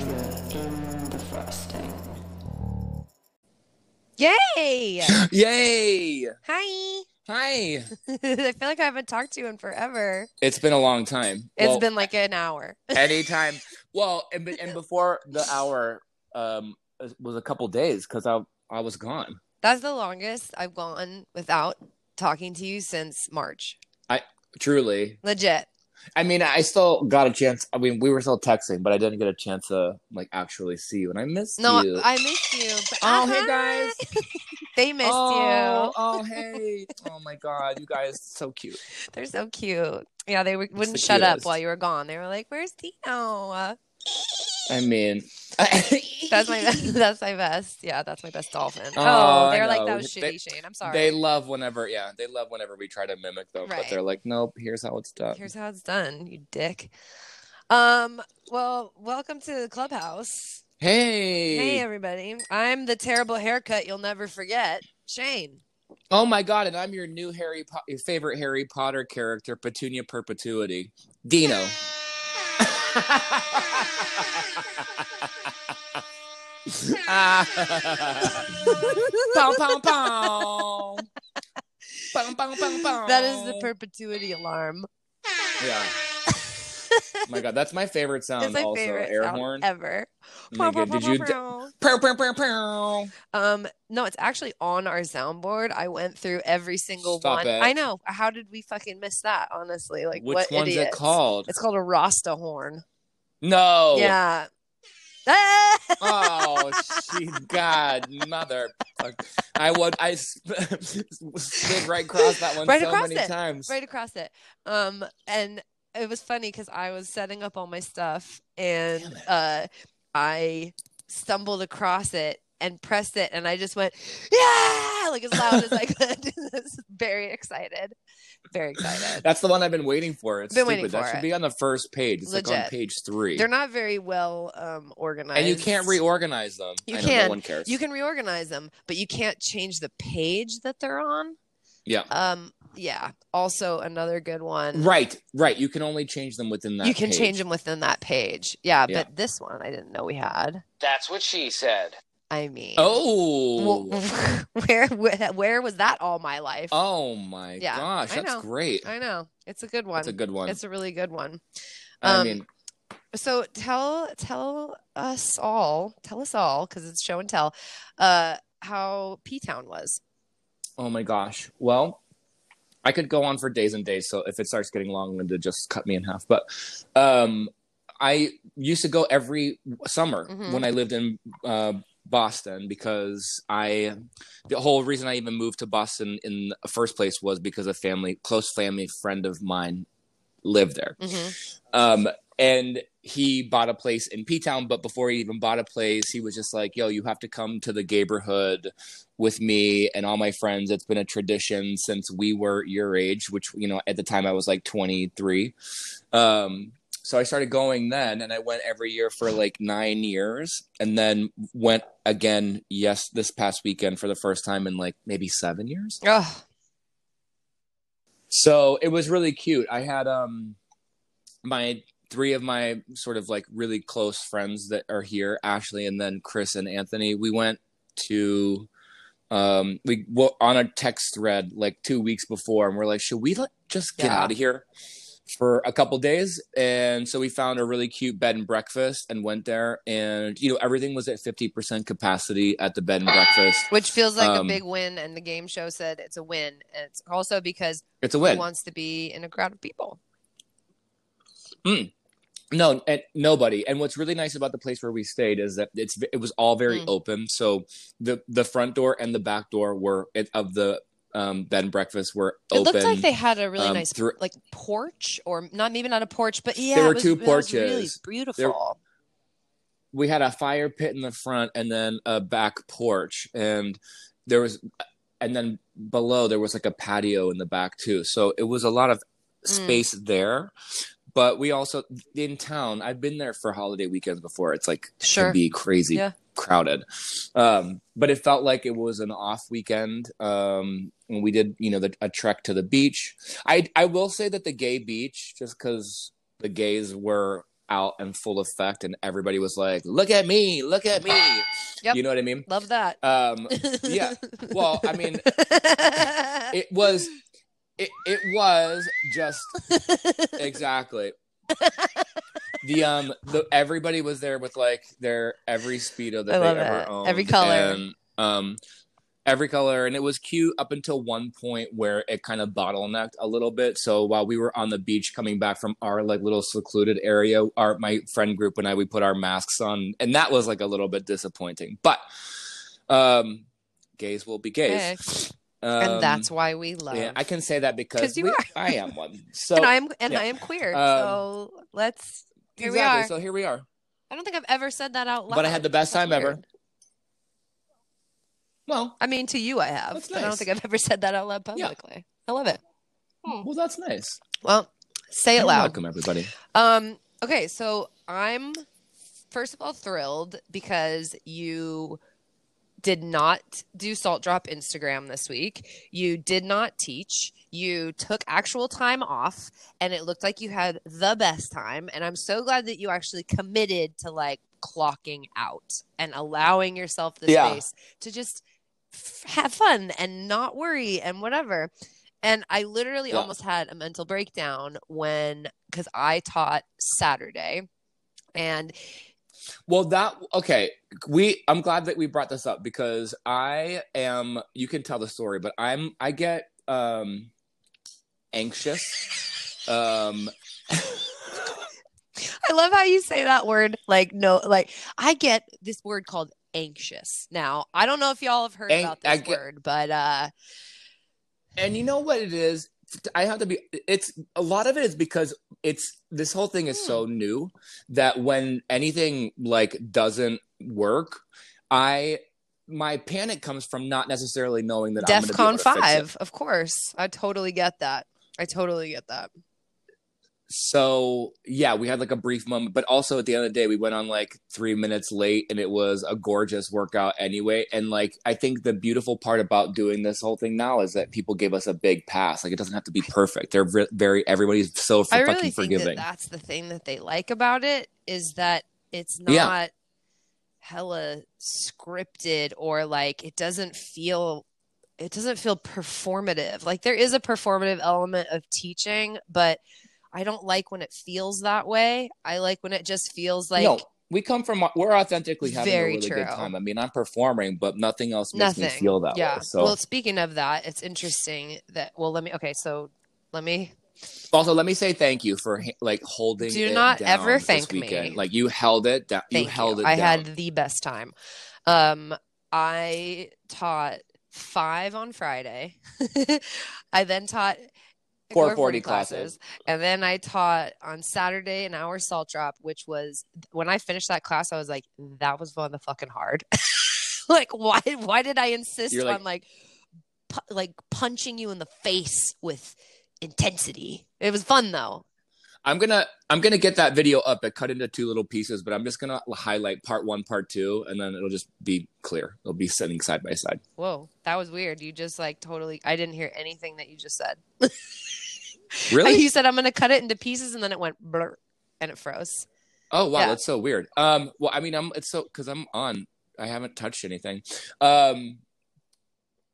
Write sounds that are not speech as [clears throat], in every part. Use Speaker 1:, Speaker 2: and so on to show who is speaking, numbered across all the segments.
Speaker 1: [gasps] Yay!
Speaker 2: Hi. [laughs] I
Speaker 1: Hi.
Speaker 2: feel like I haven't talked to you in forever.
Speaker 1: It's been a long time.
Speaker 2: It's
Speaker 1: Well,
Speaker 2: been [laughs] like an hour.
Speaker 1: anytime. Well, and be- and before the hour um was a couple days because I I was gone.
Speaker 2: That's the longest I've gone without talking to you since March.
Speaker 1: Truly.
Speaker 2: Legit.
Speaker 1: I mean, I still got a chance. I mean, we were still texting, but I didn't get a chance to like actually see you, and I missed
Speaker 2: No,
Speaker 1: you.
Speaker 2: I missed you. but-
Speaker 1: Oh, hey,
Speaker 2: Hi.
Speaker 1: guys.
Speaker 2: [laughs] They missed
Speaker 1: oh, oh, hey. Oh my God, you guys so cute.
Speaker 2: you. They're so cute. Yeah, they were, wouldn't
Speaker 1: the
Speaker 2: shut up
Speaker 1: cutest.
Speaker 2: while you were gone. They were like, "Where's Dino?"
Speaker 1: I mean, [laughs]
Speaker 2: That's my [laughs] that's my best. Yeah, that's my best dolphin.
Speaker 1: Oh,
Speaker 2: Oh, they
Speaker 1: I
Speaker 2: were like,
Speaker 1: know.
Speaker 2: "That was shitty,
Speaker 1: They-
Speaker 2: Shane." I'm sorry.
Speaker 1: They love whenever, yeah, they love whenever we try to mimic them,
Speaker 2: Right.
Speaker 1: but they're like, nope, here's how it's done.
Speaker 2: Here's how it's done, you dick. Um, well, welcome to the clubhouse.
Speaker 1: hey.
Speaker 2: Hey, everybody. I'm the terrible haircut you'll never forget,
Speaker 1: [laughs]
Speaker 2: Shane.
Speaker 1: Oh my God, and I'm your new Harry po- your favorite Harry Potter character, Petunia Perpetuity,
Speaker 2: [laughs]
Speaker 1: Dino. [laughs] Pow, pow, pow. Pow, pow, pow, pow.
Speaker 2: That is the perpetuity alarm.
Speaker 1: yeah. Oh my God, that's my favorite sound.
Speaker 2: it's my
Speaker 1: also,
Speaker 2: favorite
Speaker 1: air
Speaker 2: sound
Speaker 1: horn.
Speaker 2: ever.
Speaker 1: Oh my God, Did you? d- Pow, pow, pow, pow.
Speaker 2: Um, no, it's actually on our soundboard. I went through every single
Speaker 1: Stop
Speaker 2: one.
Speaker 1: it.
Speaker 2: I know. How did we fucking miss that? Honestly, like
Speaker 1: Which
Speaker 2: what
Speaker 1: one's it
Speaker 2: idiots?
Speaker 1: called?
Speaker 2: It's called a Rasta horn.
Speaker 1: No.
Speaker 2: Yeah.
Speaker 1: Oh, she God, mother. fuck. I would. I [laughs] sp- slid right across that one
Speaker 2: Right
Speaker 1: so
Speaker 2: across
Speaker 1: many
Speaker 2: it.
Speaker 1: times.
Speaker 2: right across it. Um, and it was funny because I was setting up all my stuff and
Speaker 1: Damn it.
Speaker 2: uh, I stumbled across it and pressed it, and I just went, yeah, like as loud
Speaker 1: [laughs]
Speaker 2: as I could. [laughs] Very excited, very excited.
Speaker 1: That's the one I've been waiting for. It's
Speaker 2: Been
Speaker 1: stupid.
Speaker 2: waiting
Speaker 1: that
Speaker 2: for
Speaker 1: should
Speaker 2: it.
Speaker 1: be on the first page. It's like on
Speaker 2: Legit.
Speaker 1: page 3
Speaker 2: They're not very well um, organized,
Speaker 1: and you can't reorganize them.
Speaker 2: You
Speaker 1: I know, No
Speaker 2: can.
Speaker 1: one cares.
Speaker 2: You can reorganize them, but you can't change the page that they're on.
Speaker 1: Yeah.
Speaker 2: Um, yeah. Also, another good one.
Speaker 1: Right. Right. You can only change them within that.
Speaker 2: you can
Speaker 1: page.
Speaker 2: change them within that page. Yeah,
Speaker 1: Yeah.
Speaker 2: but this one I didn't know we had.
Speaker 3: That's what she said.
Speaker 2: I mean,
Speaker 1: Oh.
Speaker 2: wh- [laughs] where where, where was that all my life?
Speaker 1: oh my
Speaker 2: Yeah,
Speaker 1: gosh,
Speaker 2: I
Speaker 1: that's
Speaker 2: know.
Speaker 1: great.
Speaker 2: I know it's a good one.
Speaker 1: That's a good one.
Speaker 2: It's a really good one.
Speaker 1: I
Speaker 2: um,
Speaker 1: mean,
Speaker 2: So tell tell us all, tell us all, because it's show and tell, uh, how P Town was.
Speaker 1: oh my gosh. Well, I could go on for days and days. So if it starts getting long winded, just cut me in half. But um, I used to go every summer
Speaker 2: Mhm.
Speaker 1: when I lived in uh, Boston because I, the whole reason I even moved to Boston in the first place was because a family, close family friend of mine lived there.
Speaker 2: Mhm.
Speaker 1: Um, and he bought a place in P Town, but before he even bought a place, he was just like, "Yo, you have to come to the neighborhood with me and all my friends. It's been a tradition since we were your age, which you know at the time I was like 23." Um, so I started going then, and I went every year for like nine years, and then went again. Yes, this past weekend for the first time in like maybe seven years.
Speaker 2: Oh,
Speaker 1: So it was really cute. I had um my three of my sort of like really close friends that are here, Ashley and then Chris and Anthony. We went to um we were on a text thread like 2 weeks before and we're like, "Should we like just get
Speaker 2: Yeah.
Speaker 1: out of here?" for a couple days and so we found a really cute bed and breakfast and went there and you know everything was at 50% capacity at the bed and breakfast
Speaker 2: which feels like
Speaker 1: Um,
Speaker 2: a big win, and the game show said it's a win. And it's also because
Speaker 1: it's a
Speaker 2: he
Speaker 1: win
Speaker 2: wants to be in a crowd of people.
Speaker 1: No, and nobody. And what's really nice about the place where we stayed is that it's it was all very
Speaker 2: Mm.
Speaker 1: open. So the the front door and the back door were it, of the um, bed and breakfast were
Speaker 2: It
Speaker 1: open.
Speaker 2: looked like they had a really
Speaker 1: um,
Speaker 2: nice
Speaker 1: through-
Speaker 2: like porch or not maybe not a porch, but yeah,
Speaker 1: were
Speaker 2: it was,
Speaker 1: two
Speaker 2: it was really
Speaker 1: porches.
Speaker 2: beautiful.
Speaker 1: we had a fire pit in the front and then a back porch, and there was and then below there was like a patio in the back too. So it was a lot of
Speaker 2: Mm.
Speaker 1: space there. But we also in town. I've been there for holiday weekends before. It's like
Speaker 2: Sure.
Speaker 1: can be crazy
Speaker 2: Yeah.
Speaker 1: crowded. Um, but it felt like it was an off weekend. Um, and we did, you know, the, a trek to the beach. I I will say that the gay beach, just because the gays were out and full effect, and everybody was like, "Look at me! Look at me!"
Speaker 2: Yep.
Speaker 1: You know what I mean?
Speaker 2: Love that.
Speaker 1: Um, yeah. Well, I mean,
Speaker 2: [laughs]
Speaker 1: it was, it, it was just
Speaker 2: [laughs]
Speaker 1: exactly. the um the everybody was there with like their every speedo that
Speaker 2: I
Speaker 1: they
Speaker 2: love
Speaker 1: ever
Speaker 2: it.
Speaker 1: owned.
Speaker 2: Every color.
Speaker 1: And, um every color and it was cute up until one point where it kind of bottlenecked a little bit. So while we were on the beach coming back from our like little secluded area, our my friend group and I we put our masks on and that was like a little bit disappointing. But um gays will be
Speaker 2: Okay.
Speaker 1: gays. Um,
Speaker 2: and that's why we love.
Speaker 1: yeah, I can say that because
Speaker 2: 'Cause you
Speaker 1: we-
Speaker 2: are.
Speaker 1: I am one. So
Speaker 2: [laughs] and I'm and
Speaker 1: yeah.
Speaker 2: I am queer.
Speaker 1: Um,
Speaker 2: so let's. Here
Speaker 1: exactly.
Speaker 2: we are.
Speaker 1: So here we are.
Speaker 2: I don't think I've ever said that out loud.
Speaker 1: But I had the best
Speaker 2: That's
Speaker 1: time ever.
Speaker 2: weird.
Speaker 1: Well,
Speaker 2: I mean, to you, I have.
Speaker 1: That's
Speaker 2: but I don't
Speaker 1: nice.
Speaker 2: think I've ever said that out loud
Speaker 1: Yeah.
Speaker 2: publicly. I love it.
Speaker 1: well, that's nice.
Speaker 2: Well, say it
Speaker 1: You're
Speaker 2: loud.
Speaker 1: Welcome, everybody.
Speaker 2: Um, okay, so I'm first of all thrilled because you did not do salt drop Instagram this week. You did not teach. You took actual time off and it looked like you had the best time and I'm so glad that you actually committed to like clocking out and allowing yourself the
Speaker 1: Yeah.
Speaker 2: space to just f- have fun and not worry and whatever. And I literally
Speaker 1: Yeah.
Speaker 2: almost had a mental breakdown when, because I taught Saturday and
Speaker 1: Well, that okay. We I'm glad that we brought this up because I am. You can tell the story, but I'm I get um anxious. Um,
Speaker 2: I love how you say that word. Like, no, like I get this word called anxious. Now, I don't know if y'all have heard
Speaker 1: Ang-
Speaker 2: about
Speaker 1: I
Speaker 2: this
Speaker 1: get-
Speaker 2: word, but uh,
Speaker 1: and you know what it is. I have to be. It's a lot of it is because it's this whole thing is so new that when anything like doesn't work, I my panic comes from not necessarily knowing that I'm
Speaker 2: DEF
Speaker 1: gonna be
Speaker 2: CON
Speaker 1: able to fix it.
Speaker 2: 5, of course. I totally get that. I totally get that.
Speaker 1: so yeah we had like a brief moment but also at the end of the day we went on like three minutes late and it was a gorgeous workout anyway and like i think the beautiful part about doing this whole thing now is that people gave us a big pass like it doesn't have to be perfect they're re- very everybody's so f-
Speaker 2: I
Speaker 1: fucking
Speaker 2: really think that
Speaker 1: forgiving
Speaker 2: that's the thing that they like about it is that it's not
Speaker 1: Yeah.
Speaker 2: hella scripted or like it doesn't feel it doesn't feel performative. Like there is a performative element of teaching, but I don't like when it feels that way. I like when it just feels like
Speaker 1: no we come from we're authentically having a
Speaker 2: Very
Speaker 1: really
Speaker 2: true.
Speaker 1: good time i mean i'm performing but nothing else makes
Speaker 2: nothing.
Speaker 1: me feel that
Speaker 2: yeah.
Speaker 1: way so
Speaker 2: Well, speaking of that, it's interesting that well, let me okay, so let me
Speaker 1: also let me say thank you for ha- like holding
Speaker 2: Do
Speaker 1: it
Speaker 2: not
Speaker 1: down
Speaker 2: ever
Speaker 1: this
Speaker 2: thank me.
Speaker 1: weekend. like you held it down
Speaker 2: Thank
Speaker 1: you held it
Speaker 2: I
Speaker 1: down.
Speaker 2: had the best time. Um, I taught five on Friday. [laughs] I then taught
Speaker 1: 440
Speaker 2: and then I taught on Saturday an hour salt drop, which was when I finished that class, I was like, that was motherfucking hard. [laughs] like, why? Why did I insist
Speaker 1: You're like-
Speaker 2: on like, pu- like punching you in the face with intensity? It was fun though.
Speaker 1: I'm gonna I'm gonna get that video up. It cut into two little pieces, but I'm just gonna highlight part one, part two, and then it'll just be clear. It'll be sitting side by side.
Speaker 2: Whoa, that was weird. You just like totally. I didn't hear anything that you just said.
Speaker 1: Really?
Speaker 2: He said, I'm going to cut it into pieces. And then it went blur and it froze.
Speaker 1: oh wow,
Speaker 2: yeah.
Speaker 1: that's so weird. Um, well, I mean, I'm it's so because I'm on. I haven't touched anything. Um,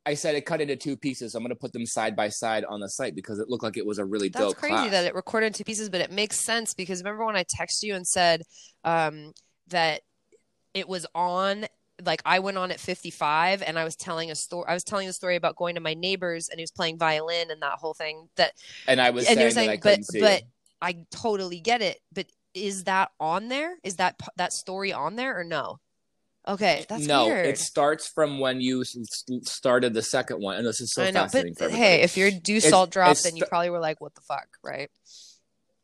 Speaker 1: I said it cut into two pieces. I'm gonna put them side by side on the site because it looked like it was a really
Speaker 2: That's
Speaker 1: dope
Speaker 2: crazy
Speaker 1: class.
Speaker 2: that it recorded in two pieces, but it makes sense because remember when I texted you and said um, that it was on, like I went on at 55 and I was telling a story. I was telling a story about going to my neighbor's and he was playing violin and that whole thing that
Speaker 1: and I was
Speaker 2: and
Speaker 1: saying,
Speaker 2: you're
Speaker 1: that I
Speaker 2: saying,
Speaker 1: couldn't
Speaker 2: but,
Speaker 1: see.
Speaker 2: but I totally get it. But is that on there? Is that, p- that story on there or no? Okay. That's
Speaker 1: no,
Speaker 2: weird.
Speaker 1: it starts from when you s- s- started the second one, and this is so
Speaker 2: I know, but
Speaker 1: fascinating. for everybody.
Speaker 2: hey, if you're do
Speaker 1: It's-
Speaker 2: salt drop,
Speaker 1: it's
Speaker 2: then you
Speaker 1: st-
Speaker 2: probably were like, "What the fuck," right?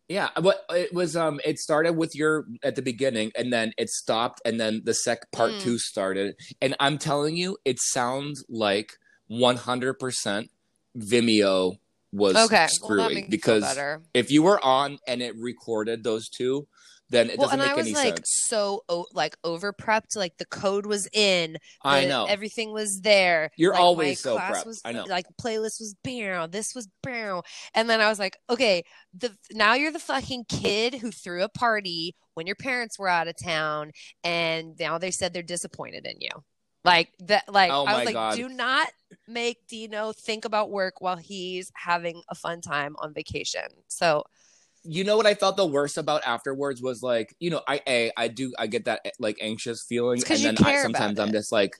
Speaker 1: Yeah, but it was um it started with your at the beginning and then it stopped and then the sec part
Speaker 2: Mm.
Speaker 1: 2 started and I'm telling you it sounds like 100% Vimeo was
Speaker 2: Okay,
Speaker 1: screwy
Speaker 2: well, that makes me feel
Speaker 1: because
Speaker 2: better.
Speaker 1: if you were on and it recorded those two then it
Speaker 2: well,
Speaker 1: doesn't
Speaker 2: and
Speaker 1: make
Speaker 2: I was
Speaker 1: any
Speaker 2: like
Speaker 1: sense.
Speaker 2: so o- like over prepped, like the code was in,
Speaker 1: I
Speaker 2: the-
Speaker 1: know.
Speaker 2: everything was there.
Speaker 1: You're
Speaker 2: like, my
Speaker 1: always so
Speaker 2: class
Speaker 1: prepped.
Speaker 2: Was,
Speaker 1: I know.
Speaker 2: Like playlist was bow, this was bow, and then I was like, okay, the now you're the fucking kid who threw a party when your parents were out of town and now they said they're disappointed in you. Like that like
Speaker 1: Oh
Speaker 2: I
Speaker 1: my
Speaker 2: was like,
Speaker 1: God.
Speaker 2: do not make Dino think about work while he's having a fun time on vacation. So
Speaker 1: you know what I felt the worst about afterwards was like, you know, I a I do I get that eh, like anxious feeling,
Speaker 2: It's 'cause
Speaker 1: and
Speaker 2: you
Speaker 1: then I,
Speaker 2: care about
Speaker 1: sometimes I'm
Speaker 2: it.
Speaker 1: just like,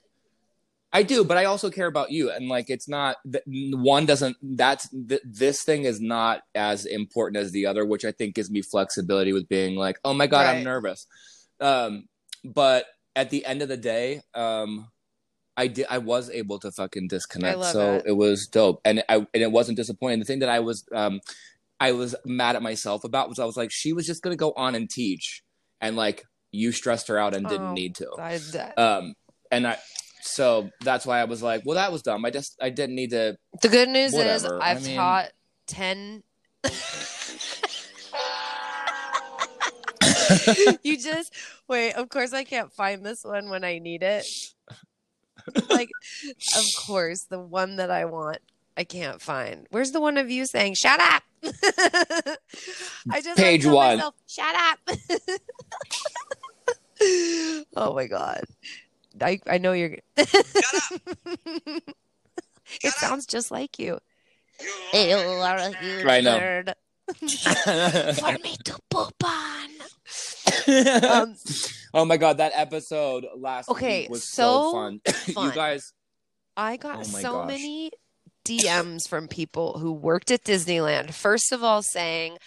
Speaker 1: I do, but I also care about you, and like it's not th- one doesn't that's th- this thing is not as important as the other, which I think gives me flexibility with being like, oh my god, I'm
Speaker 2: Right.
Speaker 1: nervous, um, but at the end of the day, um. I did. I was able to fucking disconnect,
Speaker 2: love
Speaker 1: so
Speaker 2: it.
Speaker 1: it was dope, and I and it wasn't disappointing. The thing that I was um, I was mad at myself about was I was like, she was just gonna go on and teach, and like you stressed her out and didn't
Speaker 2: Oh,
Speaker 1: need to.
Speaker 2: I,
Speaker 1: Um, and I, so that's why I was like, well, that was dumb. I just I didn't need to.
Speaker 2: the good news is
Speaker 1: whatever. I
Speaker 2: I've
Speaker 1: mean-
Speaker 2: taught ten [laughs] you just wait. Of course, I can't find this one when I need it. Like, of course, the one that I want, I can't find. Where's the one of you saying "shut up"? [laughs] I just wanna
Speaker 1: Page
Speaker 2: tell
Speaker 1: one.
Speaker 2: myself, Shut up. [laughs] oh my god, I I know you're. it sounds just like you. You are a huge
Speaker 1: I know.
Speaker 2: nerd for me to poop on. [laughs] [laughs] Um,
Speaker 1: oh my god, that episode last
Speaker 2: Okay,
Speaker 1: week was
Speaker 2: so
Speaker 1: so, fun. [laughs]
Speaker 2: fun.
Speaker 1: you guys,
Speaker 2: I got
Speaker 1: Oh my
Speaker 2: so
Speaker 1: gosh.
Speaker 2: many DMs from people who worked at Disneyland. First of all, saying,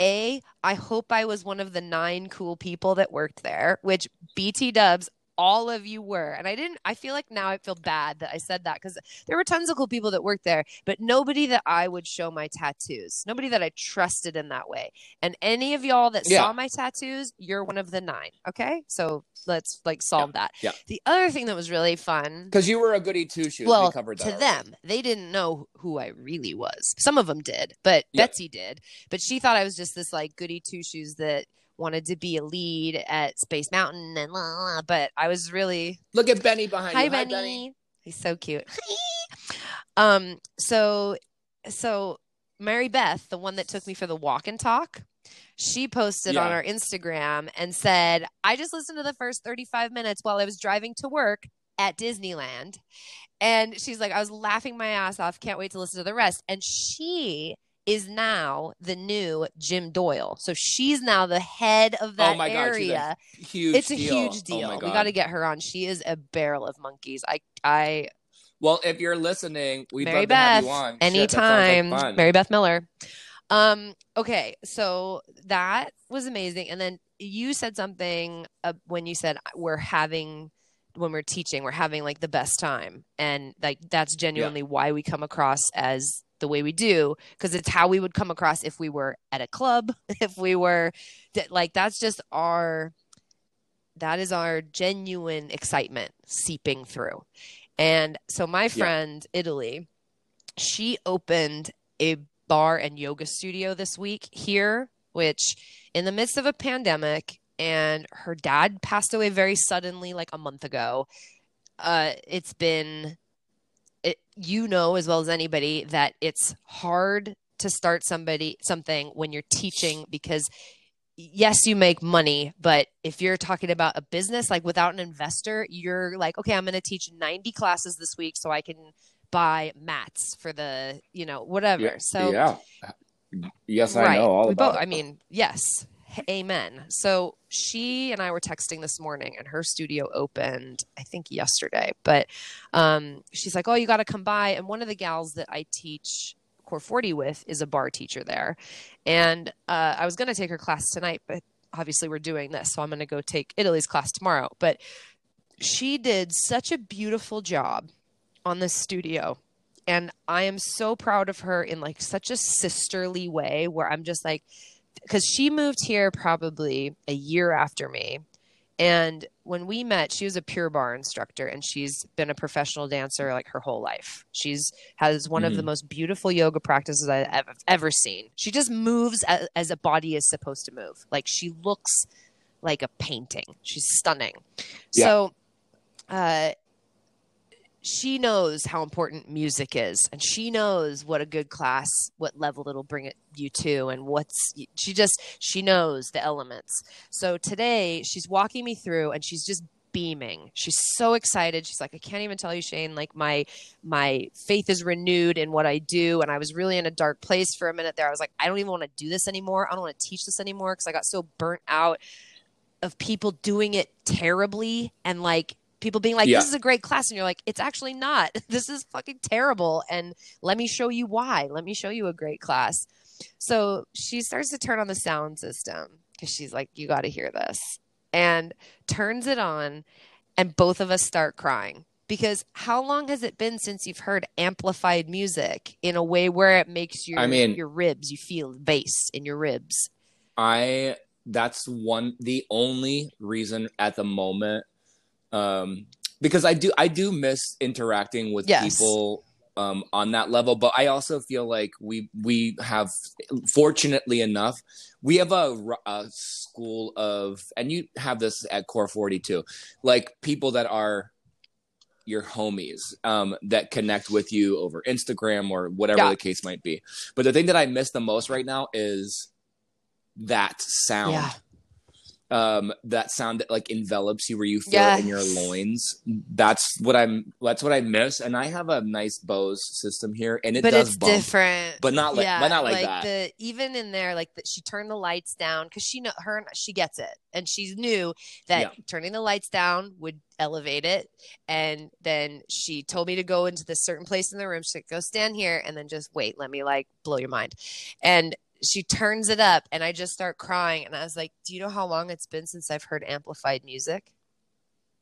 Speaker 2: A, I hope I was one of the nine cool people that worked there, which BT dubs, all of you were. And I didn't, I feel like now I feel bad that I said that because there were tons of cool people that worked there, but nobody that I would show my tattoos, nobody that I trusted in that way. And any of y'all that
Speaker 1: Yeah.
Speaker 2: saw my tattoos, you're one of the nine. Okay. So let's like solve that.
Speaker 1: yeah.
Speaker 2: The other thing that was really fun
Speaker 1: because you were a goody two shoes.
Speaker 2: well,
Speaker 1: we covered that
Speaker 2: to
Speaker 1: already.
Speaker 2: them, they didn't know who I really was. Some of them did, but
Speaker 1: Yeah.
Speaker 2: Betsy did. But she thought I was just this like goody two shoes that wanted to be a lead at Space Mountain and la, la, la. but I was really
Speaker 1: Look at Benny behind
Speaker 2: hi
Speaker 1: you.
Speaker 2: Benny. He's so cute. [laughs] Hi. Um. So, so Mary Beth, the one that took me for the walk and talk. She posted on
Speaker 1: Yeah.
Speaker 2: our Instagram and said, I just listened to the first 35 minutes while I was driving to work at Disneyland. And she's like, I was laughing my ass off. Can't wait to listen to the rest. And she is now the new Jim Doyle. So she's now the head of that
Speaker 1: Oh my God, she's a
Speaker 2: area.
Speaker 1: Huge.
Speaker 2: it's a
Speaker 1: deal.
Speaker 2: huge
Speaker 1: Oh
Speaker 2: deal.
Speaker 1: my
Speaker 2: we
Speaker 1: God.
Speaker 2: got to get her on. She is a barrel of monkeys. I, I,
Speaker 1: Well, if you're listening, we'd
Speaker 2: Mary
Speaker 1: love
Speaker 2: Beth,
Speaker 1: to have you on. Shit, that
Speaker 2: anytime.
Speaker 1: sounds like fun.
Speaker 2: Mary Beth Miller. Um, okay, so that was amazing. And then you said something uh, when you said we're having when we're teaching, we're having like the best time, and like that's genuinely why we come across as the way we do because it's how we would come across if we were at a club, [laughs] if we were that like that's just our that is our genuine excitement seeping through. And so my friend Italy, she opened a bar and yoga studio this week here, which in the midst of a pandemic and her dad passed away very suddenly like a month ago. Uh it's been it, you know as well as anybody that it's hard to start somebody something when you're teaching because yes, you make money, but if you're talking about a business, like without an investor, you're like, okay, I'm going to teach 90 classes this week so I can buy mats for the, you know, whatever.
Speaker 1: Yeah,
Speaker 2: so,
Speaker 1: yeah. Yes, I
Speaker 2: right.
Speaker 1: know all
Speaker 2: we
Speaker 1: about
Speaker 2: both,
Speaker 1: it.
Speaker 2: I mean, yes. H- Amen. So she and I were texting this morning, and her studio opened, I think, yesterday. But um, she's like, "Oh, you got to come by." And one of the gals that I teach Core 40 with is a bar teacher there, and uh, I was going to take her class tonight, but obviously we're doing this, so I'm going to go take Italy's class tomorrow. But she did such a beautiful job on this studio and i am so proud of her in like such a sisterly way where i'm just like because she moved here probably a year after me and when we met she was a pure bar instructor and she's been a professional dancer like her whole life she's has one of the most beautiful yoga practices i've ever, ever seen she just moves as, as a body is supposed to move like she looks like a painting she's stunning
Speaker 1: Yeah.
Speaker 2: so uh she knows how important music is and she knows what a good class what level it'll bring it you to and what's she just she knows the elements so today she's walking me through and she's just beaming she's so excited she's like i can't even tell you shane like my my faith is renewed in what i do and i was really in a dark place for a minute there i was like i don't even want to do this anymore i don't want to teach this anymore because i got so burnt out of people doing it terribly and like people being like,
Speaker 1: Yeah.
Speaker 2: this is a great class. And you're like, it's actually not. [laughs] This is fucking terrible. And let me show you why. Let me show you a great class. So she starts to turn on the sound system because she's like, you got to hear this. And turns it on. And both of us start crying because how long has it been since you've heard amplified music in a way where it makes your,
Speaker 1: I mean-
Speaker 2: your ribs, you feel the bass in your ribs?
Speaker 1: I that's one the only reason at the moment um because I do I do miss interacting with
Speaker 2: Yes.
Speaker 1: people um on that level but I also feel like we we have fortunately enough we have a, r- a school of and you have this at core 42 like people that are your homies um, that connect with you over Instagram or whatever
Speaker 2: Yeah.
Speaker 1: the case might be. But the thing that I miss the most right now is that sound.
Speaker 2: Yeah.
Speaker 1: Um, that sound that like envelops you where you feel it in your
Speaker 2: Yes.
Speaker 1: loins. That's what I'm that's what I miss. And I have a nice Bose system here and it
Speaker 2: but
Speaker 1: does
Speaker 2: it's
Speaker 1: bump.
Speaker 2: different.
Speaker 1: But not like but not like, that.
Speaker 2: The, even in there, like that, she turned the lights down because she know her she gets it, and she knew that
Speaker 1: Yeah.
Speaker 2: turning the lights down would elevate it. And then she told me to go into this certain place in the room. She's like, "Go stand here," and then just wait. Let me like blow your mind. And she turns it up, and I just start crying. And I was like, "Do you know how long it's been since I've heard amplified music?"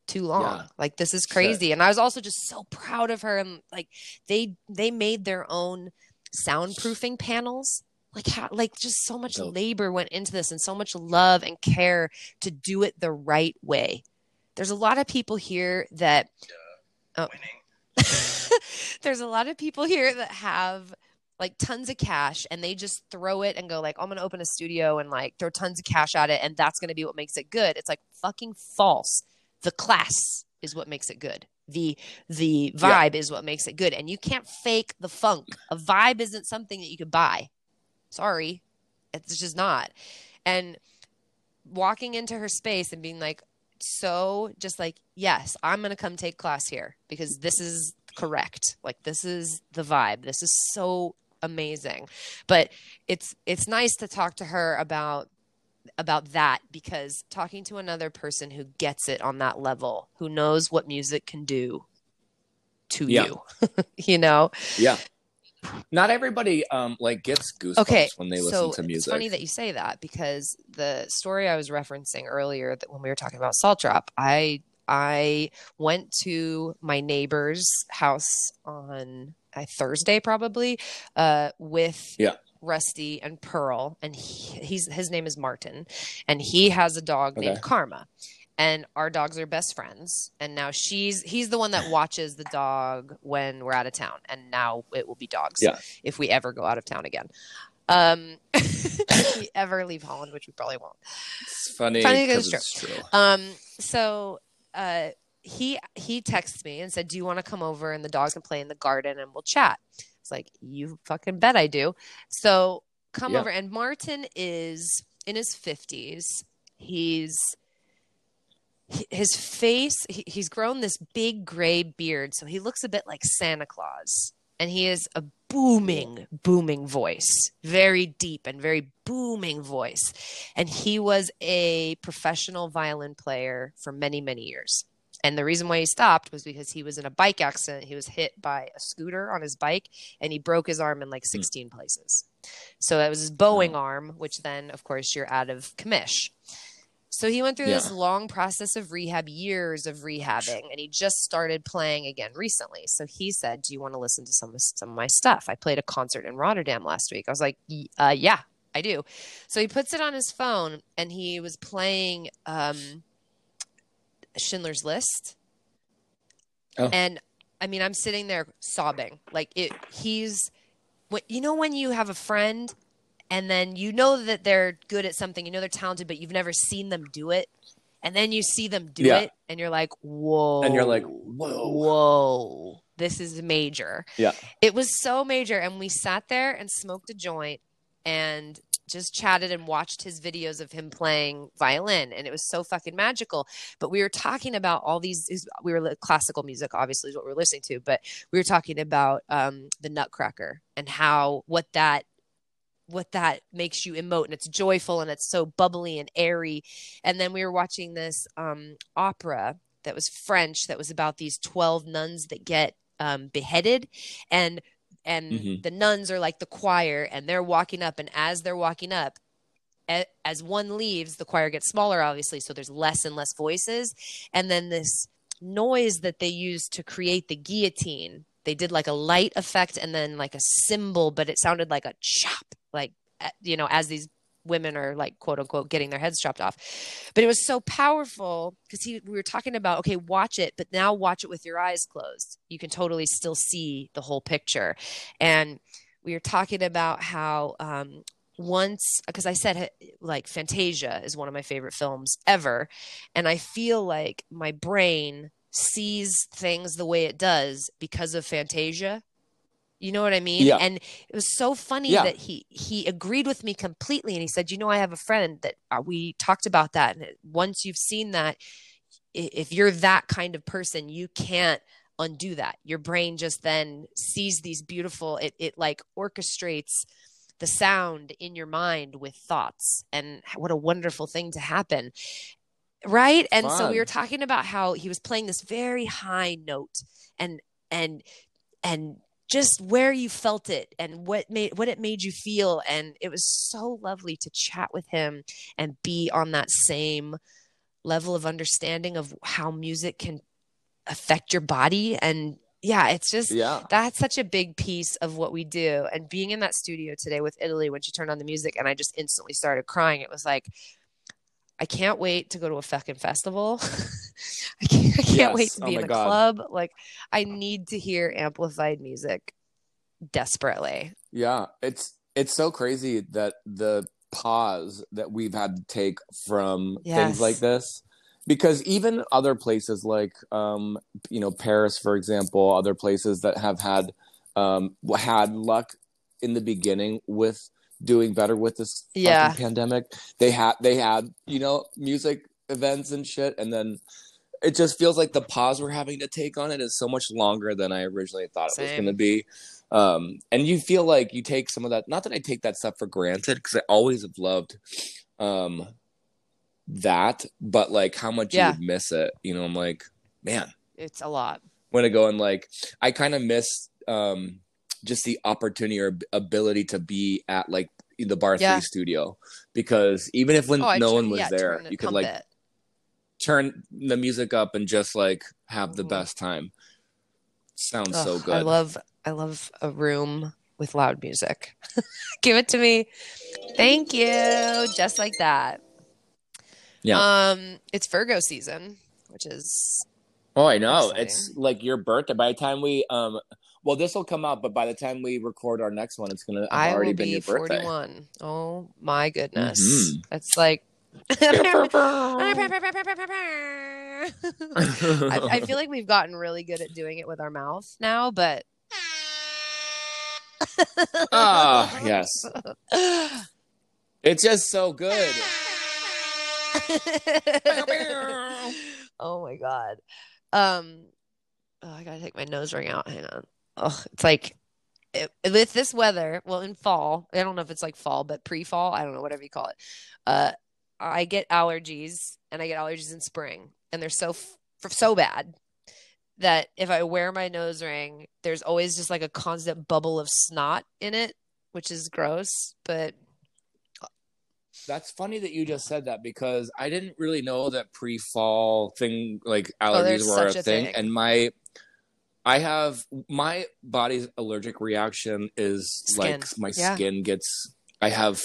Speaker 2: Too long.
Speaker 1: Yeah.
Speaker 2: Like this is
Speaker 1: Shit.
Speaker 2: crazy. And I was also just so proud of her. And like they they made their own soundproofing panels like how like just so much
Speaker 1: Dope.
Speaker 2: labor went into this and so much love and care to do it the right way there's a lot of people here that oh. [laughs] there's a lot of people here that have like tons of cash and they just throw it and go like i'm gonna open a studio and like throw tons of cash at it and that's gonna be what makes it good it's like fucking false the class is what makes it good the the
Speaker 1: Yeah.
Speaker 2: vibe is what makes it good and you can't fake the funk a vibe isn't something that you can buy sorry it's just not and walking into her space and being like so just like yes i'm gonna come take class here because this is correct like this is the vibe this is so amazing but it's it's nice to talk to her about about that because talking to another person who gets it on that level who knows what music can do to
Speaker 1: Yeah.
Speaker 2: you [laughs] you know
Speaker 1: Yeah. Not everybody um like gets goosebumps
Speaker 2: Okay,
Speaker 1: when they
Speaker 2: so
Speaker 1: listen to music.
Speaker 2: It's funny that you say that because the story I was referencing earlier that when we were talking about salt drop, I I went to my neighbor's house on a Thursday probably uh, with
Speaker 1: Yeah.
Speaker 2: Rusty and Pearl, and he, he's his name is Martin, and he has a dog
Speaker 1: Okay.
Speaker 2: named Karma. And our dogs are best friends. And now she's he's the one that watches the dog when we're out of town. And now it will be dogs
Speaker 1: Yeah.
Speaker 2: if we ever go out of town again um [laughs] if we ever leave holland which we probably won't
Speaker 1: It's funny
Speaker 2: Funny 'cause
Speaker 1: 'cause it's true.
Speaker 2: um so uh he he texts me and said do you want to come over and the dogs can play in the garden and we'll chat it's like you fucking bet i do so come
Speaker 1: Yeah.
Speaker 2: over and martin is in his 50s he's he- his face he, he's grown this big gray beard so he looks a bit like santa claus and he has a booming booming voice very deep and very booming voice and he was a professional violin player for many many years and the reason why he stopped was because he was in a bike accident he was hit by a scooter on his bike and he broke his arm in like 16 places so that was his bowing arm which then of course you're out of commish so he went through this long process of rehab, years of rehabbing, and he just started playing again recently. So he said, "Do you want to listen to some of, some of my stuff? I played a concert in Rotterdam last week." I was like, "Y- uh, "Yeah, I do." So he puts it on his phone, and he was playing um, Schindler's List,
Speaker 1: Oh.
Speaker 2: and I mean, I'm sitting there sobbing. Like it, he's, what you know, when you have a friend and then you know that they're good at something, you know they're talented, but you've never seen them do it. and then you see them do
Speaker 1: Yeah.
Speaker 2: it and you're like whoa
Speaker 1: And you're like, whoa.
Speaker 2: whoa this is major
Speaker 1: Yeah.
Speaker 2: it was so major and we sat there and smoked a joint and just chatted and watched his videos of him playing violin and it was so fucking magical but we were talking about all these is- we were li- classical music obviously is what we were listening to but we were talking about um the nutcracker and how what that what that makes you emote and it's joyful and it's so bubbly and airy and then we were watching this um opera that was french that was about these 12 nuns that get um beheaded and and
Speaker 1: Mhm.
Speaker 2: the nuns are like the choir and they're walking up and as they're walking up a- as one leaves the choir gets smaller obviously so there's less and less voices and then this noise that they used to create the guillotine they did like a light effect and then like a symbol but it sounded like a chop like a- you know as these women are like quote unquote getting their heads chopped off but it was so powerful because he we were talking about okay watch it but now watch it with your eyes closed you can totally still see the whole picture and we were talking about how um once because i said like fantasia is one of my favorite films ever and i feel like my brain sees things the way it does because of fantasia you know what i mean
Speaker 1: Yeah.
Speaker 2: and it was so funny
Speaker 1: Yeah.
Speaker 2: that he he agreed with me completely and he said you know i have a friend that uh, we talked about that and it- once you've seen that i- if you're that kind of person you can't undo that your brain just then sees these beautiful it, it like orchestrates the sound in your mind with thoughts and what a wonderful thing to happen right and so we
Speaker 1: Fun.
Speaker 2: were talking about how he was playing this very high note and and and just where you felt it and what made what it made you feel and it was so lovely to chat with him and be on that same level of understanding of how music can affect your body and yeah it's just
Speaker 1: Yeah.
Speaker 2: that's such a big piece of what we do and being in that studio today with Italy when she turned on the music and I just instantly started crying it was like I can't wait to go to a fucking festival. [laughs] I can't, I can't wait
Speaker 1: Yes.
Speaker 2: to
Speaker 1: Oh
Speaker 2: be in
Speaker 1: my
Speaker 2: a
Speaker 1: God.
Speaker 2: club. Like, I need to hear amplified music desperately.
Speaker 1: Yeah, it's it's so crazy that the pause that we've had to take from
Speaker 2: Yes.
Speaker 1: things like this because even other places like um you know Paris for example, other places that have had um w- had luck in the beginning with doing better with this fucking
Speaker 2: Yeah.
Speaker 1: pandemic. They had they had, you know, music events and shit and then it just feels like the pause we're having to take on it is so much longer than I originally thought it was
Speaker 2: Same.
Speaker 1: going to be. Um, and you feel like you take some of that. Not that I take that stuff for granted because I always have loved um, that, but like how much
Speaker 2: Yeah.
Speaker 1: you would miss it. You know, I'm like, man,
Speaker 2: It's a lot.
Speaker 1: when I go and like, I kind of miss um, just the opportunity or ab- ability to be at like the Bar
Speaker 2: Yeah. Oh,
Speaker 1: Three studio because even if when
Speaker 2: I
Speaker 1: no
Speaker 2: tur-
Speaker 1: one was
Speaker 2: yeah,
Speaker 1: there,
Speaker 2: turn it-
Speaker 1: you could
Speaker 2: pump
Speaker 1: like
Speaker 2: it.
Speaker 1: turn the music up and just like have the
Speaker 2: Mhm.
Speaker 1: best time. Sounds
Speaker 2: Ugh,
Speaker 1: so good.
Speaker 2: I love, I love a room with loud music. [laughs] Give it to me. Thank you. Just like that.
Speaker 1: Yeah.
Speaker 2: Um, it's Virgo season, which is
Speaker 1: oh, I know.
Speaker 2: Exciting.
Speaker 1: It's like your birthday. By the time we um well this will come out, but by the time we record our next one, it's gonna have
Speaker 2: I
Speaker 1: already
Speaker 2: will
Speaker 1: been
Speaker 2: be
Speaker 1: your
Speaker 2: [laughs]
Speaker 1: birthday.
Speaker 2: 41. Oh my goodness.
Speaker 1: Mhm.
Speaker 2: That's like
Speaker 1: [laughs] I,
Speaker 2: I, I feel like we've gotten really good at doing it with our mouth now, but [laughs]
Speaker 1: Ah, [laughs] yes. It's just
Speaker 2: [laughs]
Speaker 1: so good.
Speaker 2: oh my god. Um oh, I gotta take my nose ring out. Hang on. Oh, it's like it, with this weather, well in fall, I don't know if it's like fall, but pre-fall, I don't know, whatever you call it. Uh I get allergies and I get allergies in spring and they're so f- f- so bad that if I wear my nose ring, there's always just like a constant bubble of snot in it, which is gross, but
Speaker 1: That's funny that you just said that because I didn't really know that pre-fall thing like allergies
Speaker 2: Oh, there's
Speaker 1: were a
Speaker 2: such a
Speaker 1: thing.
Speaker 2: thing.
Speaker 1: And my, I have my body's allergic reaction is
Speaker 2: Skin.
Speaker 1: like my
Speaker 2: Yeah.
Speaker 1: skin gets. I have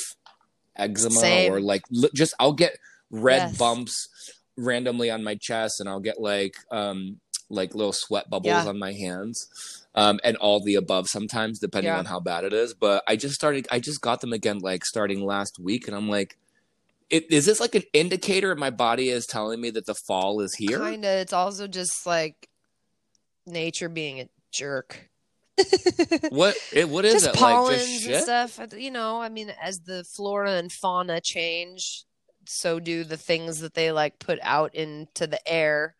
Speaker 1: eczema
Speaker 2: Same.
Speaker 1: or like li- just I'll get red
Speaker 2: Yes.
Speaker 1: bumps randomly on my chest, and I'll get like um like little sweat bubbles
Speaker 2: Yeah.
Speaker 1: on my hands, um and all the above sometimes depending
Speaker 2: Yeah.
Speaker 1: on how bad it is. But I just started. I just got them again like starting last week, and I'm like it, is this like an indicator my body is telling me that the fall is here?
Speaker 2: Kind of. It's also just like nature being a jerk.
Speaker 1: What it, what is
Speaker 2: just
Speaker 1: it like?
Speaker 2: pollens
Speaker 1: Just
Speaker 2: and
Speaker 1: shit.
Speaker 2: stuff. uh, You know, I mean, as the flora and fauna change, so do the things that they like put out into the air.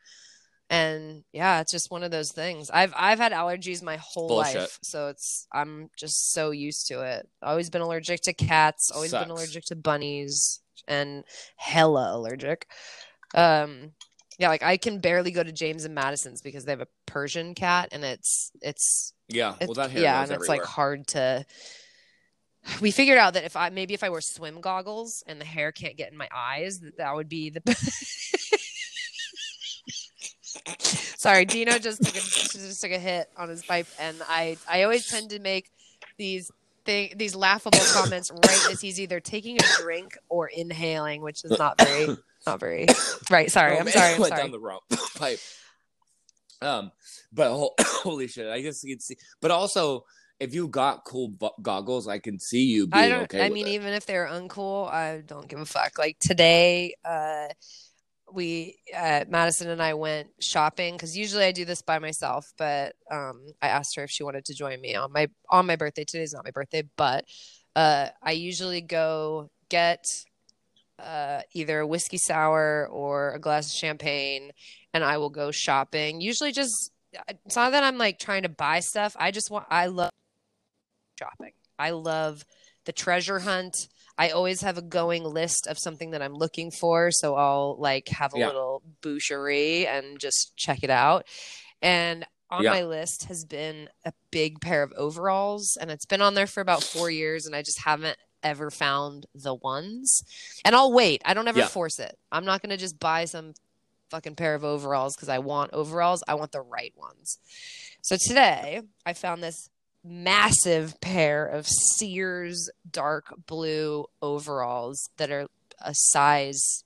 Speaker 2: And yeah, it's just one of those things. I've I've had allergies my whole
Speaker 1: Bullshit.
Speaker 2: life, so it's I'm just so used to it. Always been allergic to cats. Always
Speaker 1: Sucks.
Speaker 2: been allergic to bunnies, and hella allergic. Um, yeah, like I can barely go to James and Madison's because they have a Persian cat, and it's it's
Speaker 1: Yeah. Well,
Speaker 2: it's-
Speaker 1: that hair
Speaker 2: yeah,
Speaker 1: goes
Speaker 2: and it's
Speaker 1: everywhere.
Speaker 2: like hard to. We figured out that if I maybe if I wear swim goggles and the hair can't get in my eyes, that, that would be the. [laughs] Sorry, Dino just took a, just took a hit on his pipe, and I I always tend to make these thing these laughable comments right as he's either taking a drink or inhaling, which is not very not very right. Sorry,
Speaker 1: Oh,
Speaker 2: I'm
Speaker 1: man, [laughs]
Speaker 2: sorry.
Speaker 1: I
Speaker 2: I'm
Speaker 1: went
Speaker 2: sorry.
Speaker 1: down the wrong pipe. Um, but hol- [coughs] holy shit, I guess you can see. But also, if you got cool bu- goggles, I can see you being
Speaker 2: I don't.
Speaker 1: okay.
Speaker 2: I
Speaker 1: with
Speaker 2: mean,
Speaker 1: it.
Speaker 2: even if they're uncool, I don't give a fuck. Like today, uh, we uh, Madison and I went shopping because usually I do this by myself, but um, I asked her if she wanted to join me on my on my birthday. Today's not my birthday, but uh, I usually go get uh, either a whiskey sour or a glass of champagne, and I will go shopping. Usually, just uh, it's not that I'm like trying to buy stuff. I just want. I love shopping. I love the treasure hunt. I always have a going list of something that I'm looking for, so I'll like have a
Speaker 1: Yeah.
Speaker 2: little boucherie and just check it out. And on
Speaker 1: Yeah.
Speaker 2: my list has been a big pair of overalls, and it's been on there for about four years, and I just haven't ever found the ones. And I'll wait. I don't ever
Speaker 1: Yeah.
Speaker 2: force it. I'm not going to just buy some fucking pair of overalls because I want overalls. I want the right ones. So today I found this massive pair of Sears dark blue overalls that are a size,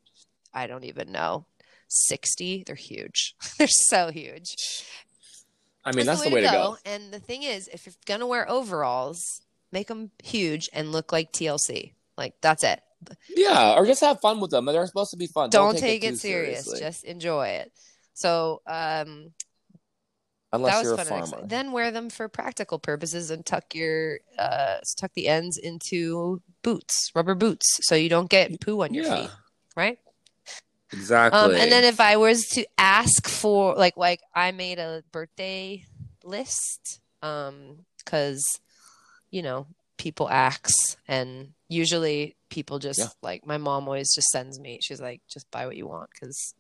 Speaker 2: I don't even know, 60. They're huge. [laughs] They're so huge.
Speaker 1: I mean, that's the way to go.
Speaker 2: And the thing is, if you're gonna wear overalls, make them huge and look like TLC. Like that's it.
Speaker 1: Yeah, or just have fun with them. They're supposed to be fun.
Speaker 2: Don't, take, it,
Speaker 1: too
Speaker 2: serious. Just enjoy it. So um,
Speaker 1: unless
Speaker 2: that
Speaker 1: you're
Speaker 2: was
Speaker 1: a
Speaker 2: fun. and exci-
Speaker 1: farmer.
Speaker 2: Then wear them for practical purposes and tuck your uh, tuck the ends into boots, rubber boots, so you don't get poo on your
Speaker 1: Yeah.
Speaker 2: feet. Right.
Speaker 1: Exactly.
Speaker 2: Um, and then if I was to ask for like like I made a birthday list um cuz you know people ask and usually people just
Speaker 1: Yeah.
Speaker 2: like my mom always just sends me she's like just buy what you want cuz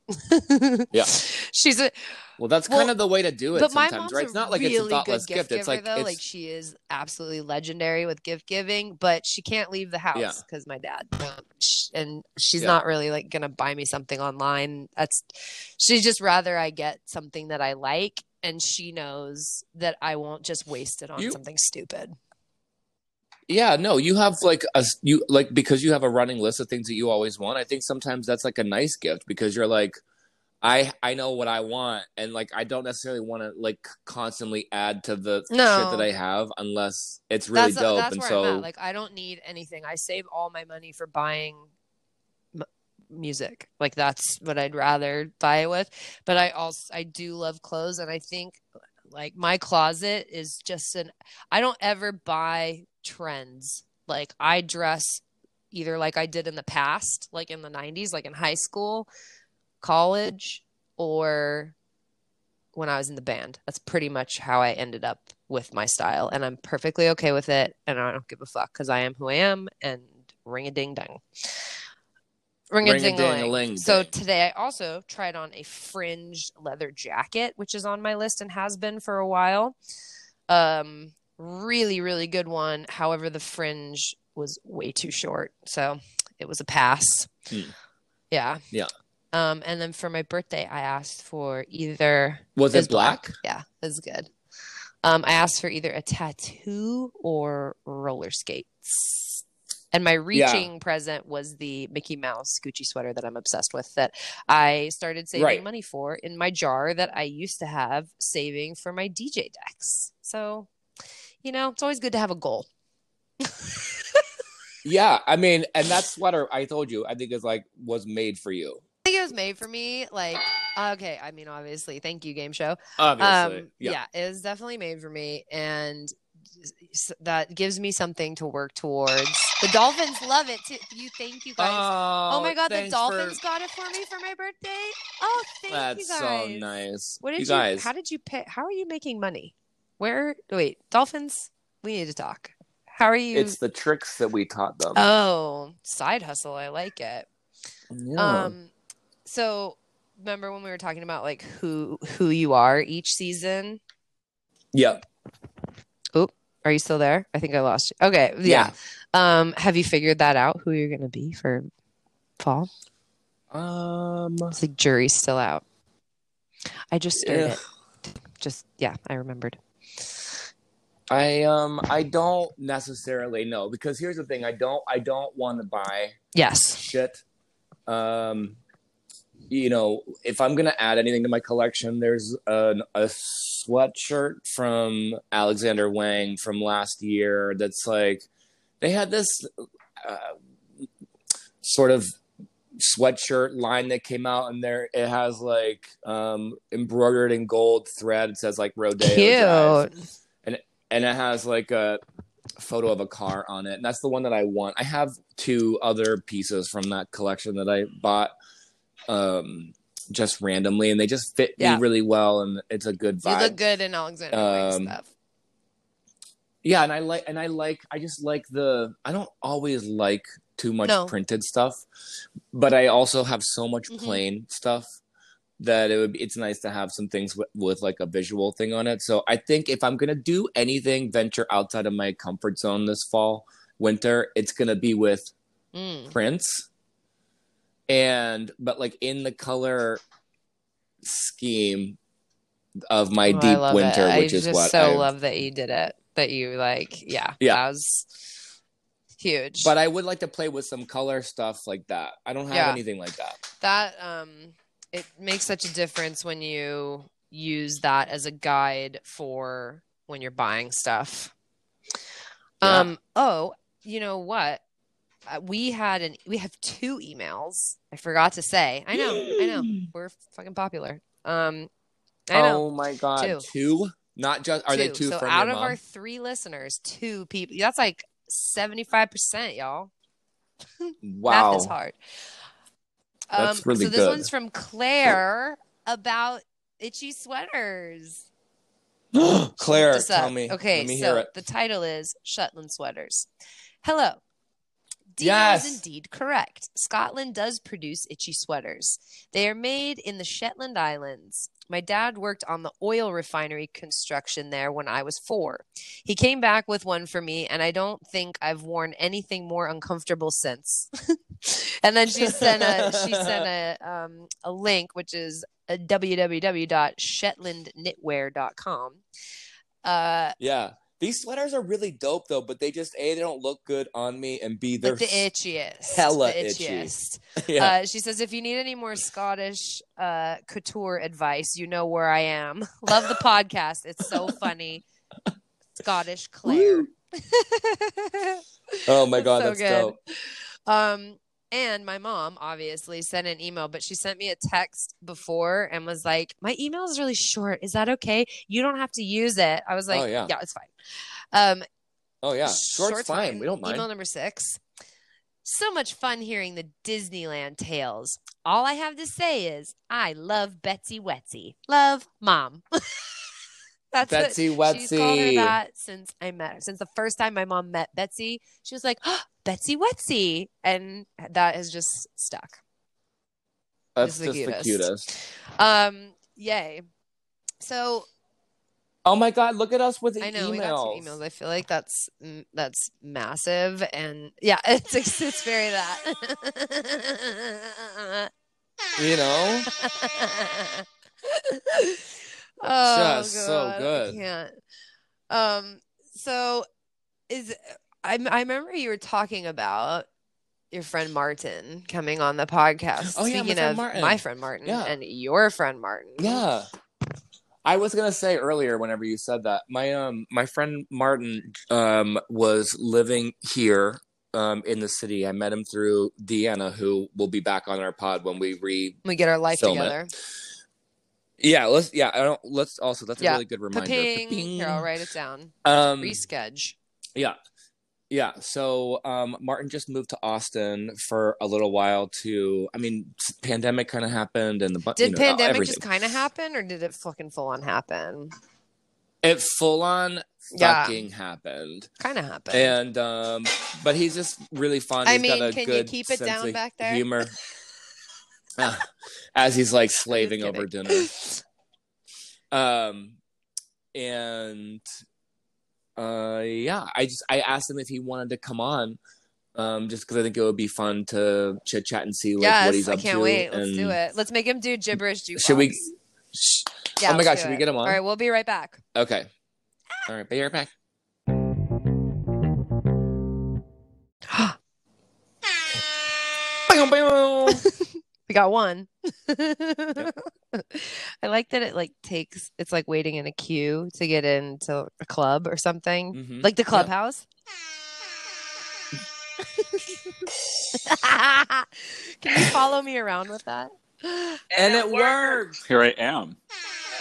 Speaker 1: Yeah.
Speaker 2: [laughs] she's a
Speaker 1: well, that's
Speaker 2: well,
Speaker 1: kind of the way to do it
Speaker 2: but my
Speaker 1: sometimes,
Speaker 2: mom's
Speaker 1: right?
Speaker 2: a
Speaker 1: It's not like
Speaker 2: really
Speaker 1: it's a thoughtless
Speaker 2: good
Speaker 1: gift.
Speaker 2: gift,
Speaker 1: It's
Speaker 2: giver
Speaker 1: like
Speaker 2: though
Speaker 1: it's
Speaker 2: like she is absolutely legendary with gift giving but she can't leave the house
Speaker 1: Yeah.
Speaker 2: because my dad won't. Sh- and she's
Speaker 1: Yeah.
Speaker 2: not really like gonna buy me something online that's she's just rather i get something that i like and she knows that i won't just waste it on
Speaker 1: You-
Speaker 2: something stupid
Speaker 1: Yeah, no, you have like a you like because you have a running list of things that you always want. I think sometimes that's like a nice gift because you're like I I know what I want and like I don't necessarily want to like constantly add to the
Speaker 2: No.
Speaker 1: shit that I have unless it's really
Speaker 2: that's
Speaker 1: dope
Speaker 2: that's
Speaker 1: and
Speaker 2: where
Speaker 1: so
Speaker 2: i'm at like i don't need anything i save all my money for buying m- music like that's what i'd rather buy it with but i also i do love clothes and i think like my closet is just an i don't ever buy trends like i dress either like i did in the past like in the 90s like in high school college or when i was in the band that's pretty much how i ended up with my style and i'm perfectly okay with it and i don't give a fuck because i am who i am and ring a ding dong ring a ding dong
Speaker 1: Ring-a-ding-a-ling.
Speaker 2: so today I also tried on a fringed leather jacket, which is on my list and has been for a while. Um, really, really good one. However, the fringe was way too short, so it was a pass.
Speaker 1: Hmm.
Speaker 2: Yeah.
Speaker 1: Yeah.
Speaker 2: Um, and then for my birthday, I asked for either
Speaker 1: was
Speaker 2: is
Speaker 1: it black?
Speaker 2: Yeah, that's good. Um, I asked for either a tattoo or roller skates. And my reaching present was the Mickey Mouse Gucci sweater that I'm obsessed with that I started saving
Speaker 1: Right.
Speaker 2: money for in my jar that I used to have saving for my DJ decks. So, you know, it's always good to have a goal.
Speaker 1: Yeah, I mean, and that sweater I told you, I think is like was made for you.
Speaker 2: I think it was made for me. Like, okay, I mean, obviously, thank you, game show.
Speaker 1: Obviously,
Speaker 2: Um, yeah. it was definitely made for me, and s- that gives me something to work towards. The dolphins love it too. You thank you guys.
Speaker 1: Oh,
Speaker 2: Oh, my god, the
Speaker 1: thanks for-
Speaker 2: dolphins got it for me for my birthday. Oh, thank
Speaker 1: That's
Speaker 2: you guys.
Speaker 1: so nice.
Speaker 2: What did you?
Speaker 1: you guys?
Speaker 2: How did you pick? How are you making money? Where? Wait, dolphins. We need to talk. How are you?
Speaker 1: It's the tricks that we taught them.
Speaker 2: oh, side hustle. I like it.
Speaker 1: Yeah.
Speaker 2: Um, so remember when we were talking about like who who you are each season?
Speaker 1: yeah,
Speaker 2: Are you still there? I think I lost you. Okay, yeah. Um, have you figured that out? Who you're gonna be for fall?
Speaker 1: Um,
Speaker 2: It's like jury's still out. I just stirred
Speaker 1: Ugh.
Speaker 2: it. Just yeah, I remembered.
Speaker 1: I um, I don't necessarily know because here's the thing: I don't, I don't want to buy
Speaker 2: Yes.
Speaker 1: shit. Um, you know, if I'm gonna add anything to my collection, there's an, a sweatshirt from Alexander Wang from last year that's like they had this uh, sort of sweatshirt line that came out and there it has like um embroidered in gold thread it says like rodeo Drive
Speaker 2: Cute.
Speaker 1: and it has like a photo of a car on it and that's the one that i want i have two other pieces from that collection that i bought um just randomly and they just fit
Speaker 2: Yeah.
Speaker 1: me really well and it's a good
Speaker 2: You
Speaker 1: vibe
Speaker 2: look good in Alexander
Speaker 1: Um,
Speaker 2: Wang stuff.
Speaker 1: yeah and i like and i like i just like the i don't always like too much
Speaker 2: No.
Speaker 1: printed stuff but i also have so much
Speaker 2: Mhm.
Speaker 1: plain stuff that it would it's nice to have some things with, with like a visual thing on it so i think if i'm gonna do anything venture outside of my comfort zone this fall winter it's gonna be with
Speaker 2: Mm.
Speaker 1: prints and but like in the color scheme of my
Speaker 2: Oh, I
Speaker 1: deep
Speaker 2: love
Speaker 1: winter
Speaker 2: it.
Speaker 1: which
Speaker 2: I
Speaker 1: is
Speaker 2: just
Speaker 1: what
Speaker 2: so
Speaker 1: I-
Speaker 2: love that you did it. That you like, yeah,
Speaker 1: Yeah.
Speaker 2: that was huge.
Speaker 1: But I would like to play with some color stuff like that. I don't have
Speaker 2: Yeah.
Speaker 1: anything like that.
Speaker 2: that um, it makes such a difference when you use that as a guide for when you're buying stuff.
Speaker 1: Yeah.
Speaker 2: Um. Oh, you know what? Uh, we had an we have two emails. I forgot to say. I know. I know. We're fucking popular. Um. I know.
Speaker 1: Oh my god,
Speaker 2: Two.
Speaker 1: two? Not just are they two
Speaker 2: so
Speaker 1: from
Speaker 2: out
Speaker 1: your
Speaker 2: of
Speaker 1: mom?
Speaker 2: our three listeners two people that's like 75% y'all
Speaker 1: wow.
Speaker 2: math is
Speaker 1: [gasps]
Speaker 2: hard Um,
Speaker 1: That's really
Speaker 2: so this
Speaker 1: good.
Speaker 2: one's from claire about itchy sweaters
Speaker 1: Claire,
Speaker 2: Just
Speaker 1: tell
Speaker 2: up.
Speaker 1: me.
Speaker 2: okay
Speaker 1: Let me
Speaker 2: so
Speaker 1: hear it.
Speaker 2: the title is shetland sweaters hello Dina
Speaker 1: Yes.
Speaker 2: is indeed correct. Scotland does produce itchy sweaters. They are made in the Shetland Islands. My dad worked on the oil refinery construction there when I was four. He came back with one for me, and I don't think I've worn anything more uncomfortable since. [laughs] and then she sent a she sent a um, a link, which is uh, www.shetlandknitwear.com. Uh,
Speaker 1: Yeah. These sweaters are really dope though, but they just A, they don't look good on me and B they're
Speaker 2: but the itchiest,
Speaker 1: hella
Speaker 2: the
Speaker 1: itchy.
Speaker 2: itchiest.
Speaker 1: [laughs] yeah.
Speaker 2: Uh, she says, if you need any more Scottish uh, couture advice, you know where I am. [laughs] Love the podcast. It's so
Speaker 1: [laughs]
Speaker 2: funny. Scottish Claire.
Speaker 1: Woo.
Speaker 2: [laughs]
Speaker 1: oh my
Speaker 2: That's
Speaker 1: god,
Speaker 2: so
Speaker 1: that's
Speaker 2: good.
Speaker 1: dope.
Speaker 2: Um, and my mom obviously sent an email, but she sent me a text before and was like, "My email is really short. Is that okay? You don't have to use it." I was like,
Speaker 1: Oh, yeah.
Speaker 2: it's fine." Um,
Speaker 1: Oh yeah. Short's, fine. We don't mind.
Speaker 2: Email number six. So much fun hearing the Disneyland tales. All I have to say is I love Betsy Wetsy. Love mom. [laughs] That's it.
Speaker 1: Betsy
Speaker 2: She's called her
Speaker 1: Wetsy.
Speaker 2: that since I met her. Since the first time my mom met Betsy, she was like, oh, Betsy Wetsy. And that has just stuck.
Speaker 1: That's
Speaker 2: is the
Speaker 1: just the
Speaker 2: cutest.
Speaker 1: cutest.
Speaker 2: Um, yay. So
Speaker 1: Oh my god, look at us with the
Speaker 2: I know
Speaker 1: emails.
Speaker 2: we got some emails. I feel like that's mm, that's massive, and yeah, [laughs] it's it's, it's very that. [laughs]
Speaker 1: You [laughs] know?
Speaker 2: oh,
Speaker 1: Just so
Speaker 2: God, I
Speaker 1: good.
Speaker 2: can't. Um. So, is I I remember you were talking about your friend Martin coming on the podcast.
Speaker 1: Oh, yeah, my
Speaker 2: Speaking
Speaker 1: friend
Speaker 2: of
Speaker 1: Martin.
Speaker 2: my friend Martin
Speaker 1: Yeah.
Speaker 2: and your friend Martin.
Speaker 1: Yeah. I was gonna say earlier, whenever you said that, my um my friend Martin um was living here um, in the city. I met him through Deanna, who will be back on our pod when we re.
Speaker 2: We get our life
Speaker 1: Film it.
Speaker 2: together.
Speaker 1: Yeah, let's. Yeah, I don't. Let's also. That's
Speaker 2: Yeah.
Speaker 1: a really good reminder.
Speaker 2: Paping.
Speaker 1: Pa-ping.
Speaker 2: Here, I'll write it down.
Speaker 1: Um,
Speaker 2: Reschedule.
Speaker 1: Yeah. Yeah. So um, Martin just moved to Austin for a little while to, I mean, s- pandemic kind of happened and the, bu-
Speaker 2: Did
Speaker 1: you know,
Speaker 2: pandemic
Speaker 1: everything.
Speaker 2: just kind of happen, or did it fucking full on happen?
Speaker 1: it full on
Speaker 2: Yeah.
Speaker 1: fucking happened.
Speaker 2: Kind of happened.
Speaker 1: And, um, but he's just really fun.
Speaker 2: I
Speaker 1: He's got
Speaker 2: mean,
Speaker 1: a
Speaker 2: can you
Speaker 1: good
Speaker 2: keep it
Speaker 1: sense
Speaker 2: down
Speaker 1: of
Speaker 2: back there? [laughs]
Speaker 1: Humor. [laughs] Ah, as he's like slaving
Speaker 2: kidding. [laughs]
Speaker 1: over dinner. Um, and uh, yeah, I just I asked him if he wanted to come on, um, just because I think it would be fun to chit chat and see like what
Speaker 2: yes,
Speaker 1: he's
Speaker 2: I
Speaker 1: up
Speaker 2: can't
Speaker 1: to.
Speaker 2: wait. Let's
Speaker 1: and
Speaker 2: do it. Let's make him do gibberish jukebox.
Speaker 1: Should we? sh-
Speaker 2: Yeah,
Speaker 1: oh my
Speaker 2: let's
Speaker 1: god,
Speaker 2: do
Speaker 1: should we
Speaker 2: it.
Speaker 1: get him
Speaker 2: All
Speaker 1: on?
Speaker 2: right, we'll be right back.
Speaker 1: Okay. All right, be right back. Bow, bow.
Speaker 2: We got one. [laughs] I like that it like takes it's like waiting in a queue to get into a club or something.
Speaker 1: Mhm.
Speaker 2: Like the clubhouse. [laughs] Can you follow me around with that? [gasps]
Speaker 1: and it worked.
Speaker 3: Here I am.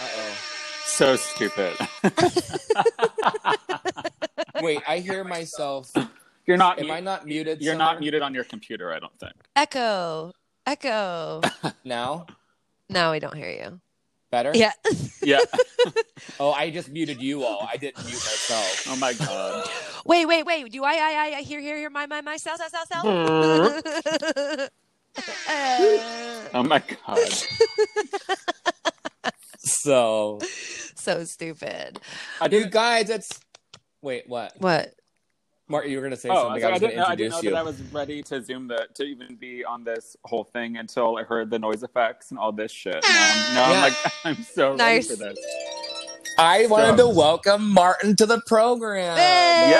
Speaker 1: Uh-oh.
Speaker 3: So stupid. [laughs]
Speaker 1: Wait, I hear myself.
Speaker 3: you're not.
Speaker 1: Am I not muted?
Speaker 3: You're not
Speaker 1: somewhere
Speaker 3: muted on your computer. I don't think.
Speaker 2: Echo. Echo.
Speaker 1: now.
Speaker 2: No, we don't hear you.
Speaker 1: Better.
Speaker 2: Yeah.
Speaker 3: Yeah.
Speaker 1: Oh, I just muted you all. I didn't mute myself.
Speaker 3: Oh my god.
Speaker 2: [gasps] Wait, wait, wait. Do I I I, I hear hear hear my my my self self self self? [laughs] Uh,
Speaker 3: Oh my god.
Speaker 1: So
Speaker 2: so stupid.
Speaker 3: I
Speaker 1: you
Speaker 3: didn't.
Speaker 1: guys, it's wait, what?
Speaker 2: What?
Speaker 1: Martin, you were gonna say
Speaker 3: Oh, I,
Speaker 1: something.
Speaker 3: was like, I
Speaker 1: was
Speaker 3: didn't know.
Speaker 1: gonna
Speaker 3: I didn't know
Speaker 1: introduce you.
Speaker 3: that I was ready to zoom the to even be on this whole thing until I heard the noise effects and all this shit. Now, I'm- now
Speaker 1: Yeah.
Speaker 3: I'm like, [laughs] I'm so
Speaker 2: Nice.
Speaker 3: ready for this.
Speaker 1: I wanted
Speaker 3: So-
Speaker 1: to welcome Martin to the program.
Speaker 2: Hey!
Speaker 1: [laughs]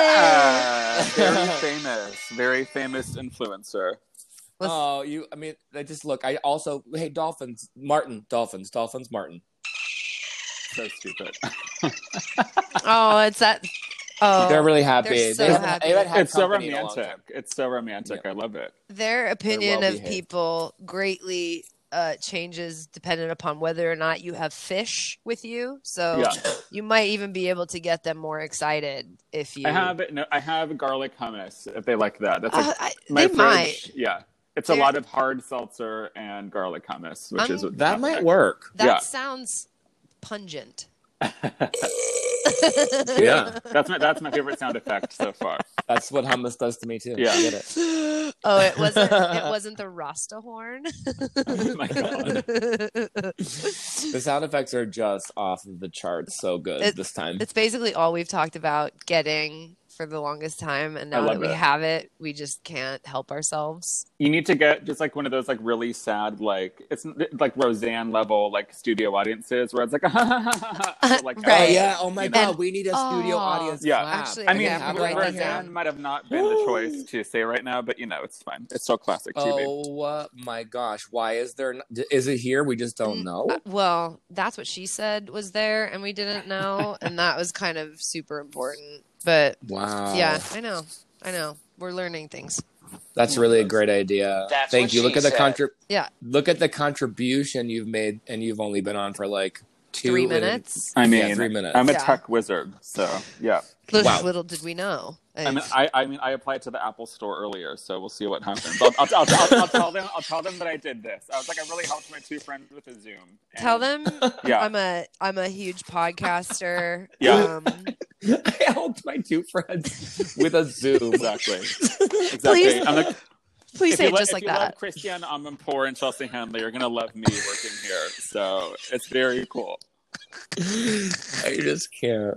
Speaker 3: Yeah. Very famous. Very famous influencer.
Speaker 2: Let's-
Speaker 1: Oh, you. I mean, I just look. I also. Hey, dolphins, Martin, dolphins, dolphins, Martin.
Speaker 3: So stupid.
Speaker 2: Oh, it's that. Oh,
Speaker 1: they're really happy.
Speaker 2: they're so
Speaker 1: they haven't-
Speaker 2: happy.
Speaker 1: they haven't had
Speaker 3: [laughs] It's so
Speaker 1: company in a long
Speaker 3: romantic. It's so romantic. I love it.
Speaker 2: their opinion
Speaker 1: well
Speaker 2: of
Speaker 1: behaved.
Speaker 2: people greatly uh, changes dependent upon whether or not you have fish with you.
Speaker 1: Oh,
Speaker 2: So
Speaker 3: Yeah.
Speaker 2: you might even be able to get them more excited if you.
Speaker 3: I have no, I have garlic hummus if they like that. That's like
Speaker 2: Uh, I,
Speaker 3: my
Speaker 2: they
Speaker 3: fridge.
Speaker 2: might.
Speaker 3: Yeah, it's
Speaker 2: They're- Um,
Speaker 3: a lot of hard seltzer and garlic hummus, which
Speaker 2: I'm-
Speaker 3: is what
Speaker 1: That might work.
Speaker 2: That
Speaker 3: Yeah.
Speaker 2: sounds
Speaker 3: [laughs]
Speaker 2: pungent. [laughs] Oh,
Speaker 1: Yeah.
Speaker 3: That's my that's my favorite sound effect
Speaker 2: [laughs]
Speaker 3: so far.
Speaker 1: That's what hummus does to me too.
Speaker 3: Yeah.
Speaker 1: I get it.
Speaker 2: oh, it wasn't. It wasn't the Rasta horn. [laughs]
Speaker 3: Oh my god,
Speaker 1: The sound effects are just off of the charts. So good
Speaker 2: It-
Speaker 1: this time.
Speaker 2: It's basically all we've talked about getting for the longest time, and
Speaker 3: I
Speaker 2: now that
Speaker 3: love
Speaker 2: we
Speaker 3: it.
Speaker 2: have it, we just can't help ourselves.
Speaker 3: you need to get just like one of those like really sad like it's like Roseanne level like studio audiences where it's like [laughs] or, like
Speaker 1: Oh
Speaker 2: Right.
Speaker 1: yeah! Oh my
Speaker 3: And-
Speaker 1: god! we need a studio
Speaker 2: Oh.
Speaker 1: audience.
Speaker 3: Yeah.
Speaker 1: clap.
Speaker 2: Actually,
Speaker 3: I
Speaker 2: Okay,
Speaker 3: mean,
Speaker 2: I'm gonna write that down.
Speaker 3: Roseanne might have not been the choice to say right now, but you know, it's fine. It's so classic TV.
Speaker 1: Oh uh, my gosh! Why is there? Not, is it here? We just don't
Speaker 2: Mm,
Speaker 1: know.
Speaker 2: Uh, well, that's what she said was there, and we didn't know, and that was kind of super important. But
Speaker 3: Uh,
Speaker 1: Wow.
Speaker 2: yeah, I know, I know, we're learning things.
Speaker 1: that's really a great idea.
Speaker 4: That's
Speaker 1: Thank
Speaker 4: what
Speaker 1: you. Look
Speaker 4: she
Speaker 1: at the
Speaker 4: said.
Speaker 1: contri-
Speaker 2: Yeah.
Speaker 1: Look at the contribution you've made, and you've only been on for like two
Speaker 2: Three
Speaker 1: and-
Speaker 3: [laughs]
Speaker 2: minutes.
Speaker 3: I mean,
Speaker 1: Yeah, three minutes.
Speaker 3: I'm a
Speaker 2: Yeah.
Speaker 3: tech wizard, so yeah.
Speaker 2: Little,
Speaker 1: Wow.
Speaker 2: little did we know.
Speaker 3: I mean,
Speaker 2: Like,
Speaker 3: I, I mean, I applied to the Apple Store earlier, so we'll see what happens. I'll, I'll, I'll, I'll, I'll tell them. I'll tell them that I did this. I was like, I really helped my two friends with a Zoom. and-
Speaker 2: tell them
Speaker 3: [laughs] Yeah.
Speaker 2: I'm a I'm a huge podcaster.
Speaker 3: Yeah.
Speaker 2: Um,
Speaker 1: [laughs] I helped my two friends with a Zoom.
Speaker 2: [laughs]
Speaker 3: [laughs] exactly. Exactly.
Speaker 2: Please-
Speaker 3: I'm like,
Speaker 2: please
Speaker 3: if
Speaker 2: say
Speaker 3: you
Speaker 2: it
Speaker 3: lo-
Speaker 2: just
Speaker 3: if
Speaker 2: like
Speaker 3: you love
Speaker 2: that.
Speaker 3: Christian Amanpour and Chelsea Handler, you're gonna love me working here. So it's very cool.
Speaker 1: I just can't.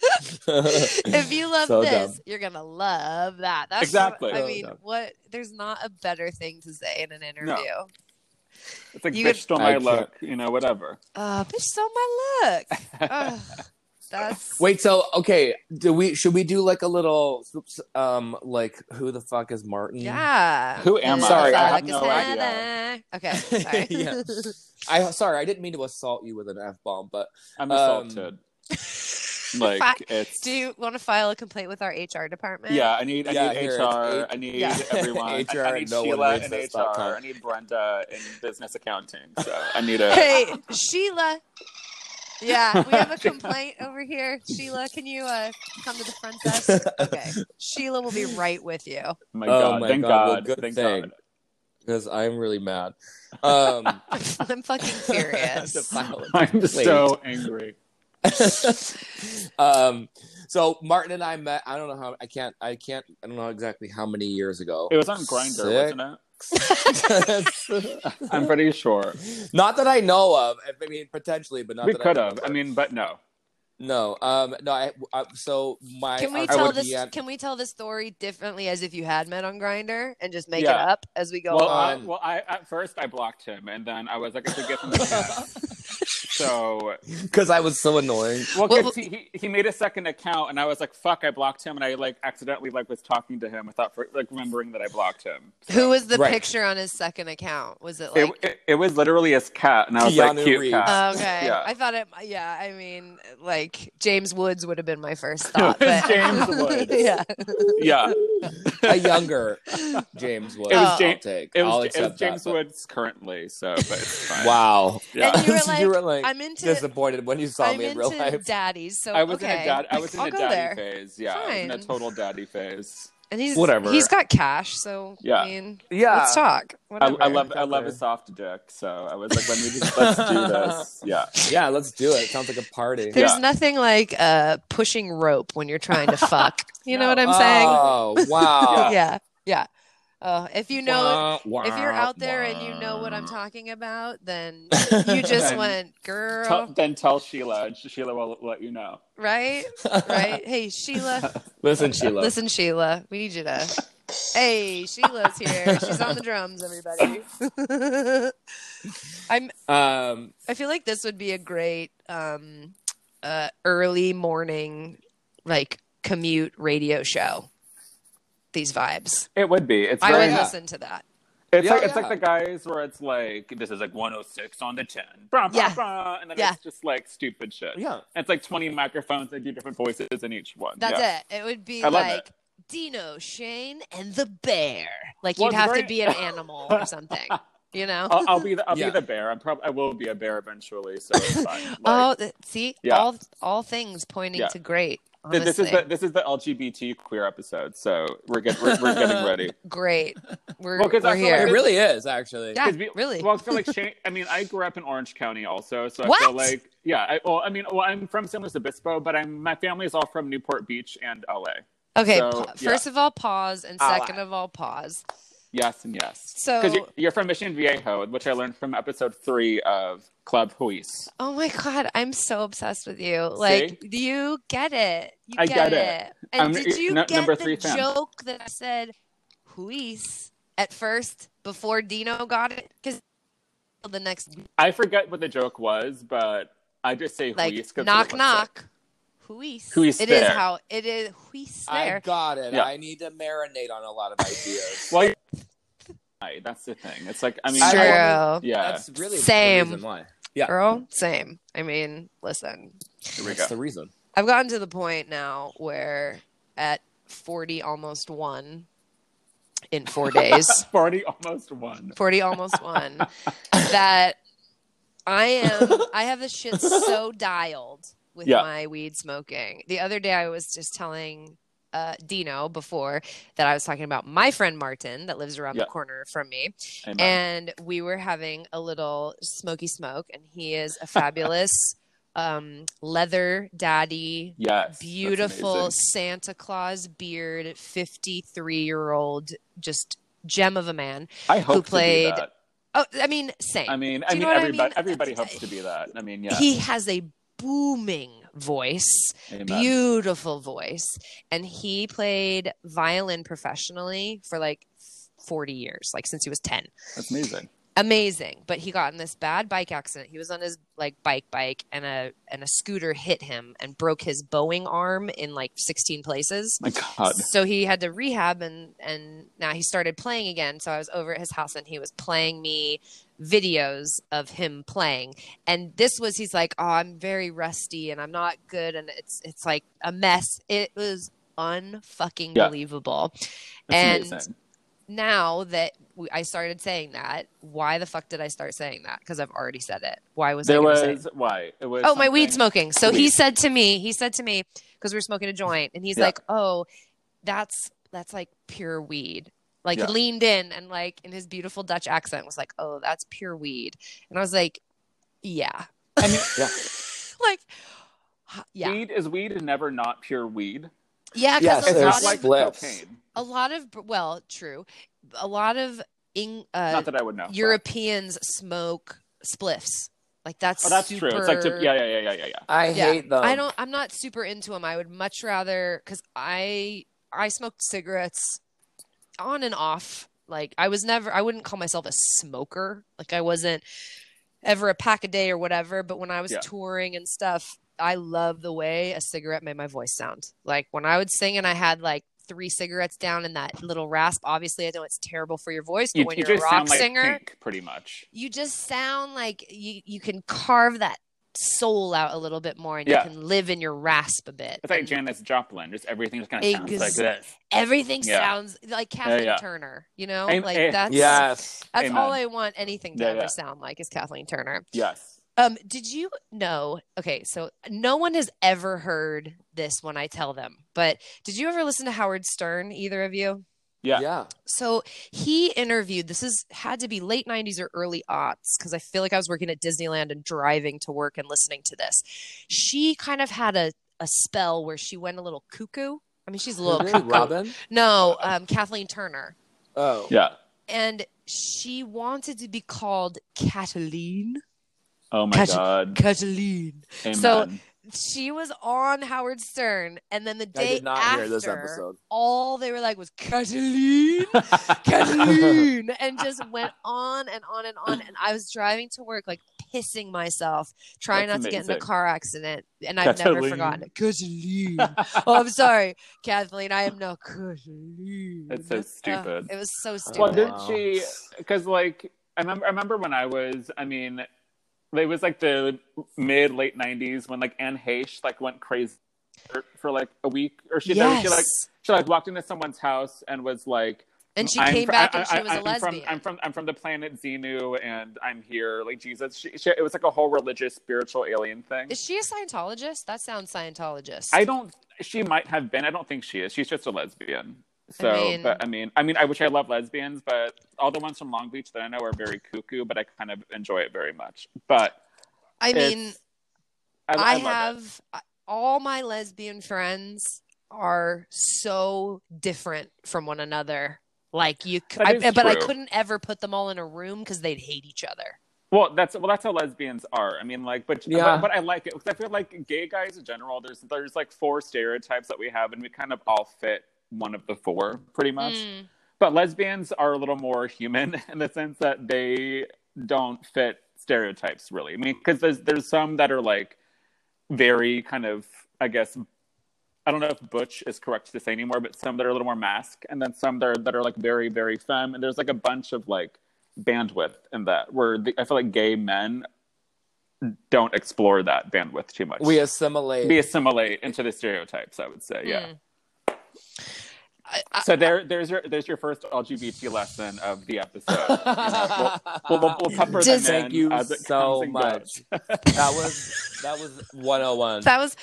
Speaker 2: If you love
Speaker 1: So
Speaker 2: this,
Speaker 1: dumb.
Speaker 2: you're gonna love that. That's
Speaker 3: Exactly.
Speaker 2: I
Speaker 1: So
Speaker 2: mean,
Speaker 1: dumb.
Speaker 2: what? There's not a better thing to say in an interview.
Speaker 3: It's like
Speaker 2: You
Speaker 3: bitch
Speaker 2: could-
Speaker 3: stole
Speaker 1: I
Speaker 3: my
Speaker 1: can't-
Speaker 3: look. You know, whatever.
Speaker 2: Uh, bitch, stole my look. Ugh, that's
Speaker 1: [laughs] Wait, so okay, do we should we do like a little um like who the fuck is Martin?
Speaker 2: Yeah.
Speaker 3: Who am
Speaker 1: I? Sorry, I
Speaker 2: Fuck
Speaker 3: have
Speaker 2: is
Speaker 3: no idea.
Speaker 2: Hannah.
Speaker 1: [laughs]
Speaker 2: Okay, sorry.
Speaker 1: [laughs] Yeah. I sorry, I didn't mean to assault you with an F bomb, but
Speaker 3: [laughs] I'm
Speaker 2: [laughs]
Speaker 1: Um,
Speaker 3: assaulted. Like
Speaker 2: Fuck.
Speaker 3: it's
Speaker 2: [laughs] Do you want to file a complaint with our HR department?
Speaker 3: yeah. I need I
Speaker 1: Yeah,
Speaker 3: need
Speaker 1: here,
Speaker 3: HR.
Speaker 1: it's
Speaker 3: I
Speaker 1: [laughs]
Speaker 3: need
Speaker 2: yeah.
Speaker 3: everyone. I-
Speaker 1: HR,
Speaker 3: I, need
Speaker 1: no one
Speaker 3: Sheila
Speaker 1: reads
Speaker 3: in
Speaker 1: this,
Speaker 3: HR.
Speaker 1: dot com.
Speaker 3: I need Brenda in business accounting. So I need a.
Speaker 2: Hey, Sheila. Yeah, we have a complaint over here. Sheila, can you uh, come to the front desk? Okay. Sheila will be right with you.
Speaker 3: Oh my
Speaker 1: Oh
Speaker 3: god!
Speaker 1: my
Speaker 3: thank
Speaker 1: God,
Speaker 3: God!
Speaker 1: well, good
Speaker 3: thank
Speaker 1: thing.
Speaker 3: God!
Speaker 1: because I'm really mad. Um,
Speaker 2: I'm
Speaker 1: [laughs]
Speaker 2: fucking furious.
Speaker 3: [laughs] I'm
Speaker 1: Wait.
Speaker 3: so angry.
Speaker 1: [laughs] um, so Martin and I met. I don't know how. I can't. I can't. I don't know exactly how many years ago.
Speaker 3: It was on Grinder,
Speaker 1: Sick.
Speaker 3: wasn't [laughs] it? I'm pretty sure
Speaker 1: [laughs] not that I know of. I mean, potentially, but not
Speaker 3: we
Speaker 1: that
Speaker 3: could
Speaker 1: I know
Speaker 3: have.
Speaker 1: of.
Speaker 3: I mean, but no.
Speaker 1: no. Um, no. I, I so my.
Speaker 2: Can
Speaker 1: our
Speaker 2: we tell
Speaker 1: would
Speaker 2: this?
Speaker 1: be at-
Speaker 2: Can we tell this story differently as if you had met on Grinder and just make
Speaker 3: Yeah.
Speaker 2: it up as we go
Speaker 3: Well,
Speaker 2: along?
Speaker 3: I,
Speaker 1: on.
Speaker 3: well, I at first I blocked him, and then I was like, I should give him
Speaker 1: [laughs]
Speaker 3: a chance. So,
Speaker 1: because I was so annoying.
Speaker 3: well,
Speaker 2: Well,
Speaker 3: 'cause he, he he made a second account, and I was like, fuck, I blocked him, and I like accidentally like was talking to him without for, like remembering that I blocked him. So-
Speaker 2: Who was the
Speaker 1: Right.
Speaker 2: picture on his second account? Was it
Speaker 3: It,
Speaker 2: like? oh,
Speaker 3: it, it was literally his cat, and I was
Speaker 1: Keanu
Speaker 3: like, cute
Speaker 1: Reeves.
Speaker 3: cat.
Speaker 2: okay,
Speaker 3: yeah.
Speaker 2: I thought it. Yeah, I mean, like James Woods would have been my
Speaker 3: [laughs]
Speaker 2: first
Speaker 3: It was
Speaker 2: thought. But [laughs]
Speaker 3: James Woods.
Speaker 2: yeah, [laughs]
Speaker 3: yeah,
Speaker 1: A younger James Woods.
Speaker 3: It
Speaker 2: was
Speaker 1: I'll
Speaker 3: Jam-
Speaker 1: take.
Speaker 3: [laughs] it
Speaker 1: I'll
Speaker 3: was, it was
Speaker 1: accept
Speaker 3: James
Speaker 1: that, but-
Speaker 3: Woods currently, so but it's fine.
Speaker 1: Wow.
Speaker 3: Yeah.
Speaker 2: And you were
Speaker 1: So
Speaker 3: [laughs]
Speaker 2: like, I'm into.
Speaker 1: disappointed when you saw
Speaker 2: I'm
Speaker 1: me in
Speaker 2: into
Speaker 1: real life.
Speaker 2: daddies, so
Speaker 3: I was in
Speaker 2: okay.
Speaker 3: a dad. I was in
Speaker 2: I'll
Speaker 3: a
Speaker 2: go
Speaker 3: daddy
Speaker 2: there.
Speaker 3: phase. Yeah, I was in a
Speaker 2: Fine.
Speaker 3: total daddy phase.
Speaker 2: And he's
Speaker 1: Whatever.
Speaker 2: He's got cash, so
Speaker 3: Yeah.
Speaker 2: I mean,
Speaker 3: Yeah,
Speaker 2: let's talk.
Speaker 3: I,
Speaker 2: Whatever.
Speaker 3: I love I love a soft dick, so I was like, let me just
Speaker 2: [laughs]
Speaker 3: let's do this. Yeah,
Speaker 1: Yeah, let's do it. Sounds like a party.
Speaker 2: There's
Speaker 3: Yeah.
Speaker 2: nothing like uh, pushing rope when you're trying
Speaker 3: [laughs]
Speaker 2: to fuck. You know
Speaker 3: No.
Speaker 2: what I'm saying?
Speaker 1: Oh wow.
Speaker 2: Yeah, yeah. Oh, if [laughs] you know,
Speaker 1: Wah,
Speaker 2: if you're
Speaker 1: wah,
Speaker 2: out there and you know what I'm
Speaker 1: wah.
Speaker 2: talking about, then
Speaker 1: [laughs]
Speaker 2: you just
Speaker 3: Then
Speaker 2: went,
Speaker 3: Tell,
Speaker 2: girl,
Speaker 3: then tell Sheila. and Sheila will let you know.
Speaker 2: right,
Speaker 1: [laughs]
Speaker 2: right. Hey, Sheila,
Speaker 1: Listen, Sheila.
Speaker 2: listen, Sheila, we need you
Speaker 1: [laughs]
Speaker 2: to. Hey, Sheila's here. She's on the drums, everybody. I'm
Speaker 1: Um,
Speaker 2: I feel like this would be a great um, uh, early morning, like commute radio show. These vibes,
Speaker 3: It would be. It's
Speaker 2: I
Speaker 3: very.
Speaker 2: would
Speaker 1: yeah.
Speaker 2: listen to that.
Speaker 3: It's
Speaker 1: Yeah,
Speaker 3: like it's
Speaker 1: yeah.
Speaker 3: like the guys where it's like this is like 106 on the 10. Brah, brah,
Speaker 2: Yeah.
Speaker 3: brah, and then
Speaker 2: Yeah.
Speaker 3: it's just like stupid shit.
Speaker 1: yeah.
Speaker 3: And it's like 20 microphones. They do different voices in each one.
Speaker 2: That's
Speaker 3: yeah.
Speaker 2: it. It would be
Speaker 3: I love
Speaker 2: like Dino, Shane, and the bear. Like
Speaker 3: Well,
Speaker 2: you'd have
Speaker 3: very- Oh,
Speaker 2: to be an animal
Speaker 3: [laughs]
Speaker 2: or something, you know?
Speaker 3: I'll, I'll be the I'll
Speaker 1: Yeah.
Speaker 3: be the bear. I'm probably I will be a bear eventually. So
Speaker 2: [laughs]
Speaker 3: it's fine. Like,
Speaker 2: oh, th- see,
Speaker 3: Yeah.
Speaker 2: all all things pointing
Speaker 3: Yeah.
Speaker 2: to great.
Speaker 3: th-
Speaker 2: Honestly,
Speaker 3: this is the this is the LGBT queer episode. So we're getting we're, we're
Speaker 2: [laughs]
Speaker 3: getting ready.
Speaker 2: great. We're,
Speaker 3: Well, 'cause I
Speaker 2: we're
Speaker 3: feel like
Speaker 1: It
Speaker 2: here.
Speaker 1: really is actually.
Speaker 2: Yeah,
Speaker 3: 'Cause we-
Speaker 2: really.
Speaker 3: Well,
Speaker 2: [laughs]
Speaker 3: I feel like Shane, I mean, I grew up in Orange County also, so
Speaker 2: What?
Speaker 3: I feel like yeah. I, well, I mean, well, I'm from San Luis Obispo, but I'm my family is all from Newport Beach and LA.
Speaker 2: okay,
Speaker 3: so,
Speaker 2: pa-
Speaker 3: yeah. Ah.
Speaker 2: first of all, pause, and
Speaker 1: All
Speaker 2: second of all, pause.
Speaker 3: Yes and yes.
Speaker 2: So-
Speaker 3: because you're from Mission Viejo, which I learned from episode three of Club Huis.
Speaker 2: Oh my god, I'm so obsessed with you. Like you get it. You
Speaker 3: I
Speaker 2: get,
Speaker 3: get it.
Speaker 2: it. And
Speaker 3: I'm-
Speaker 2: did you
Speaker 3: no-
Speaker 2: get
Speaker 3: number
Speaker 2: the
Speaker 3: three fan.
Speaker 2: joke that I said Huis at first before Dino got it? Because the next
Speaker 3: I forget what the joke was, but I just say
Speaker 2: like
Speaker 3: Huis. 'cause it looks
Speaker 2: knock
Speaker 3: like-
Speaker 2: knock. Huis.
Speaker 3: Huis
Speaker 2: It is
Speaker 3: there.
Speaker 2: how it is Huis
Speaker 1: I
Speaker 2: there.
Speaker 1: got it.
Speaker 3: Yeah.
Speaker 1: I need to marinate on a lot of ideas.
Speaker 3: Well, you're right, that's the thing. It's like I mean,
Speaker 1: Sure.
Speaker 3: I-
Speaker 2: True.
Speaker 3: [laughs] yeah,
Speaker 1: That's really
Speaker 2: Same.
Speaker 1: the reason why. Yeah,
Speaker 2: Girl, same. I mean, listen.
Speaker 3: here we
Speaker 1: that's
Speaker 3: go.
Speaker 1: the reason.
Speaker 2: I've gotten to the point now where at 40 almost 1 in 4
Speaker 3: [laughs]
Speaker 2: days.
Speaker 3: Forty almost one.
Speaker 2: 40 almost one that i am i have the shit
Speaker 3: [laughs]
Speaker 2: so dialed with
Speaker 3: Yeah.
Speaker 2: my weed smoking the other day i was just telling uh, dino before that i was talking about my friend martin that lives around
Speaker 3: Yeah.
Speaker 2: the corner from me
Speaker 3: Amen.
Speaker 2: and we were having a little smoky smoke and he is a
Speaker 3: [laughs]
Speaker 2: fabulous um, leather daddy
Speaker 3: yes, that's
Speaker 2: beautiful
Speaker 3: amazing.
Speaker 2: santa claus beard 53 year old just gem of a man
Speaker 3: I hope to be
Speaker 2: played-
Speaker 3: that.
Speaker 2: Oh, I mean, same.
Speaker 3: I mean, I
Speaker 2: Do you
Speaker 3: mean,
Speaker 2: know what I
Speaker 3: everybody,
Speaker 2: mean?
Speaker 3: everybody hopes to be that. I mean, yeah,
Speaker 2: He has a booming voice,
Speaker 3: Amen.
Speaker 2: beautiful voice, and he played violin professionally for like 40 years, like since he was 10.
Speaker 3: that's amazing.
Speaker 2: Amazing, but he got in this bad bike accident. He was on his like bike bike and a and a scooter hit him and broke his bowing arm in like 16 places.
Speaker 3: My God,
Speaker 2: So he had to rehab and and now he started playing again. So I was over at his house and he was playing me videos of him playing. And this was he's like, "Oh, I'm very rusty and I'm not good and it's it's like a mess." It was unfucking
Speaker 3: Yeah.
Speaker 2: believable.
Speaker 3: That's
Speaker 2: And-
Speaker 3: amazing.
Speaker 2: Now that we, I started saying that, why the fuck did I start saying that? Cuz I've already said it. Why was I
Speaker 3: There
Speaker 2: gonna say it?
Speaker 3: was why it was.
Speaker 2: oh my weed smoking
Speaker 3: something-
Speaker 2: so he
Speaker 3: Weed.
Speaker 2: said to me he said to me because we were smoking a joint and he's
Speaker 3: Yeah.
Speaker 2: like oh that's that's like pure weed like
Speaker 3: Yeah.
Speaker 2: he leaned in and like in his beautiful dutch accent was like oh that's pure weed and i was like yeah [laughs]
Speaker 3: yeah. Mm.
Speaker 2: like huh, yeah
Speaker 3: Weed is weed and never not pure weed.
Speaker 2: yeah
Speaker 1: Yes,
Speaker 2: because
Speaker 3: It's
Speaker 2: a,
Speaker 1: there's
Speaker 2: lot
Speaker 3: not
Speaker 2: of,
Speaker 3: like
Speaker 1: spliffs.
Speaker 3: cocaine.
Speaker 2: a lot of well true a lot of in, uh,
Speaker 3: Not that I would know. but-
Speaker 2: europeans smoke spliffs like that's
Speaker 3: Oh, that's
Speaker 2: super
Speaker 3: true. It's like tip- yeah, yeah, yeah, yeah, yeah, yeah.
Speaker 1: I
Speaker 2: Yeah.
Speaker 1: hate them.
Speaker 2: I don't. I'm not super into them. I would much rather because I I smoked cigarettes on and off. Like I was never. I wouldn't call myself a smoker. Like I wasn't ever a pack a day or whatever. But when I was
Speaker 3: Yeah.
Speaker 2: touring and stuff, I love the way a cigarette made my voice sound. Like when I would sing and I had like three cigarettes down and that little rasp. Obviously, I know it's terrible for your voice, but
Speaker 3: You,
Speaker 2: when
Speaker 3: you
Speaker 2: you're a
Speaker 3: just
Speaker 2: rock
Speaker 3: sound like
Speaker 2: singer,
Speaker 3: Pink, pretty much.
Speaker 2: you just sound like you you can carve that soul out a little bit more and
Speaker 3: Yeah.
Speaker 2: you can live in your rasp a bit.
Speaker 3: It's like
Speaker 2: And
Speaker 3: Janis Joplin. Just everything just kind of sounds like
Speaker 2: Ex-
Speaker 3: this.
Speaker 2: everything
Speaker 3: Yeah.
Speaker 2: sounds like Kathleen
Speaker 3: yeah.
Speaker 2: Turner, you know?
Speaker 3: Aim-
Speaker 2: like
Speaker 3: eh,
Speaker 2: that's
Speaker 1: Yes.
Speaker 2: that's
Speaker 3: amen.
Speaker 2: all I want anything to
Speaker 3: Yeah,
Speaker 2: ever
Speaker 3: yeah.
Speaker 2: sound like is Kathleen Turner.
Speaker 3: Yes.
Speaker 2: Um did you know okay, so no one has ever heard this when I tell them, but did you ever listen to Howard Stern, either of you?
Speaker 3: Yeah.
Speaker 1: Yeah.
Speaker 2: So he interviewed. This is had to be late '90s or early aughts because I feel like I was working at Disneyland and driving to work and listening to this. She kind of had a a spell where she went a little cuckoo. I mean, she's a little
Speaker 1: Really,
Speaker 2: cuckoo.
Speaker 1: Robin.
Speaker 2: No, um, Kathleen Turner,
Speaker 1: Oh.
Speaker 3: Yeah.
Speaker 2: and she wanted to be called Cataline.
Speaker 3: Oh my
Speaker 2: Catch-
Speaker 3: god.
Speaker 2: Cataline.
Speaker 3: Amen.
Speaker 2: So- [laughs] She was on Howard Stern, and then the
Speaker 1: I
Speaker 2: day
Speaker 1: did not
Speaker 2: after,
Speaker 1: hear this episode.
Speaker 2: all they were like was Cataline.
Speaker 3: [laughs]
Speaker 2: Kathleen, and just went on and on and on. And I was driving to work, like pissing myself, trying
Speaker 3: That's
Speaker 2: not to get in a
Speaker 3: amazing.
Speaker 2: car accident. And I've never
Speaker 3: Kathleen.
Speaker 2: forgotten it.
Speaker 3: [laughs]
Speaker 2: Kathleen. oh, I'm sorry, Kathleen. I am no Kathleen.
Speaker 3: That's so
Speaker 2: Uh,
Speaker 3: stupid.
Speaker 2: it was so stupid.
Speaker 3: well,
Speaker 1: Wow.
Speaker 3: did she? Because like I remember, I remember when I was. I mean, it was like the mid late '90s when like Anne Heche like went crazy for, for like a week, or she
Speaker 2: yes.
Speaker 3: she like she like walked into someone's house and was like.
Speaker 2: and she
Speaker 3: I'm
Speaker 2: came
Speaker 3: fr-
Speaker 2: back
Speaker 3: I-
Speaker 2: and she
Speaker 3: I-
Speaker 2: was a
Speaker 3: I'm
Speaker 2: lesbian.
Speaker 3: From, I'm from I'm from the planet Xenu, and I'm here, like Jesus. She, she, it was like a whole religious, spiritual, alien thing.
Speaker 2: Is she a Scientologist? That sounds Scientologist.
Speaker 3: I don't. She might have been. I don't think she is. She's just a lesbian. So,
Speaker 2: mean-
Speaker 3: but I mean, I mean, I wish I love lesbians, but all the ones from Long Beach that I know are very cuckoo. But I kind of enjoy it very much. But
Speaker 2: I mean,
Speaker 3: it's-
Speaker 2: I,
Speaker 3: I, I love it.
Speaker 2: have uh, all my lesbian friends are so different from one another. Like you, c-
Speaker 3: That
Speaker 2: I-
Speaker 3: is
Speaker 2: but I
Speaker 3: true.
Speaker 2: couldn't ever put them all in a room because they'd hate each other.
Speaker 3: Well, that's well, that's how lesbians are. I mean, like, but
Speaker 1: Yeah.
Speaker 3: but, but I like it because I feel like gay guys in general. There's there's like four stereotypes that we have, and we kind of all fit one of the four, pretty much.
Speaker 2: Mm.
Speaker 3: But lesbians are a little more human [laughs] in the sense that they don't fit stereotypes really. I mean, because there's there's some that are like very kind of, I guess, I don't know if butch is correct to say anymore, but some that are a little more mask, and then some that are that are like very very femme, and there's like a bunch of like bandwidth in that where the, I feel like gay men don't explore that bandwidth too much.
Speaker 1: We assimilate. [laughs]
Speaker 3: we assimilate into the stereotypes, I would say, yeah.
Speaker 2: Mm. I, I,
Speaker 3: So there, there's your there's your first LGBT lesson of
Speaker 2: [laughs]
Speaker 3: the episode. You know, we'll, we'll, we'll pepper them
Speaker 2: Just-
Speaker 1: Thank
Speaker 3: in
Speaker 1: you
Speaker 3: as it comes
Speaker 1: so
Speaker 3: and
Speaker 1: much.
Speaker 3: goes.
Speaker 1: that was that was 101.
Speaker 2: that was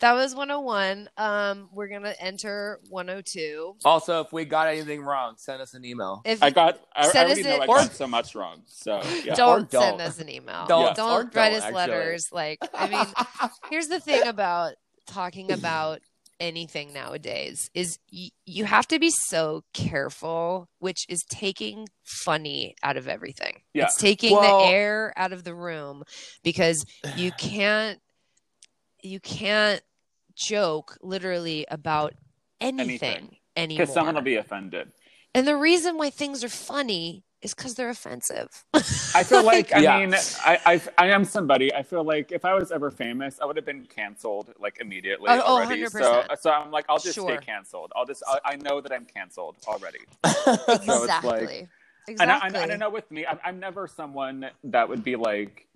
Speaker 2: that was 101. Um, we're gonna enter 102.
Speaker 1: Also, if we got anything wrong, send us an email.
Speaker 2: If
Speaker 3: I got. I, I
Speaker 2: Send
Speaker 3: already
Speaker 2: us
Speaker 3: know
Speaker 2: a-
Speaker 3: I
Speaker 1: or-
Speaker 3: got so much wrong.
Speaker 2: [laughs]
Speaker 3: So yeah.
Speaker 1: Or
Speaker 2: don't,
Speaker 1: don't.
Speaker 2: send us an email,
Speaker 1: Don't.
Speaker 3: Yes.
Speaker 1: Or
Speaker 2: don't
Speaker 1: don't,
Speaker 2: write us
Speaker 1: actually.
Speaker 2: letters. Like
Speaker 3: [laughs]
Speaker 2: I mean, here's the thing about talking about anything nowadays is y- you have to be so careful which is taking funny out of everything
Speaker 3: Yeah.
Speaker 2: it's taking
Speaker 1: Well-
Speaker 2: the air out of the room because
Speaker 3: [sighs]
Speaker 2: you can't you can't joke literally about anything,
Speaker 3: Anything.
Speaker 2: anymore
Speaker 3: Because someone will be offended.
Speaker 2: and the reason why things are funny is because they're offensive [laughs]
Speaker 3: I feel like I
Speaker 1: Yeah.
Speaker 3: mean I, I I am somebody. I feel like if I was ever famous, I would have been canceled like immediately
Speaker 2: Oh, oh,
Speaker 3: already. So
Speaker 2: 100%.
Speaker 3: so I'm like I'll just
Speaker 2: Sure. [laughs]
Speaker 3: stay canceled. I'll just I, I know that I'm canceled already.
Speaker 2: exactly
Speaker 3: like-
Speaker 2: Exactly.
Speaker 3: And I, and I don't know with me, I'm, I'm never someone that would be like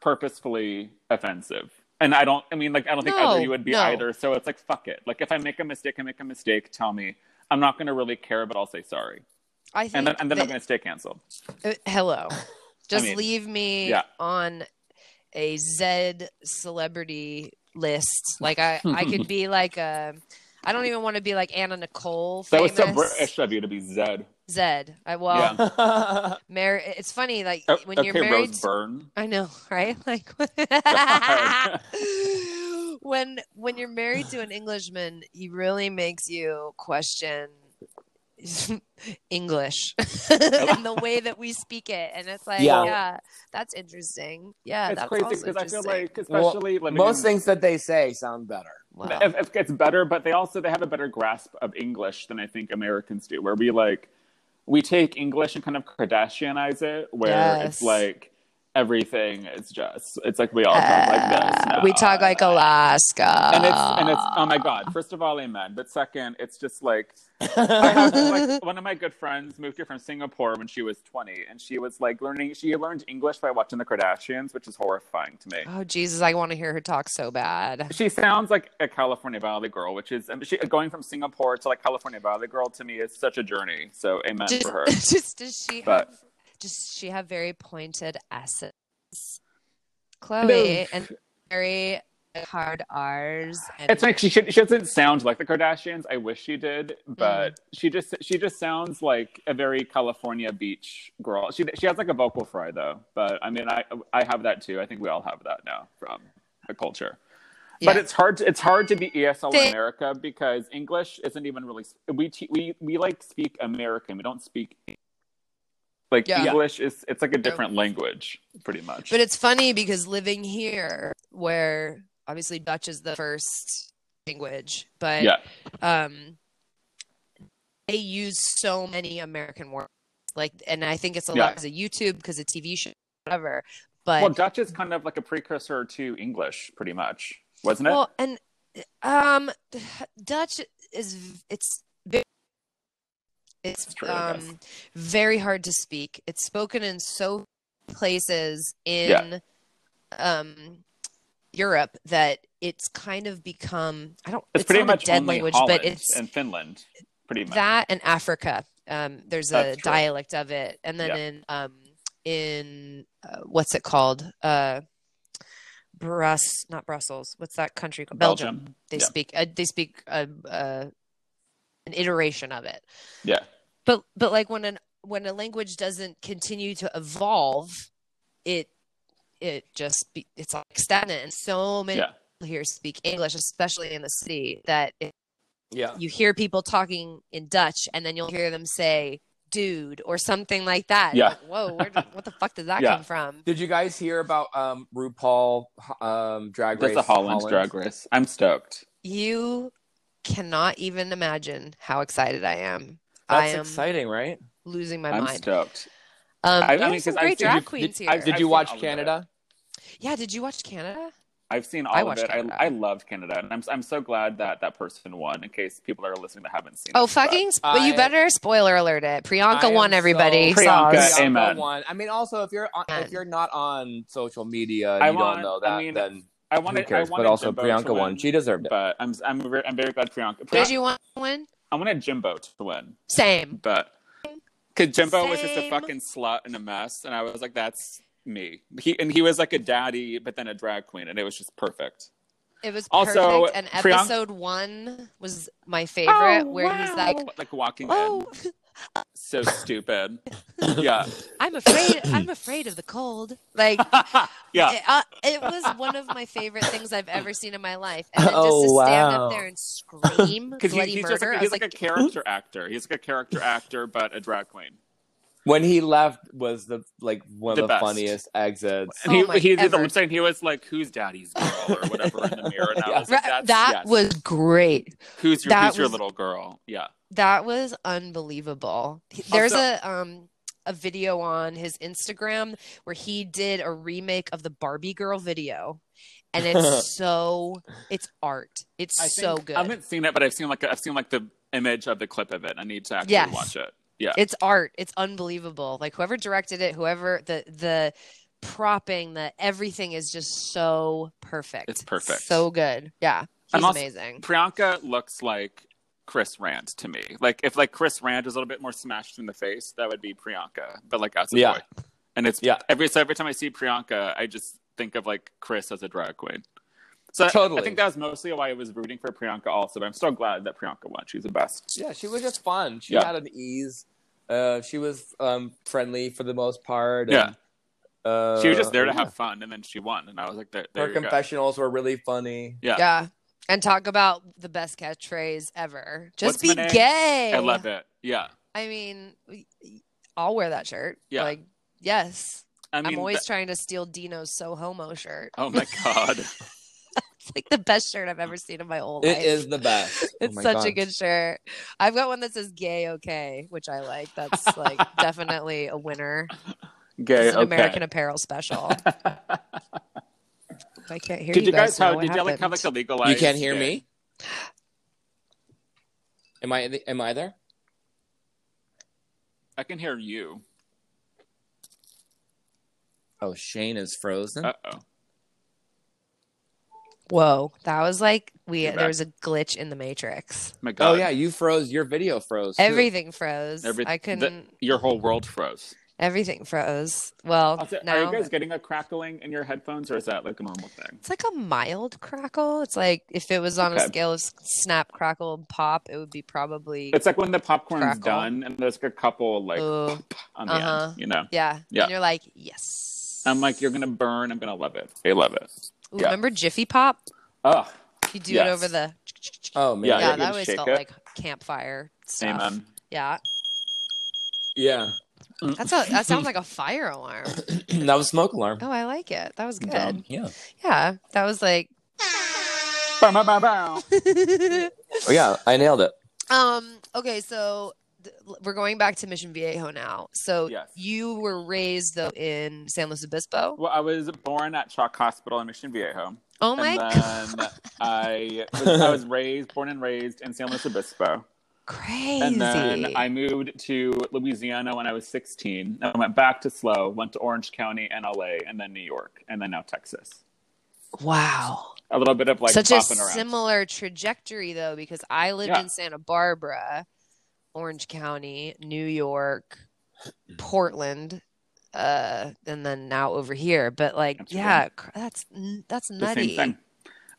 Speaker 3: purposefully offensive. And I don't, I mean, like, I don't think
Speaker 2: No,
Speaker 3: either you would be
Speaker 2: no.
Speaker 3: either. So it's like, fuck it. Like, if I make a mistake, I make a mistake. Tell me. I'm not going to really care, but I'll say sorry.
Speaker 2: I think
Speaker 3: And then, and then I'm
Speaker 2: that-
Speaker 3: going to stay canceled.
Speaker 2: Uh,
Speaker 3: [laughs]
Speaker 2: hello. Just
Speaker 3: mean,
Speaker 2: leave me
Speaker 3: yeah.
Speaker 2: on a Z celebrity list.
Speaker 3: [laughs]
Speaker 2: Like I, I could be like a. I don't even want to be like Anna Nicole.
Speaker 3: That
Speaker 2: Famous.
Speaker 3: was so British of you to be Zed.
Speaker 2: Zed. I well,
Speaker 3: Yeah.
Speaker 2: mar- it's funny like
Speaker 3: Oh,
Speaker 2: when
Speaker 3: okay,
Speaker 2: you're married.
Speaker 3: Rose Byrne.
Speaker 2: I know, [laughs] right? Like
Speaker 3: God.
Speaker 2: when when you're married to an Englishman, he really makes you question [laughs] English [laughs] and the way that we speak it. And it's like, yeah,
Speaker 4: Yeah.
Speaker 2: that's interesting. Yeah,
Speaker 3: It's
Speaker 2: that's
Speaker 3: crazy
Speaker 2: also
Speaker 3: because I feel
Speaker 4: [laughs]
Speaker 2: interesting.
Speaker 3: like,
Speaker 4: Well,
Speaker 3: especially living
Speaker 4: most
Speaker 3: in-
Speaker 4: things that they say sound
Speaker 3: [laughs]
Speaker 4: better. [laughs]
Speaker 2: wow.
Speaker 3: if, if it's better, but they also they have a better grasp of English than I think Americans do, where we like we take English and kind of Kardashianize it, where
Speaker 2: Yes.
Speaker 3: it's like everything is just it's like we all talk like this.
Speaker 2: Uh,
Speaker 3: now.
Speaker 2: we talk like Alaska.
Speaker 3: and it's and it's oh my god. First of all, amen. But second, it's just
Speaker 2: [laughs]
Speaker 3: like I have like one of my good friends moved here from Singapore when she was twenty, and she was like learning. She learned English by watching the Kardashians, which is horrifying to me.
Speaker 2: oh Jesus, I want to hear her talk so bad.
Speaker 3: She sounds like a California Valley girl, which is I mean, she, going from Singapore to like California Valley girl to me is such a journey. So amen
Speaker 2: Just,
Speaker 3: for her.
Speaker 2: [laughs] just does she
Speaker 3: But-
Speaker 2: have does she have very pointed S's? Chloe and very hard R's. And
Speaker 3: It's like she should, she doesn't sound like the Kardashians. I wish she did,
Speaker 2: Mm.
Speaker 3: but she just she just sounds like a very California beach girl. She she has like a vocal fry though. But I mean, I I have that too. I think we all have that now from the culture. But
Speaker 2: Yeah.
Speaker 3: it's hard. To, it's hard to be ESL
Speaker 2: Thi-
Speaker 3: in America because English isn't even really. We te- we we like speak American. We don't speak like
Speaker 2: Yeah.
Speaker 3: English is. It's like a different language, pretty much.
Speaker 2: But it's funny because living here, where obviously Dutch is the first language, but
Speaker 3: yeah,
Speaker 2: um, they use so many American words. Like, and I think it's a lot
Speaker 3: Yeah.
Speaker 2: because of YouTube, because of TV show, whatever. But
Speaker 3: well, Dutch is kind of like a precursor to English, pretty much, wasn't it?
Speaker 2: well, and um, Dutch is v- it's very, it's
Speaker 3: true, I guess.
Speaker 2: um very hard to speak. It's spoken in so places in
Speaker 3: Yeah.
Speaker 2: um Europe that it's kind of become I don't
Speaker 3: it's,
Speaker 2: it's,
Speaker 3: pretty
Speaker 2: not
Speaker 3: much
Speaker 2: a dead
Speaker 3: only
Speaker 2: language,
Speaker 3: Holland
Speaker 2: but it's
Speaker 3: and Finland, pretty much.
Speaker 2: that and Africa. Um, there's a
Speaker 3: That's true.
Speaker 2: dialect of it, and then
Speaker 3: Yeah.
Speaker 2: in um, in uh, what's it called? Uh, Brus, not Brussels. What's that country? called? Belgium.
Speaker 3: Belgium.
Speaker 2: They
Speaker 3: Yeah.
Speaker 2: speak. Uh, they speak uh, uh, an iteration of it.
Speaker 3: Yeah.
Speaker 2: But but like when an when a language doesn't continue to evolve, it it just be, it's like stagnant. And so many
Speaker 3: Yeah.
Speaker 2: people here speak English, especially in the city, that it
Speaker 4: Yeah.
Speaker 2: you hear people talking in Dutch, and then you'll hear them say "dude" or something like that.
Speaker 3: Yeah.
Speaker 2: Like, Whoa, where, did- what the fuck does that
Speaker 3: [laughs] Yeah.
Speaker 2: come from?
Speaker 4: Did you guys hear about um, RuPaul um, Drag Race?
Speaker 3: That's a Holland, drag race. I'm stoked.
Speaker 2: You cannot even imagine how excited I am. I
Speaker 4: That's
Speaker 2: am
Speaker 4: exciting, right?
Speaker 2: losing my
Speaker 3: I'm
Speaker 2: mind.
Speaker 3: stoked.
Speaker 2: Um,
Speaker 3: I- I
Speaker 2: there are
Speaker 3: mean,
Speaker 2: some
Speaker 3: 'cause I've
Speaker 2: great
Speaker 3: seen-
Speaker 2: drag
Speaker 3: did-
Speaker 2: queens
Speaker 3: did-
Speaker 2: here.
Speaker 3: I've-
Speaker 4: Did you
Speaker 3: seen
Speaker 4: watch
Speaker 3: all of
Speaker 4: Canada?
Speaker 2: yeah, did you watch Canada?
Speaker 3: I've seen all
Speaker 2: I
Speaker 3: of
Speaker 2: watch
Speaker 3: it. I,
Speaker 2: Canada.
Speaker 3: I loved Canada, and I'm I'm so glad that that person won. In case people are listening that haven't seen. it,
Speaker 2: Oh,
Speaker 3: but-
Speaker 2: fucking! sp- But you
Speaker 4: I-
Speaker 2: better spoiler alert it. Priyanka
Speaker 4: I am
Speaker 2: won.
Speaker 4: so-
Speaker 2: Everybody Saws.
Speaker 3: Priyanka,
Speaker 4: Bianca
Speaker 3: amen.
Speaker 4: won. I mean, also if you're on, if
Speaker 2: Amen.
Speaker 4: you're not on social media, and
Speaker 3: I
Speaker 4: you
Speaker 3: want-
Speaker 4: don't know that.
Speaker 3: I mean,
Speaker 4: then
Speaker 3: I wanted.
Speaker 4: who cares?
Speaker 3: I wanted
Speaker 4: But also
Speaker 3: Jimbo to
Speaker 4: Priyanka
Speaker 3: win,
Speaker 4: won. She deserved it.
Speaker 3: But I'm I'm re- I'm very glad Priyanka.
Speaker 2: Did
Speaker 3: Priyanka
Speaker 2: you want to win?
Speaker 3: I wanted Jimbo to win,
Speaker 2: Same.
Speaker 3: but because Jimbo was just a
Speaker 2: Same.
Speaker 3: fucking slut and a mess, and I was like, that's me. He and he was like a daddy, but then a drag queen, and it was just perfect.
Speaker 2: It was
Speaker 3: Also, Oh,
Speaker 2: perfect. And
Speaker 3: Priyank-
Speaker 2: episode one was my favorite, where he's like,
Speaker 3: like walking in,
Speaker 2: "Oh, [laughs]
Speaker 3: so stupid. yeah, [laughs]
Speaker 2: I'm afraid. I'm afraid of the cold. Like
Speaker 3: yeah.
Speaker 2: it, uh, it was one of my favorite things I've ever seen in my life. And then just
Speaker 4: Oh,
Speaker 2: to stand
Speaker 4: wow.
Speaker 2: up there and scream
Speaker 3: Because
Speaker 2: bloody
Speaker 3: he's just
Speaker 2: murder,
Speaker 3: like,
Speaker 2: I
Speaker 3: he's
Speaker 2: was
Speaker 3: like,
Speaker 2: like,
Speaker 3: a character actor. He's like a character actor, but a drag queen.
Speaker 4: when he left was the like one
Speaker 3: The
Speaker 4: of the
Speaker 3: best.
Speaker 4: funniest exits.
Speaker 3: And he,
Speaker 2: Oh my-
Speaker 3: he did the
Speaker 2: ever.
Speaker 3: lip sync. He was like, "Who's daddy's girl?" or whatever in the mirror.
Speaker 2: [laughs]
Speaker 3: And I was like,
Speaker 2: Ra-
Speaker 3: That's,
Speaker 2: that
Speaker 3: yes.
Speaker 2: was great.
Speaker 3: who's your
Speaker 2: that
Speaker 3: who's your
Speaker 2: was-
Speaker 3: little girl? Yeah.
Speaker 2: That was unbelievable. He-
Speaker 3: Oh,
Speaker 2: There's
Speaker 3: Also-
Speaker 2: a um a video on his Instagram where he did a remake of the Barbie girl video, and
Speaker 3: [laughs]
Speaker 2: it's so it's art. It's so good.
Speaker 3: I haven't seen it, but I've seen like I've seen like the image of the clip of it. I need to actually
Speaker 2: Yes.
Speaker 3: watch it. Yeah.
Speaker 2: It's art. It's unbelievable. Like whoever directed it, whoever the the propping, the everything is just so perfect.
Speaker 3: It's perfect.
Speaker 2: So good. Yeah. He's
Speaker 3: I'm also-
Speaker 2: amazing.
Speaker 3: Priyanka looks like Chris Rand to me. Like if like Chris Rand was a little bit more smashed in the face, that would be Priyanka. But like as a
Speaker 4: Yeah.
Speaker 3: boy, and it's
Speaker 4: Yeah.
Speaker 3: Every so every time I see Priyanka, I just think of like Chris as a drag queen. So I- I
Speaker 4: Totally.
Speaker 3: think that was mostly why I was rooting for Priyanka also. But I'm still glad that Priyanka won. She's the best.
Speaker 4: Yeah, she was just fun. She
Speaker 3: Yeah.
Speaker 4: had an ease. Uh, she was um, friendly for the most part.
Speaker 3: Yeah.
Speaker 4: and, uh,
Speaker 3: she was just there to
Speaker 4: yeah.
Speaker 3: have fun, and then she won, and I was like, there, there
Speaker 4: Her
Speaker 3: you go.
Speaker 4: confessionals were really funny.
Speaker 3: Yeah.
Speaker 2: Yeah. And talk about the best catchphrase ever. Just
Speaker 3: What's
Speaker 2: be
Speaker 3: my name?
Speaker 2: gay.
Speaker 3: I love it. Yeah,
Speaker 2: I mean, we- I'll wear that shirt.
Speaker 3: Yeah.
Speaker 2: Like, yes.
Speaker 3: I mean,
Speaker 2: I'm always
Speaker 3: that-
Speaker 2: trying to steal Dino's So Homo shirt. [laughs]
Speaker 3: oh my god,
Speaker 2: It's like the best shirt I've ever seen in my whole
Speaker 4: It
Speaker 2: life.
Speaker 4: is the best.
Speaker 2: It's
Speaker 4: Oh my
Speaker 2: such a
Speaker 4: God.
Speaker 2: good shirt. I've got one that says gay okay, which I like. That's
Speaker 3: [laughs]
Speaker 2: like definitely a winner.
Speaker 3: gay.
Speaker 2: it's an
Speaker 3: okay.
Speaker 2: American Apparel
Speaker 3: [laughs]
Speaker 2: special. I can't hear
Speaker 3: did
Speaker 2: you
Speaker 3: you
Speaker 2: guys.
Speaker 3: guys
Speaker 2: now.
Speaker 3: have?
Speaker 2: What
Speaker 3: Did you like have
Speaker 2: happened?
Speaker 3: like a legalized?
Speaker 4: You can't hear
Speaker 3: gay-
Speaker 4: me. Am I? in the- Am I there?
Speaker 3: I can hear you.
Speaker 4: Oh, Shane is frozen.
Speaker 3: Uh oh.
Speaker 2: Whoa, that was like we.
Speaker 3: You're
Speaker 2: There
Speaker 3: back.
Speaker 2: was a glitch in the Matrix.
Speaker 3: My god.
Speaker 4: oh yeah, you froze. Your video froze. too.
Speaker 2: Everything froze.
Speaker 3: Every-
Speaker 2: I
Speaker 3: the-
Speaker 2: couldn't.
Speaker 3: Your whole world froze.
Speaker 2: Everything froze. Well,
Speaker 3: Also,
Speaker 2: now
Speaker 3: are you guys getting a crackling in your headphones, or is that like a normal thing?
Speaker 2: it's like a mild crackle. It's like if it was on a
Speaker 3: Okay.
Speaker 2: scale of s- snap, crackle, and pop, it would be probably.
Speaker 3: It's like when the popcorn's
Speaker 2: Crackle.
Speaker 3: done and there's like a couple like
Speaker 2: Ooh.
Speaker 3: on the
Speaker 2: uh-huh.
Speaker 3: end, you know.
Speaker 2: Yeah.
Speaker 3: Yeah.
Speaker 2: And you're like, yes.
Speaker 3: I'm like, you're gonna burn. I'm gonna love it. I love it.
Speaker 2: Ooh,
Speaker 3: yeah.
Speaker 2: remember Jiffy Pop?
Speaker 3: Oh,
Speaker 2: You do it
Speaker 3: Yes.
Speaker 2: over the.
Speaker 4: Oh man.
Speaker 3: Yeah,
Speaker 2: Yeah,
Speaker 3: you
Speaker 2: that
Speaker 3: can
Speaker 2: always
Speaker 3: shake
Speaker 2: felt
Speaker 3: it.
Speaker 2: like campfire stuff.
Speaker 3: amen.
Speaker 2: Yeah,
Speaker 4: Yeah. [clears throat]
Speaker 2: that's a that sounds like a fire alarm.
Speaker 4: that was smoke alarm.
Speaker 2: Oh, I like it. That was good.
Speaker 3: Dumb.
Speaker 4: Yeah.
Speaker 2: Yeah, that was like. [laughs]
Speaker 3: Bow, bow, bow, bow.
Speaker 4: Oh yeah, I nailed it.
Speaker 2: um. Okay, so th- we're going back to Mission Viejo now. So
Speaker 3: Yes.
Speaker 2: you were raised though in San Luis Obispo.
Speaker 3: Well, I was born at Chalk Hospital in Mission Viejo,
Speaker 2: Oh my
Speaker 3: and uh,
Speaker 2: [laughs] god,
Speaker 3: then I was, I was raised, born and raised in San Luis Obispo.
Speaker 2: crazy!
Speaker 3: And then I moved to Louisiana when I was 16. I went back to Slow, went to Orange County and LA, and then New York, and then now Texas.
Speaker 2: wow,
Speaker 3: A little bit of like
Speaker 2: such a
Speaker 3: popping around.
Speaker 2: similar trajectory though, because I lived
Speaker 3: Yeah.
Speaker 2: in Santa Barbara, Orange County, New York, Portland, uh, and then now over here. But like,
Speaker 3: That's
Speaker 2: yeah, cr- that's n- that's
Speaker 3: the
Speaker 2: nutty.
Speaker 3: same thing.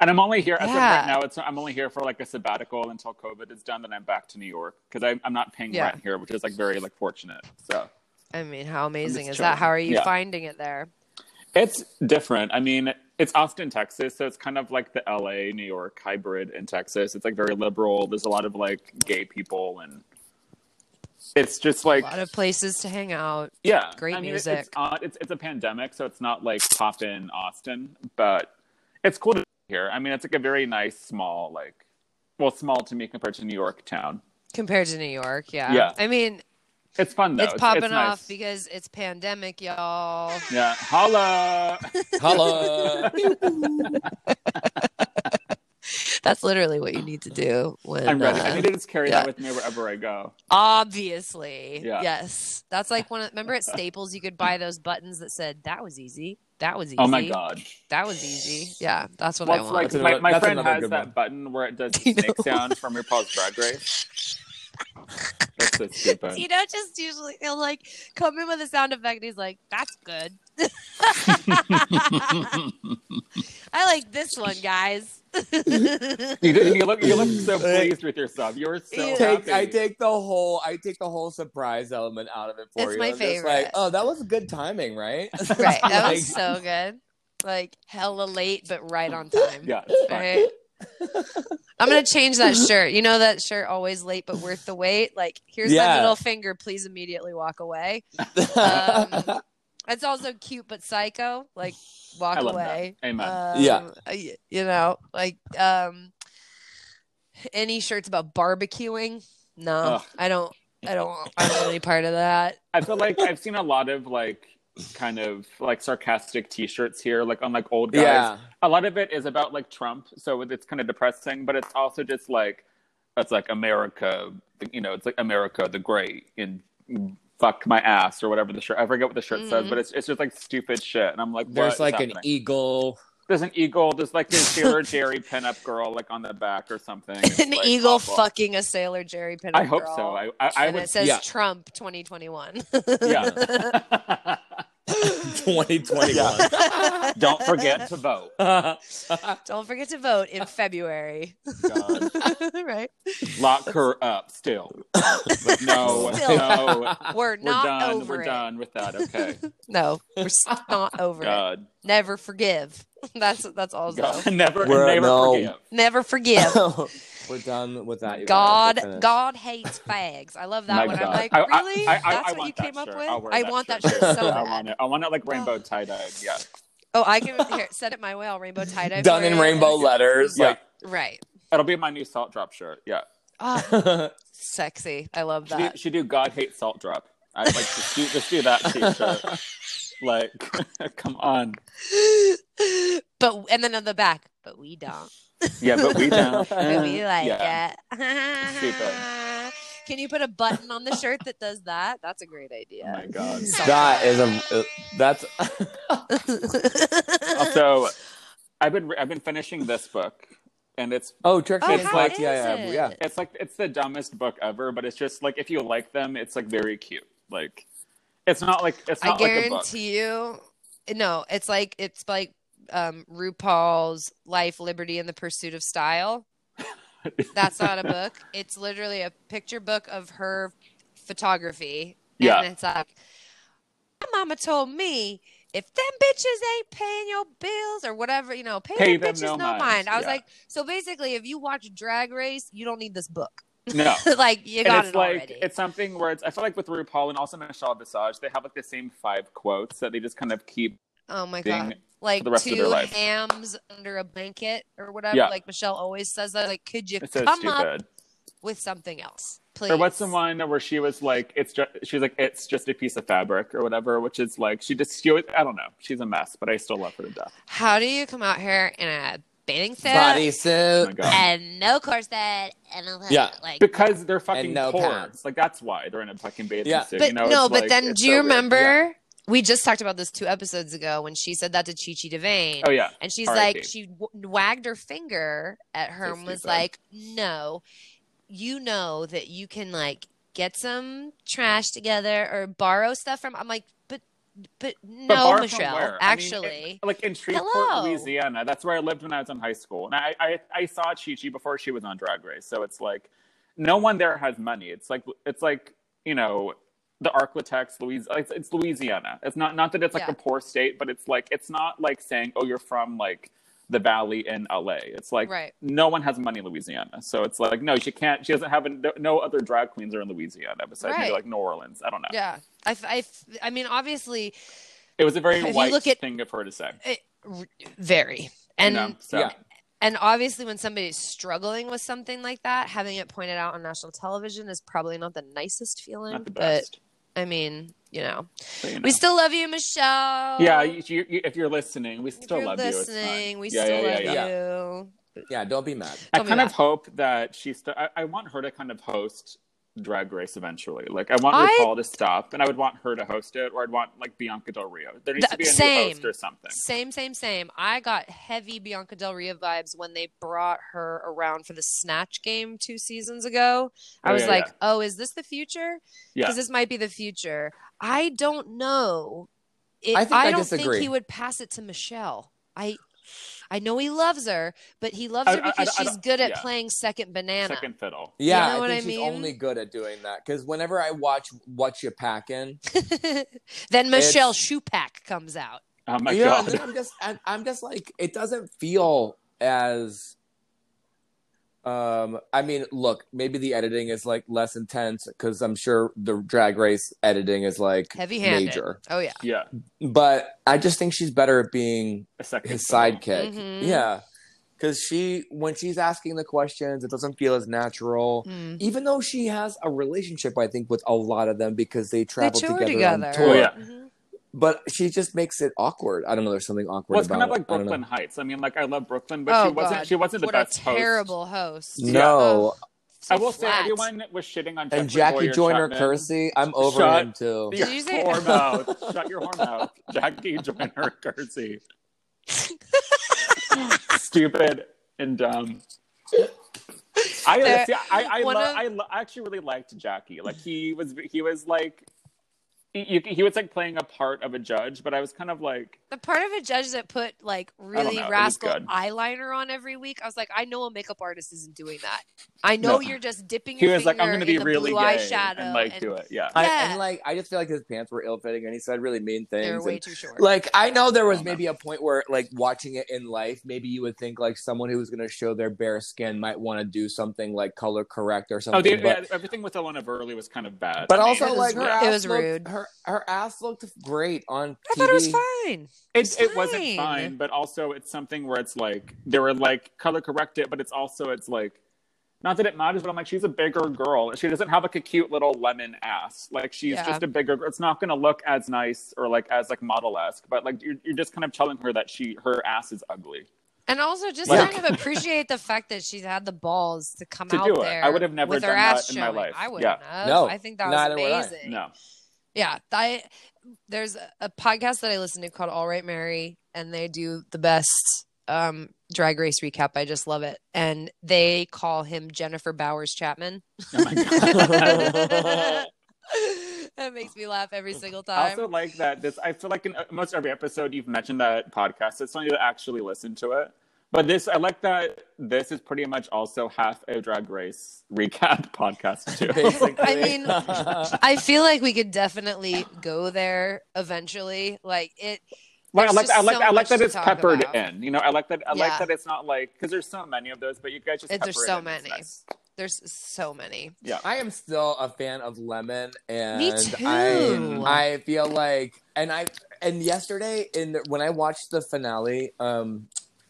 Speaker 3: And I'm only here as of right
Speaker 2: Yeah.
Speaker 3: now. It's I'm only here for like a sabbatical until COVID is done. Then I'm back to New York because I'm not paying
Speaker 2: Yeah.
Speaker 3: rent here, which is like very like fortunate. So
Speaker 2: I mean, how amazing
Speaker 3: just
Speaker 2: is that?
Speaker 3: chilling.
Speaker 2: How are you
Speaker 3: Yeah.
Speaker 2: finding it there?
Speaker 3: It's different. I mean, it's Austin, Texas, so it's kind of like the LA, New York hybrid in Texas. It's like very liberal. There's a lot of like gay people and it's just
Speaker 2: A
Speaker 3: like
Speaker 2: lot of places to hang out.
Speaker 3: yeah,
Speaker 2: great
Speaker 3: I mean, it-
Speaker 2: music.
Speaker 3: It's, odd. it's it's a pandemic, so it's not like pop in Austin, but it's cool to be here. I mean, it's like a very nice small like well, small to me compared to New York town.
Speaker 2: compared to New York. Yeah.
Speaker 3: Yeah.
Speaker 2: I mean,
Speaker 3: It's fun though.
Speaker 2: it's popping
Speaker 3: nice.
Speaker 2: off because it's pandemic, y'all.
Speaker 3: yeah, holla.
Speaker 2: [laughs]
Speaker 3: [laughs]
Speaker 4: Hello.
Speaker 2: That's literally what you need to do when
Speaker 3: I'm ready.
Speaker 2: uh,
Speaker 3: I need to just carry
Speaker 2: yeah.
Speaker 3: that with me wherever I go.
Speaker 2: obviously.
Speaker 3: Yeah.
Speaker 2: Yes. That's like one of remember at Staples you could buy those buttons that said that was easy. That was easy.
Speaker 3: Oh my god.
Speaker 2: That was easy. Yeah, that's what I
Speaker 3: What's
Speaker 2: want.
Speaker 3: like
Speaker 4: That's
Speaker 3: my,
Speaker 4: another-
Speaker 3: my
Speaker 4: that's
Speaker 3: friend
Speaker 4: another
Speaker 3: has
Speaker 4: good
Speaker 3: that
Speaker 4: one.
Speaker 3: button where it does
Speaker 2: [laughs]
Speaker 3: the
Speaker 2: Dino.
Speaker 3: snake sound from RuPaul's Drag Race. That's so
Speaker 2: [laughs] [laughs]
Speaker 3: stupid.
Speaker 2: you know, just usually he'll like come in with a sound effect and he's like, That's [laughs] good. [laughs] I like this one, guys.
Speaker 3: You, did- you look you look so pleased with yourself. You were so
Speaker 2: Yeah.
Speaker 4: take,
Speaker 3: happy.
Speaker 4: I take the whole I take the whole surprise element out of it for
Speaker 2: It's
Speaker 4: you.
Speaker 2: my
Speaker 4: I'm just
Speaker 2: favorite.
Speaker 4: like, oh, that was good timing, right? [laughs]
Speaker 2: Right. That [laughs]
Speaker 4: Like,
Speaker 2: was so good. Like hella late, but right [laughs] on time.
Speaker 3: Yeah, it's fine.
Speaker 2: Right. Eh. I'm gonna change that shirt. You know that shirt always late but worth the wait. Like here's my
Speaker 4: Yeah.
Speaker 2: middle finger. Please immediately walk away. Um, It's also cute but psycho. Like walk
Speaker 3: I love that.
Speaker 2: away.
Speaker 3: Amen.
Speaker 2: Um,
Speaker 4: Yeah.
Speaker 2: y- You know, like um, any shirts about barbecuing? No,
Speaker 3: Ugh.
Speaker 2: I don't. I don't. I don't want any part of that.
Speaker 3: I feel like I've seen a lot of like kind of like sarcastic T-shirts here, like on like old
Speaker 4: [laughs]
Speaker 3: guys.
Speaker 4: yeah.
Speaker 3: A lot of it is about like Trump, so it's kind of depressing, but it's also just like. that's like America, you know, it's like America the Great and fuck my ass or whatever the shirt. I forget what the shirt says,
Speaker 2: Mhm.
Speaker 3: but it's it's just like stupid shit. And I'm like, what
Speaker 4: There's
Speaker 3: is
Speaker 4: like an
Speaker 1: e
Speaker 3: happening?
Speaker 2: [laughs]
Speaker 4: eagle.
Speaker 3: there's an eagle. There's like this Sarah Jerry pinup girl like on the back or something. [laughs]
Speaker 2: [laughs]
Speaker 3: It's,
Speaker 2: An
Speaker 3: like,
Speaker 2: eagle
Speaker 3: awful.
Speaker 2: fucking a sailor, Jerry Pinup.
Speaker 3: I hope so.
Speaker 2: girl.
Speaker 3: I I, I
Speaker 2: and
Speaker 3: would.
Speaker 2: it says
Speaker 1: yeah.
Speaker 2: Trump 2021.
Speaker 3: Yeah.
Speaker 4: 2021.
Speaker 3: Don't forget to vote.
Speaker 2: [laughs]
Speaker 4: [laughs]
Speaker 2: Don't forget to vote in February. [laughs]
Speaker 3: God.
Speaker 2: right?
Speaker 3: Lock her up still. Like, no,
Speaker 2: Still.
Speaker 3: no. [laughs]
Speaker 2: We're
Speaker 3: We're
Speaker 2: not
Speaker 3: done.
Speaker 2: over
Speaker 3: We're
Speaker 2: it.
Speaker 3: done with [laughs] that. Okay.
Speaker 2: No,
Speaker 3: [laughs]
Speaker 2: we're s- not over it.
Speaker 3: God.
Speaker 2: Never forgive. [laughs] That's that's also.
Speaker 3: God. [laughs] Never,
Speaker 4: We're-
Speaker 3: never
Speaker 4: no.
Speaker 3: forgive.
Speaker 2: Never
Speaker 3: [laughs]
Speaker 2: forgive.
Speaker 4: We're done with that. you guys. We're
Speaker 2: God,
Speaker 4: finished.
Speaker 2: God hates fags. I love that
Speaker 3: My
Speaker 2: one.
Speaker 3: God.
Speaker 2: I'm like,
Speaker 3: I- I-
Speaker 2: really?
Speaker 3: I- I-
Speaker 2: That's what
Speaker 3: I
Speaker 2: you
Speaker 3: want that
Speaker 2: came up
Speaker 3: shirt.
Speaker 2: with.
Speaker 3: I'll wear
Speaker 2: I
Speaker 3: that
Speaker 2: want that
Speaker 3: shirt.
Speaker 2: shirt so
Speaker 3: I
Speaker 2: bad.
Speaker 3: want it. I want it like rainbow tie dye. Yeah.
Speaker 2: Oh, I can here, set it my way. I'll rainbow tie dye.
Speaker 4: Done in rainbow letters.
Speaker 3: Yeah.
Speaker 4: Like,
Speaker 2: Right.
Speaker 3: It'll be my new salt drop shirt. Yeah.
Speaker 2: Ah, sexy. I love
Speaker 3: Should do,
Speaker 2: that.
Speaker 3: should do God hate salt drop. I'd like to do, just do that [laughs] t-shirt. like, [laughs] come on.
Speaker 2: [laughs] but and then on the back, but we don't.
Speaker 3: Yeah, [laughs] but we don't.
Speaker 2: But we like
Speaker 3: Uh, yeah.
Speaker 2: it. [laughs] can you put a button on the shirt that does that? That's a great
Speaker 3: Oh my
Speaker 2: idea.
Speaker 3: god.
Speaker 4: [laughs] that is a. uh, That's [laughs]
Speaker 2: [laughs]
Speaker 3: Also, I've been re- I've been finishing this book, and it's
Speaker 4: oh, Trixie
Speaker 2: oh,
Speaker 4: and
Speaker 2: how
Speaker 4: Slate.
Speaker 2: is
Speaker 4: Yeah, yeah,
Speaker 2: it?
Speaker 4: yeah.
Speaker 3: it's like it's the dumbest book ever. But it's just like if you like them, it's like very cute. Like, it's not like it's
Speaker 2: I
Speaker 3: not like a book.
Speaker 2: guarantee you. No, it's like it's like um RuPaul's Life, Liberty, and the Pursuit of Style. That's not a
Speaker 3: [laughs]
Speaker 2: book. It's literally a picture book of her photography. And
Speaker 3: Yeah.
Speaker 2: it's like my mama told me if them bitches ain't paying your bills or whatever, you know, pay,
Speaker 3: Pay
Speaker 2: them
Speaker 3: them
Speaker 2: bitches
Speaker 3: no
Speaker 2: no mind.
Speaker 3: mind.
Speaker 2: I was
Speaker 3: Yeah.
Speaker 2: like, so basically if you watch Drag Race, you don't need this book. [laughs]
Speaker 3: No.
Speaker 2: like you
Speaker 3: and
Speaker 2: got
Speaker 3: it's
Speaker 2: it
Speaker 3: like
Speaker 2: already.
Speaker 3: it's something where it's I feel like with RuPaul and also Michelle Visage, they have like the same five quotes that they just kind of keep
Speaker 2: oh my god.
Speaker 3: being
Speaker 2: like
Speaker 3: the rest of
Speaker 2: two
Speaker 3: their life.
Speaker 2: hams under a blanket or whatever.
Speaker 3: Yeah.
Speaker 2: Like Michelle always says that. Like, could you
Speaker 3: it's so
Speaker 2: come up
Speaker 3: stupid.
Speaker 2: with something else, please?
Speaker 3: Or what's the one where she was like, it's just she's like, it's just a piece of fabric or whatever, which is like she just she always, I don't know, she's a mess, but I still love her to death.
Speaker 2: How do you come out here in a bathing suit
Speaker 4: Body
Speaker 3: Oh my
Speaker 4: suit.
Speaker 3: god.
Speaker 2: and no corset and a
Speaker 1: Yeah.
Speaker 2: like?
Speaker 3: because they're fucking
Speaker 4: no
Speaker 3: poor.
Speaker 4: pants.
Speaker 3: Like that's why they're in a fucking bathing
Speaker 4: Yeah.
Speaker 3: suit.
Speaker 2: but
Speaker 3: you know?
Speaker 2: no,
Speaker 3: It's
Speaker 2: but
Speaker 3: like-
Speaker 2: then
Speaker 3: it's
Speaker 2: do you
Speaker 3: so weird.
Speaker 2: remember?
Speaker 3: Yeah.
Speaker 2: We just talked about this two episodes ago when she said that to Chi Chi Devane.
Speaker 3: Oh yeah,
Speaker 2: And she's
Speaker 3: R.I.P.
Speaker 2: like, she w- wagged her finger at her
Speaker 3: So
Speaker 2: and was
Speaker 3: stupid.
Speaker 2: like, no, you know that you can like get some trash together or borrow stuff from. I'm like, but, but
Speaker 3: But
Speaker 2: no,
Speaker 3: borrow from
Speaker 2: Michelle,
Speaker 3: where? I mean,
Speaker 2: actually.
Speaker 3: it- like in Shreveport,
Speaker 2: Hello.
Speaker 3: Louisiana. That's where I lived when I was in high school, and I I, I saw Chi Chi before she was on Drag Race. So it's like, no one there has money. It's like it's like you know. The Arklatex, Louis, it's, it's Louisiana. It's not not that it's like
Speaker 2: Yeah.
Speaker 3: a poor state, but it's like it's not like saying, oh, you're from like the Valley in LA. It's like
Speaker 2: Right.
Speaker 3: no one has money in Louisiana, so it's like no, she can't. She doesn't have a, no- no other drag queens are in Louisiana besides maybe
Speaker 2: Right.
Speaker 3: like New Orleans. I don't know.
Speaker 2: yeah. I, f- I, f- I mean, obviously,
Speaker 3: It was a very
Speaker 2: If you
Speaker 3: white
Speaker 2: look at-
Speaker 3: thing of her to say.
Speaker 2: r- very. And
Speaker 3: you know, so.
Speaker 4: Yeah.
Speaker 2: and obviously when somebody's struggling with something like that having it pointed out on national television is probably not the nicest feeling
Speaker 3: not the
Speaker 2: but
Speaker 3: best.
Speaker 2: i mean you know
Speaker 3: but, you
Speaker 2: we
Speaker 3: know.
Speaker 2: still love you michelle
Speaker 3: yeah, you, you, you- if you're listening, we
Speaker 2: If
Speaker 3: still
Speaker 2: you're
Speaker 3: love you. It's
Speaker 2: listening,
Speaker 3: fine.
Speaker 2: we
Speaker 3: Yeah,
Speaker 2: still
Speaker 3: yeah,
Speaker 2: love
Speaker 3: yeah,
Speaker 2: you.
Speaker 4: Yeah, don't be mad.
Speaker 3: I
Speaker 2: Tell me
Speaker 3: kind of
Speaker 2: that.
Speaker 3: hope that she. St- I, I want her to kind of host Drag Race eventually. Like, I want
Speaker 2: I-
Speaker 3: RuPaul to stop, and I would want her to host it, or I'd want like Bianca Del Rio. There needs
Speaker 2: Th-
Speaker 3: to be a new
Speaker 2: same.
Speaker 3: host or something.
Speaker 2: Same, same, same. I got heavy Bianca Del Rio vibes when they brought her around for the Snatch game two seasons ago. I
Speaker 3: Oh,
Speaker 2: was
Speaker 3: yeah,
Speaker 2: like,
Speaker 3: yeah.
Speaker 2: oh, is this the future?
Speaker 3: Yeah.
Speaker 2: Because this might be the future. I don't know. It,
Speaker 4: I think I
Speaker 2: don't
Speaker 4: disagree.
Speaker 2: think he would pass it to Michelle. I I know he loves her, but he loves
Speaker 3: I-
Speaker 2: her
Speaker 3: I- I-
Speaker 2: because
Speaker 3: I
Speaker 2: she's
Speaker 3: don't-
Speaker 2: good at
Speaker 3: yeah.
Speaker 2: playing second banana.
Speaker 3: Second fiddle.
Speaker 4: Yeah,
Speaker 2: know
Speaker 4: I
Speaker 2: what
Speaker 4: think
Speaker 2: I
Speaker 4: she's
Speaker 2: mean?
Speaker 4: only good at doing that because whenever I watch What You Packin',
Speaker 2: [laughs] then
Speaker 4: It's-
Speaker 2: Michelle Shupak comes out.
Speaker 3: Oh my
Speaker 4: yeah, and then
Speaker 3: god. [laughs]
Speaker 4: I'm just, I'm, I'm just like, it doesn't feel as. Um, I mean, look, maybe the editing is like less intense because I'm sure the Drag Race editing is like
Speaker 2: Heavy-handed.
Speaker 4: major.
Speaker 2: Oh yeah.
Speaker 3: Yeah,
Speaker 4: But I just think she's better at being
Speaker 3: a second.
Speaker 4: his
Speaker 3: fiddle.
Speaker 4: sidekick.
Speaker 2: Mhm.
Speaker 4: Yeah, because she, when she's asking the questions, it doesn't feel as natural.
Speaker 2: Mm.
Speaker 4: Even though she has a relationship, I think, with a lot of them because they travel
Speaker 2: tour
Speaker 4: together,
Speaker 2: together.
Speaker 4: on tour.
Speaker 3: Oh, yeah.
Speaker 2: Mhm.
Speaker 4: But she just makes it awkward. I don't know. There's something awkward
Speaker 3: Well, it's
Speaker 4: about
Speaker 3: kind of
Speaker 4: it.
Speaker 3: like
Speaker 4: I don't know.
Speaker 3: Brooklyn Heights. I mean, like I love Brooklyn, but
Speaker 2: Oh,
Speaker 3: she wasn't.
Speaker 2: God.
Speaker 3: She wasn't the
Speaker 2: what
Speaker 3: best
Speaker 2: a
Speaker 3: host.
Speaker 2: terrible host.
Speaker 4: No,
Speaker 2: Oh, so
Speaker 3: I will say
Speaker 2: flat.
Speaker 3: everyone was shitting on Jeffrey
Speaker 1: And Jackie
Speaker 3: Boyer
Speaker 1: Joyner
Speaker 3: Chapman.
Speaker 1: Kersey, I'm over
Speaker 3: Shut
Speaker 1: him too.
Speaker 2: Did
Speaker 3: Your
Speaker 2: you say-
Speaker 3: whore
Speaker 2: [laughs]
Speaker 3: mouth. Shut your whore mouth. Jackie Joyner Kersey. Stupid and dumb. I
Speaker 2: There-
Speaker 3: see, I I,
Speaker 2: one
Speaker 3: lo-
Speaker 2: of-
Speaker 3: I, lo- I actually really liked Jackie. Like he was he was like he, he was like playing a part of a judge, but I was kind of like
Speaker 2: [laughs] The part of a judge that put like
Speaker 3: don't
Speaker 2: really
Speaker 3: know. It was
Speaker 2: rascal
Speaker 3: good.
Speaker 2: eyeliner on every week, I was like, I know a makeup artist isn't doing that. I know
Speaker 3: No.
Speaker 2: you're just dipping
Speaker 3: he
Speaker 2: your
Speaker 3: was
Speaker 2: finger
Speaker 3: like I'm going to
Speaker 2: in
Speaker 3: be
Speaker 2: the
Speaker 3: really
Speaker 2: blue
Speaker 3: gay
Speaker 2: eyeshadow
Speaker 3: and like do it. Yeah.
Speaker 1: I,
Speaker 2: Yeah.
Speaker 1: and like, I just feel like his pants were ill fitting, and he said really mean things.
Speaker 2: They're way
Speaker 1: and-
Speaker 2: too short.
Speaker 1: like I know there
Speaker 3: Oh,
Speaker 1: was
Speaker 3: no.
Speaker 1: maybe a point where, like, watching it in life, maybe you would think like someone who was going to show their bare skin might want to do something like color correct or
Speaker 3: Oh,
Speaker 1: something.
Speaker 3: the,
Speaker 1: but-
Speaker 3: yeah, everything with Elena Burley was kind of bad.
Speaker 1: But
Speaker 3: I mean,
Speaker 1: also,
Speaker 2: It was
Speaker 1: like her
Speaker 2: rude.
Speaker 1: ass
Speaker 2: It was
Speaker 1: looked-
Speaker 2: rude.
Speaker 1: Her her ass looked great on
Speaker 2: I
Speaker 1: TV.
Speaker 2: thought it was fine. [laughs]
Speaker 3: It, it wasn't
Speaker 2: fine.
Speaker 3: fine, but also it's something where it's like they were like color correct it, but it's also it's like not that it matters, but I'm like she's a bigger girl. She doesn't have like a cute little lemon ass. Like she's
Speaker 2: Yeah.
Speaker 3: just a bigger. girl. It's not gonna look as nice or like as like model esque, but like you're, you're just kind of telling her that she her ass is ugly
Speaker 2: And also just
Speaker 3: Like-
Speaker 2: kind of appreciate the fact that she's had the balls to come
Speaker 3: to
Speaker 2: out
Speaker 3: do it.
Speaker 2: there.
Speaker 3: I would have never
Speaker 2: with
Speaker 3: done
Speaker 2: her ass
Speaker 3: that in my
Speaker 2: showing.
Speaker 3: life.
Speaker 2: I wouldn't
Speaker 3: yeah,
Speaker 2: have.
Speaker 1: No,
Speaker 2: I think that was
Speaker 1: neither would I.
Speaker 2: amazing.
Speaker 3: no,
Speaker 2: Yeah. I, there's a, a podcast that I listen to called All Right Mary, and they do the best um, drag race recap. I just love it. And they call him Jennifer Bowers
Speaker 1: [laughs]
Speaker 2: Chapman. [laughs]
Speaker 3: oh my god.
Speaker 2: that makes me laugh every single
Speaker 3: I
Speaker 2: time.
Speaker 3: also like that this. I feel like in uh, most every episode you've mentioned that podcast. It's funny to actually listen to it. But this, I like that this is pretty much also half a Drag Race recap [laughs] podcast
Speaker 1: [laughs]
Speaker 3: too.
Speaker 1: Basically.
Speaker 2: I mean-
Speaker 1: [laughs]
Speaker 2: I feel like we could definitely go there eventually. Like it,
Speaker 3: like, I
Speaker 2: There's
Speaker 3: like, that- I
Speaker 2: just
Speaker 3: like,
Speaker 2: so
Speaker 3: I like
Speaker 2: much
Speaker 3: that
Speaker 2: to
Speaker 3: it's
Speaker 2: talk
Speaker 3: peppered
Speaker 2: about.
Speaker 3: in. You know, I like that. I
Speaker 2: Yeah.
Speaker 3: like that it's not like because there's so many of those, but you guys just
Speaker 2: It- there's so
Speaker 3: pepper it in. It's
Speaker 2: many.
Speaker 3: nice.
Speaker 2: there's so many.
Speaker 1: I am still a fan of lemon, and
Speaker 2: too.
Speaker 1: I I feel like, and I and yesterday in the, when I watched the finale, um,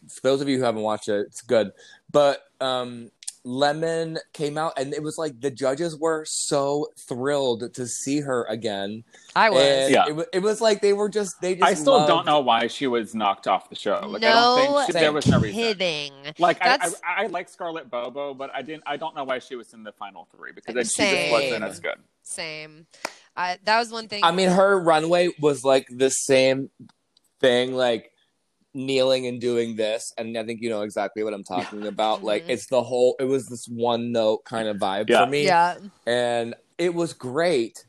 Speaker 1: for those of you who haven't watched it, it's good, but um. Lemon came out, and it was like the judges were so thrilled to see her again.
Speaker 2: I was.
Speaker 1: And
Speaker 3: Yeah.
Speaker 1: it, wa- it was like they were just they just.
Speaker 3: I still don't
Speaker 1: loved-
Speaker 3: know why she was knocked off the show. Like, I don't
Speaker 2: no
Speaker 3: think she, there was no reason.
Speaker 2: kidding.
Speaker 3: Like I, I,
Speaker 2: That's-
Speaker 3: I like Scarlett Bobo, but I didn't. I don't know why she was in the final three because she just
Speaker 2: Same.
Speaker 3: wasn't as good.
Speaker 2: Same. I, that was one thing.
Speaker 1: I mean, her runway was like the same thing, like kneeling and doing this. And I think you know exactly what I'm talking about. Like,
Speaker 2: Mhm.
Speaker 1: it's the whole, it was this one note kind of vibe
Speaker 3: Yeah.
Speaker 1: for me.
Speaker 2: yeah,
Speaker 1: And it was great.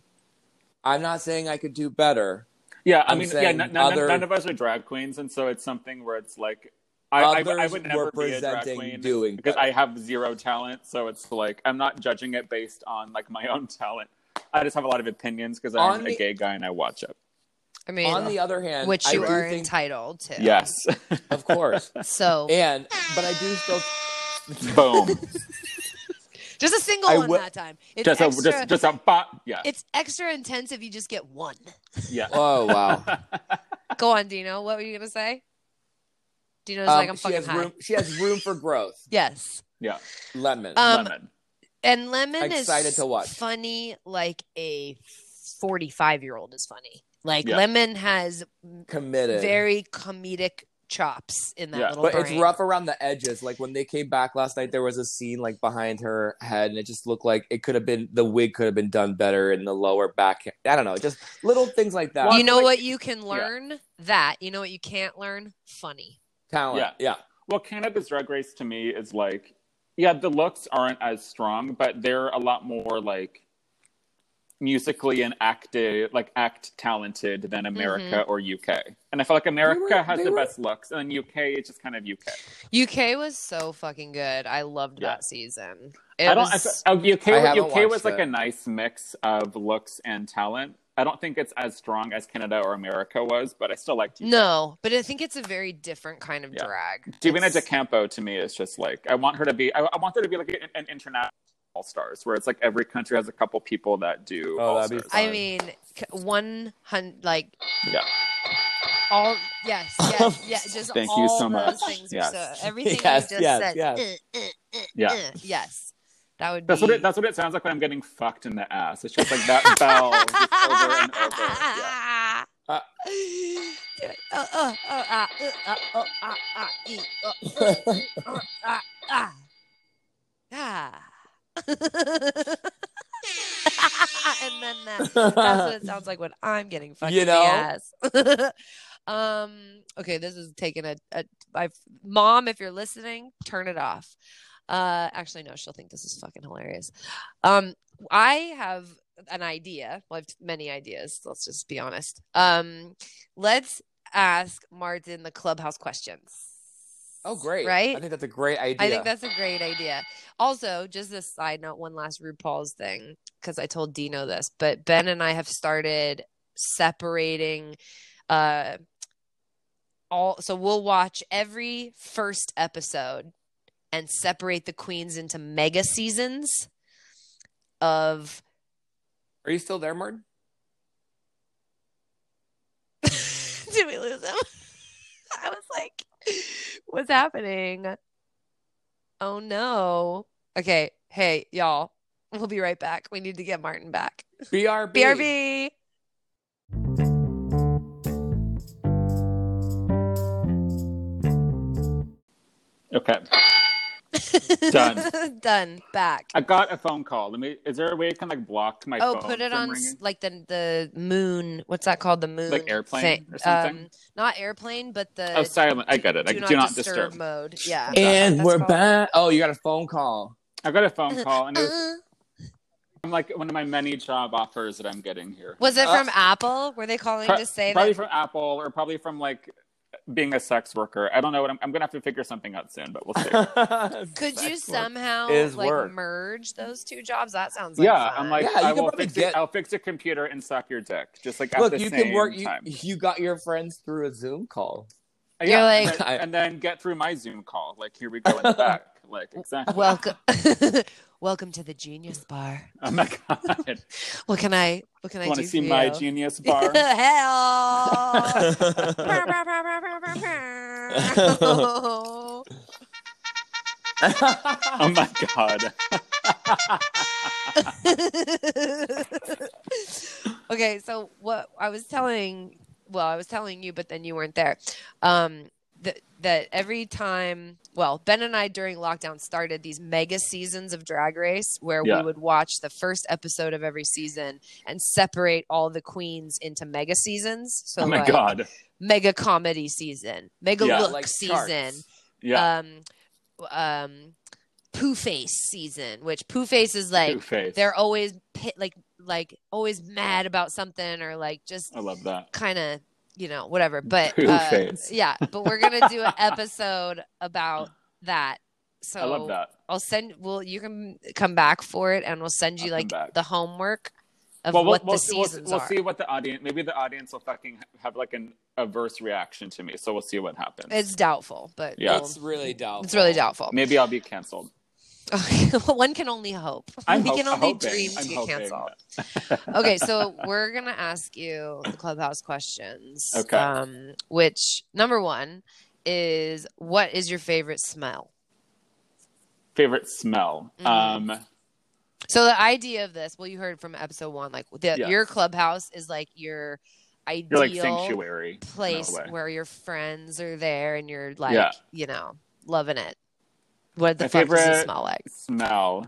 Speaker 1: I'm not saying I could do better.
Speaker 3: Yeah, I
Speaker 1: I'm
Speaker 3: mean, yeah,
Speaker 1: saying
Speaker 3: n- none, none-
Speaker 1: other-
Speaker 3: none of us are drag queens, and so it's something where it's like, I, I, I
Speaker 1: Others
Speaker 3: would never
Speaker 1: were
Speaker 3: be a drag
Speaker 1: presenting
Speaker 3: queen
Speaker 1: doing
Speaker 3: because
Speaker 1: better.
Speaker 3: I have zero talent. So it's like I'm not judging it based on like my own talent. I just have a lot of opinions because I'm
Speaker 1: On
Speaker 3: a
Speaker 1: the-
Speaker 3: gay guy and I watch it.
Speaker 2: I mean,
Speaker 1: On the other hand,
Speaker 2: which you
Speaker 1: I do
Speaker 2: are
Speaker 1: think,
Speaker 2: entitled to.
Speaker 3: Yes, [laughs]
Speaker 1: of course.
Speaker 2: So
Speaker 1: And, but I do still,
Speaker 3: boom.
Speaker 2: just a single
Speaker 1: I
Speaker 2: one
Speaker 1: will-
Speaker 2: that time. It's
Speaker 3: just
Speaker 2: extra.
Speaker 3: a just just a bop. Yeah,
Speaker 2: it's extra intense if you just get one.
Speaker 3: yeah.
Speaker 2: [laughs]
Speaker 1: oh, wow.
Speaker 2: Go on, Dino. What were you gonna say? Dino's
Speaker 1: Um,
Speaker 2: like, I'm
Speaker 1: she,
Speaker 2: fucking
Speaker 1: has
Speaker 2: high.
Speaker 1: room, she has room for growth.
Speaker 2: Yes.
Speaker 1: Lemon.
Speaker 2: Um,
Speaker 3: [laughs] Lemon.
Speaker 2: And Lemon
Speaker 1: Excited
Speaker 2: is
Speaker 1: to watch.
Speaker 2: funny like a 45 year old is funny. Like
Speaker 3: Yeah.
Speaker 2: Lemon has
Speaker 1: Committed.
Speaker 2: very comedic chops in that
Speaker 3: Yeah.
Speaker 2: little
Speaker 1: but
Speaker 2: brain.
Speaker 1: it's rough around the edges. Like when they came back last night, there was a scene like behind her head, and it just looked like it could have been the wig could have been done better in the lower back. I don't know, just little things like that.
Speaker 2: you know
Speaker 3: like-
Speaker 2: what you can learn? That. You know what you can't learn? Funny.
Speaker 1: talent.
Speaker 3: Yeah.
Speaker 1: Yeah,
Speaker 3: Well, Canada's Drag Race to me is like, yeah, the looks aren't as strong, but they're a lot more like musically and active, like act talented than America or UK. And I feel like America
Speaker 1: were-
Speaker 3: has
Speaker 1: they
Speaker 3: the
Speaker 1: were-
Speaker 3: best looks, and UK it's just kind of UK.
Speaker 2: UK was so fucking good. I loved
Speaker 3: Yeah.
Speaker 2: that season. It
Speaker 3: I don't. I
Speaker 2: was-
Speaker 3: fe- oh,
Speaker 1: I
Speaker 3: UK
Speaker 1: haven't
Speaker 3: UK was
Speaker 1: watched
Speaker 3: like
Speaker 1: it.
Speaker 3: a nice mix of looks and talent. I don't think it's as strong as Canada or America was, but I still liked UK.
Speaker 2: no, but I think it's a very different kind of
Speaker 3: Yeah.
Speaker 2: drag.
Speaker 3: Divina
Speaker 2: It's-
Speaker 3: De Campo to me is just like I want her to be. I, I want there to be like an, an international all stars where it's like every country has a couple people that do.
Speaker 1: Oh,
Speaker 3: all
Speaker 1: that'd be
Speaker 3: stars.
Speaker 2: I
Speaker 1: fun.
Speaker 2: mean, one hundred, like
Speaker 3: Yeah.
Speaker 2: all yes,
Speaker 3: [laughs]
Speaker 2: yes, yeah. Just
Speaker 3: Thank you
Speaker 2: all
Speaker 3: so
Speaker 2: those
Speaker 3: much.
Speaker 2: things. Yes.
Speaker 3: Yes. [laughs]
Speaker 2: So, everything
Speaker 1: Yes,
Speaker 2: you just
Speaker 1: yes,
Speaker 2: said.
Speaker 1: yes.
Speaker 2: uh, uh, uh,
Speaker 3: Yeah.
Speaker 2: uh, yes, that would be.
Speaker 3: That's what it. That's what it sounds like when I'm getting fucked in the ass. It's just like
Speaker 2: [laughs]
Speaker 3: that bell just over and over. Yeah.
Speaker 1: Uh.
Speaker 2: Do it. Uh, uh, uh, uh, uh, uh, uh,
Speaker 1: [laughs]
Speaker 2: uh, uh, uh, uh, uh, uh, uh. Ah. [laughs] and then that
Speaker 4: [laughs]
Speaker 2: [laughs] that's what it sounds like when I'm getting fucked
Speaker 4: You
Speaker 2: in
Speaker 4: know?
Speaker 2: the ass. [laughs] um, okay, this is taking a, a I've, mom, if you're listening, turn it off. Uh, actually, no, she'll think this is fucking hilarious. Um, I have an idea. Well, I have many ideas. Let's just be honest. Um, let's ask Martin the clubhouse questions.
Speaker 4: Oh, great.
Speaker 2: Right?
Speaker 4: I think that's a great idea.
Speaker 2: I think that's a great idea. Also, just a side note, one last RuPaul's thing, because I told Dino this, but Ben and I have started separating uh all so we'll watch every first episode and separate the queens into mega seasons of
Speaker 4: Are you still there, Martin?
Speaker 2: [laughs] Did we lose him? [laughs] I was like, what's happening? Oh no. Okay. Hey, y'all. We'll be right back. We need to get Martin back.
Speaker 4: BRB.
Speaker 2: BRB.
Speaker 3: Okay.
Speaker 2: [laughs]
Speaker 3: Done.
Speaker 2: Done. Back.
Speaker 3: I got a phone call. Let me. Is there a way I can like block my
Speaker 2: Oh,
Speaker 3: phone?
Speaker 2: put it
Speaker 3: from
Speaker 2: on s-
Speaker 3: ringing?
Speaker 2: like the the moon. What's that called? The moon.
Speaker 3: airplane or something?
Speaker 2: Um, not airplane, but the
Speaker 3: Oh, silent. I get it. I
Speaker 2: do, not, disturb,
Speaker 3: disturb.
Speaker 2: mode. Yeah.
Speaker 4: And
Speaker 2: That's
Speaker 4: we're
Speaker 2: called-
Speaker 4: back. Oh, you got a phone [laughs] call.
Speaker 3: I got
Speaker 2: [laughs]
Speaker 3: a phone call, and it was
Speaker 2: Uh,
Speaker 3: from like one of my many job offers that I'm getting here.
Speaker 2: was it
Speaker 4: Uh,
Speaker 2: from Apple? Were they calling
Speaker 3: Pro-
Speaker 2: to say
Speaker 3: probably
Speaker 2: that?
Speaker 3: from Apple or probably from like being a sex worker. I don't know what I'm. I'm gonna have to figure something out soon,
Speaker 2: [laughs]
Speaker 3: but we'll see.
Speaker 2: Could you
Speaker 4: Sex work.
Speaker 2: somehow
Speaker 4: is
Speaker 2: like
Speaker 4: work.
Speaker 2: merge those two jobs? That sounds like
Speaker 3: yeah,
Speaker 2: fun.
Speaker 3: I'm like,
Speaker 4: Yeah, you
Speaker 3: I
Speaker 4: can
Speaker 3: will
Speaker 4: probably
Speaker 3: fix
Speaker 4: get-
Speaker 3: it. I'll fix a computer and suck your dick, just like at
Speaker 4: Look,
Speaker 3: the
Speaker 4: you
Speaker 3: same
Speaker 4: can work. You,
Speaker 3: time.
Speaker 4: you got your friends through a Zoom call.
Speaker 3: Yeah,
Speaker 2: You're
Speaker 3: and
Speaker 2: like-
Speaker 3: then- and, then get through my Zoom call. Like, here we
Speaker 2: [laughs]
Speaker 3: go in the back. Like, exactly.
Speaker 2: welcome,
Speaker 3: [laughs]
Speaker 2: [laughs] welcome to the Genius Bar.
Speaker 3: Oh my
Speaker 2: [laughs]
Speaker 3: god!
Speaker 2: What can I? What can I
Speaker 3: Want
Speaker 2: do
Speaker 3: to see
Speaker 2: for
Speaker 3: my
Speaker 2: you? [laughs]
Speaker 3: genius bar?
Speaker 2: Hell.
Speaker 4: That's
Speaker 3: [laughs]
Speaker 2: [laughs]
Speaker 3: oh my god!
Speaker 2: [laughs] okay, so what I was telling, well, I was telling you, but then you weren't there. Um, that that every time, well, Ben and I during lockdown started these mega seasons of Drag Race where
Speaker 3: Yeah.
Speaker 2: we would watch the first episode of every season and separate all the queens into mega seasons. So
Speaker 3: Oh my
Speaker 2: like
Speaker 3: god!
Speaker 2: mega comedy season, mega
Speaker 3: Yeah,
Speaker 2: look
Speaker 4: like charts.
Speaker 2: season, Uh,
Speaker 3: Yeah,
Speaker 2: um, um, poo face season, which poo face is like
Speaker 3: Two-Face.
Speaker 2: they're always pi- like like always mad about something or like just
Speaker 3: I love that.
Speaker 2: kind of you know
Speaker 3: [laughs]
Speaker 2: whatever. But
Speaker 3: Poo
Speaker 2: uh,
Speaker 3: face.
Speaker 2: yeah, but we're gonna do an episode about that. So
Speaker 3: I love that.
Speaker 2: will send. Well, you can come back for it, and we'll send you
Speaker 3: I'll
Speaker 2: like
Speaker 3: come back.
Speaker 2: the homework of
Speaker 3: Well, we'll,
Speaker 2: what
Speaker 3: we'll,
Speaker 2: the
Speaker 3: see- we'll,
Speaker 2: seasons
Speaker 3: we'll
Speaker 2: are.
Speaker 3: see what the audience. Maybe the audience will fucking have like an adverse reaction to me. So we'll see what happens.
Speaker 2: It's doubtful, but
Speaker 3: Yeah.
Speaker 2: we'll-
Speaker 4: really doubtful.
Speaker 2: it's really doubtful. [laughs]
Speaker 3: maybe I'll be canceled.
Speaker 2: One can only hope.
Speaker 3: I'm
Speaker 2: we
Speaker 3: hope-
Speaker 2: can only
Speaker 3: hoping.
Speaker 2: dream to
Speaker 3: I'm
Speaker 2: get
Speaker 3: hoping.
Speaker 2: canceled. okay, so we're gonna ask you the clubhouse questions.
Speaker 3: Okay.
Speaker 2: Um, which number one is what is your favorite smell?
Speaker 3: Favorite smell.
Speaker 2: Mhm.
Speaker 3: Um,
Speaker 2: So the idea of this, well, you heard from episode one, like the,
Speaker 3: Yes.
Speaker 2: your clubhouse is like your ideal
Speaker 3: you're like sanctuary in a
Speaker 2: place
Speaker 3: way.
Speaker 2: where your friends are there and you're like,
Speaker 3: Yeah.
Speaker 2: you know, loving it. What the
Speaker 3: My
Speaker 2: fuck does it
Speaker 3: favorite-
Speaker 2: smell like?
Speaker 3: smell.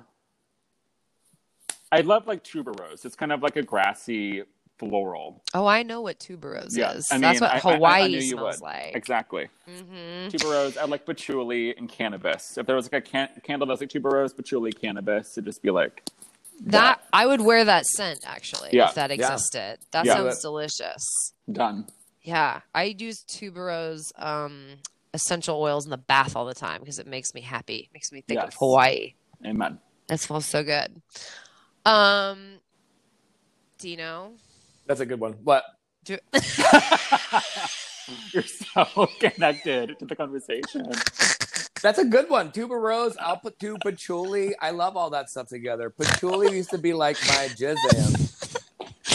Speaker 3: I love like tuberose. It's kind of like a grassy floral.
Speaker 2: Oh, I know what tuberose
Speaker 3: Yeah,
Speaker 2: is.
Speaker 3: I
Speaker 2: That's
Speaker 3: mean,
Speaker 2: what
Speaker 3: I- I- I- I
Speaker 2: Hawaii
Speaker 3: knew you
Speaker 2: smells
Speaker 3: would.
Speaker 2: like.
Speaker 3: Exactly.
Speaker 2: Mm-hmm.
Speaker 3: Tuberose. I like patchouli and cannabis. If there was like a can- candle that's like tuberose, patchouli, cannabis, it'd just be like
Speaker 2: That I would wear that scent actually
Speaker 3: Yeah.
Speaker 2: if that existed. That
Speaker 3: Yeah.
Speaker 2: sounds delicious.
Speaker 3: done.
Speaker 2: Yeah, I use tuberose um, essential oils in the bath all the time because it makes me happy. It makes me think of
Speaker 3: Yes.
Speaker 2: Hawaii.
Speaker 3: Amen.
Speaker 2: It smells so good. Um, Dino,
Speaker 4: That's a good one. What?
Speaker 2: do,
Speaker 3: [laughs] You're so connected to the conversation.
Speaker 4: That's a good one. Tuberose. I'll put two patchouli. I love all that stuff together. Patchouli used to be like my jizz am.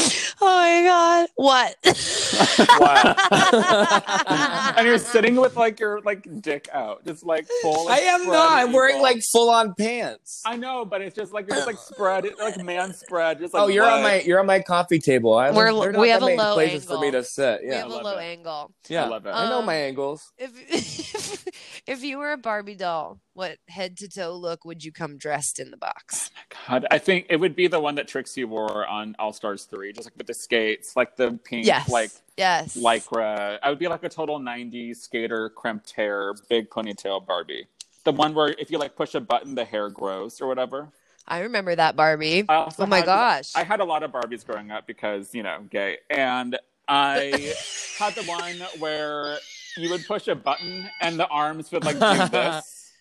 Speaker 2: [laughs] oh, I my god! [laughs]
Speaker 3: [laughs]
Speaker 2: What?
Speaker 1: Wow.
Speaker 3: and you're sitting with like your like dick out, just like full. like,
Speaker 1: I am
Speaker 3: spread
Speaker 1: not. I'm wearing
Speaker 3: eagle.
Speaker 1: like full on pants.
Speaker 3: I know, but it's just like you're just like spread, it's, like man spread. Just like
Speaker 1: oh, you're on my
Speaker 3: what?
Speaker 1: you're on my coffee table. I
Speaker 2: We're-
Speaker 1: there are not
Speaker 2: we have
Speaker 1: that
Speaker 2: a
Speaker 1: many
Speaker 2: low
Speaker 1: places for
Speaker 2: angle.
Speaker 1: me to sit.
Speaker 2: we
Speaker 1: Yeah,
Speaker 2: have
Speaker 3: I
Speaker 2: a
Speaker 3: love
Speaker 2: low
Speaker 3: it.
Speaker 2: angle.
Speaker 1: yeah.
Speaker 3: I love it.
Speaker 1: I know my
Speaker 2: Um,
Speaker 1: angles.
Speaker 2: If [laughs] if you were a Barbie doll, what head to toe look would you come dressed in the box?
Speaker 3: God, I think it would be the one that Trixie wore on All Stars Three, just like with the skates, like the pink,
Speaker 2: yes.
Speaker 3: like
Speaker 2: yes.
Speaker 3: lycra. I would be like a total '90s skater, crimped hair, big ponytail Barbie. The one where if you like push a button, the hair grows or whatever.
Speaker 2: I remember that Barbie.
Speaker 3: I also
Speaker 2: Oh my
Speaker 3: had-
Speaker 2: gosh.
Speaker 3: I had a lot of Barbies growing up because you know, gay, and I had the one where you would push a button and the arms would like do
Speaker 2: [laughs]
Speaker 3: this,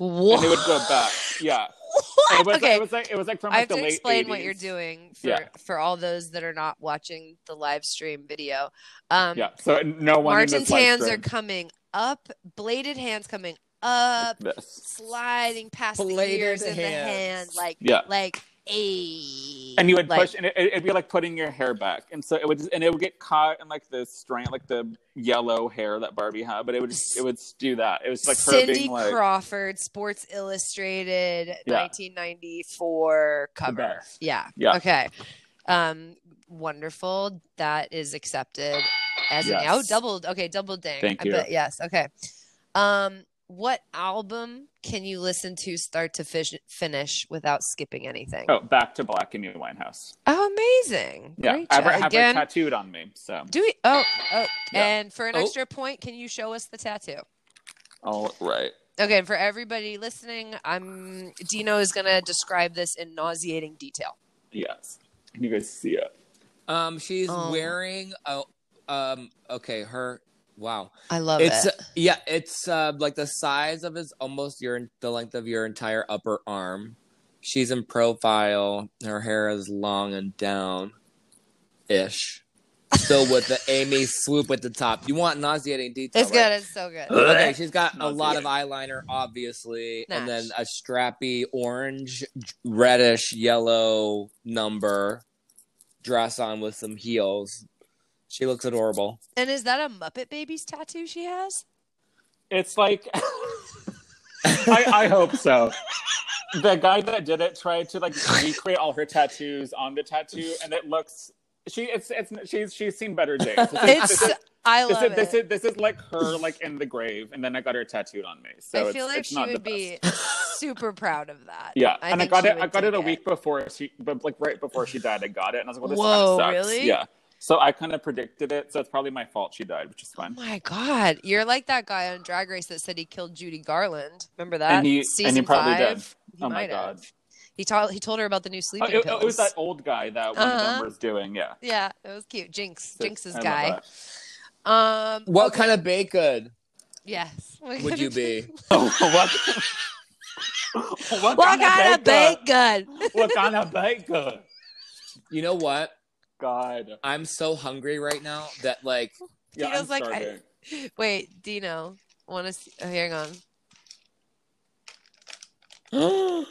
Speaker 3: and it would go back. Yeah. It was,
Speaker 2: okay.
Speaker 3: it was like it was like from
Speaker 2: I
Speaker 3: like
Speaker 2: have
Speaker 3: the
Speaker 2: to
Speaker 3: late
Speaker 2: explain what
Speaker 3: 80s.
Speaker 2: you're doing for,
Speaker 3: Yeah.
Speaker 2: for all those that are not watching the live stream video. Um,
Speaker 3: Yeah, so no one. in
Speaker 2: Martin's
Speaker 3: this live
Speaker 2: hands are
Speaker 3: stream-
Speaker 2: coming up, bladed hands coming up,
Speaker 3: this.
Speaker 2: sliding past
Speaker 1: Bladed
Speaker 2: the ears and the hand,
Speaker 1: hands.
Speaker 2: like
Speaker 3: Yeah.
Speaker 2: like a.
Speaker 3: And you would
Speaker 2: like,
Speaker 3: push, and it, it'd be like putting your hair back, and so it would, and it would get caught in like the strand, like the yellow hair that Barbie had, but it would, just, it would do that. It was like her
Speaker 2: Cindy
Speaker 3: being like
Speaker 2: Crawford, Sports Illustrated,
Speaker 3: Yeah.
Speaker 2: 1994
Speaker 3: the
Speaker 2: cover.
Speaker 3: best.
Speaker 2: Yeah.
Speaker 3: Yeah.
Speaker 2: Okay. Um, wonderful. That is accepted as an
Speaker 3: Yes.
Speaker 2: oh double. Okay, double dang.
Speaker 3: Thank
Speaker 2: I
Speaker 3: you.
Speaker 2: bet- yes. Okay. Um, what album can you listen to start to fish, finish without skipping anything?
Speaker 3: Oh, back to black and Amy Winehouse.
Speaker 2: Oh, amazing!
Speaker 3: Yeah,
Speaker 2: Great
Speaker 3: I have,
Speaker 2: job.
Speaker 3: her- have her
Speaker 2: again.
Speaker 3: tattooed on me. So
Speaker 2: do we? Oh, oh.
Speaker 3: Yeah.
Speaker 2: And for an
Speaker 1: Oh.
Speaker 2: extra point, can you show us the tattoo?
Speaker 3: all right,
Speaker 2: Okay, and for everybody listening, I'm Dino is gonna describe this in nauseating detail.
Speaker 3: yes, can you guys see it?
Speaker 1: Um, she's
Speaker 2: Oh.
Speaker 1: wearing a um. Okay, her. Wow,
Speaker 2: I love
Speaker 1: it's
Speaker 2: it.
Speaker 1: yeah, it's uh, like the size of his almost your the length of your entire upper arm. She's in profile. Her hair is long and down, ish.
Speaker 2: [laughs]
Speaker 1: Still with the Amy swoop at the top. You want nauseating detail?
Speaker 3: Oh,
Speaker 2: It's
Speaker 1: right?
Speaker 2: good. It's so good.
Speaker 1: Okay, she's got a
Speaker 3: Smells
Speaker 1: lot
Speaker 3: good.
Speaker 1: of eyeliner, obviously, and
Speaker 2: Nice.
Speaker 1: then a strappy orange, reddish, yellow number dress on with some heels. She looks adorable.
Speaker 2: And is that a Muppet Babies tattoo she has?
Speaker 3: It's like [laughs] I, I hope so. The guy that did it tried to like recreate all her tattoos on the tattoo, and it looks she it's it's she's she's seen better days. This [laughs] is- this
Speaker 2: It's
Speaker 3: is-
Speaker 2: I
Speaker 3: this
Speaker 2: love
Speaker 3: is,
Speaker 2: it.
Speaker 3: this, is, this is like her like in the grave, and then I got her tattooed on me. So
Speaker 2: I feel
Speaker 3: it's,
Speaker 2: like
Speaker 3: it's
Speaker 2: she
Speaker 3: not the
Speaker 2: would
Speaker 3: best.
Speaker 2: be [laughs] super proud of that.
Speaker 3: Yeah,
Speaker 2: I
Speaker 3: and I
Speaker 2: think
Speaker 3: got
Speaker 2: she
Speaker 3: it.
Speaker 2: would
Speaker 3: I got it a
Speaker 2: dig it.
Speaker 3: week before she, but like right before she died, I got it, and I was like, "Well, this
Speaker 2: Whoa,
Speaker 3: kind of sucks."
Speaker 2: really?
Speaker 3: Yeah. So I kind of predicted it. So it's probably my fault she died, which is
Speaker 2: Oh
Speaker 3: fine.
Speaker 2: my god, you're like that guy on Drag Race that said he killed Judy Garland. Remember that?
Speaker 3: And he- and he
Speaker 2: Season
Speaker 3: probably
Speaker 2: five.
Speaker 3: did.
Speaker 2: He
Speaker 3: Oh my
Speaker 2: might
Speaker 3: God.
Speaker 2: have. He told he told her about the new
Speaker 3: Oh,
Speaker 2: sleeping
Speaker 3: it, it
Speaker 2: pills.
Speaker 3: was that old guy that one of
Speaker 2: Uh-huh.
Speaker 3: them was doing. Yeah.
Speaker 2: Yeah, it was cute. Jinx, Jinx's
Speaker 3: I love
Speaker 2: guy.
Speaker 3: that. [laughs]
Speaker 2: Um,
Speaker 1: What
Speaker 2: okay,
Speaker 1: kind of baked good
Speaker 2: Yes. [laughs]
Speaker 1: would you be?
Speaker 3: Oh, what? what,
Speaker 2: What kind of baked good?
Speaker 3: What kind
Speaker 2: [laughs]
Speaker 3: of baker?
Speaker 1: You know what?
Speaker 3: God.
Speaker 1: I'm so hungry right now that like
Speaker 3: Yeah,
Speaker 2: Tito's
Speaker 3: I'm
Speaker 2: like, I-
Speaker 3: starving.
Speaker 2: Wait, Dino, want to? See- oh, hang on.
Speaker 1: oh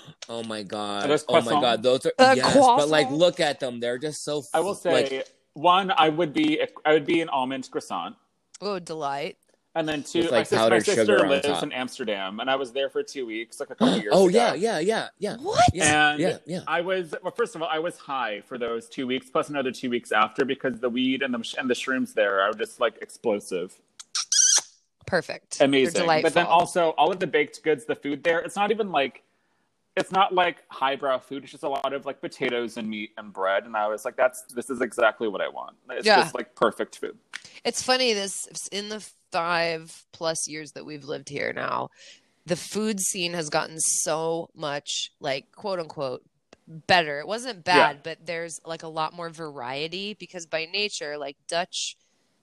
Speaker 1: my
Speaker 3: Are
Speaker 1: god.
Speaker 3: those
Speaker 1: Oh my
Speaker 3: croissants?
Speaker 1: god, those are
Speaker 2: Uh,
Speaker 1: yes, but like
Speaker 2: croissants?
Speaker 1: look at them. They're just so
Speaker 3: I will
Speaker 1: like, [gasps]
Speaker 3: say one. I would be. I would be an almond croissant.
Speaker 2: Oh, delight.
Speaker 3: And then two,
Speaker 1: With,
Speaker 3: my
Speaker 1: like,
Speaker 3: sister, my
Speaker 1: powdered sugar
Speaker 3: sister
Speaker 1: on
Speaker 3: lives
Speaker 1: top.
Speaker 3: in Amsterdam, and I was there for two weeks, like
Speaker 1: [gasps]
Speaker 3: a couple years.
Speaker 1: Oh
Speaker 3: ago.
Speaker 1: yeah, yeah, yeah, yeah.
Speaker 2: What?
Speaker 1: Yeah,
Speaker 3: And-
Speaker 1: yeah, yeah.
Speaker 3: I was well. First of all, I was high for those two weeks, plus another two weeks after, because the weed and the and the shrooms there are just like explosive,
Speaker 2: Perfect. They're
Speaker 3: amazing.
Speaker 2: delightful.
Speaker 3: But then also all of the baked goods, the food there, it's not even like, it's not like highbrow food. It's just a lot of like potatoes and meat and bread. And I was like, that's this is exactly what I want. It's
Speaker 2: Yeah.
Speaker 3: just like perfect food.
Speaker 2: It's funny this in the five plus years that we've lived here now, the food scene has gotten so much like quote unquote better. It wasn't
Speaker 3: Yeah.
Speaker 2: bad, but there's like a lot more variety because by nature, like Dutch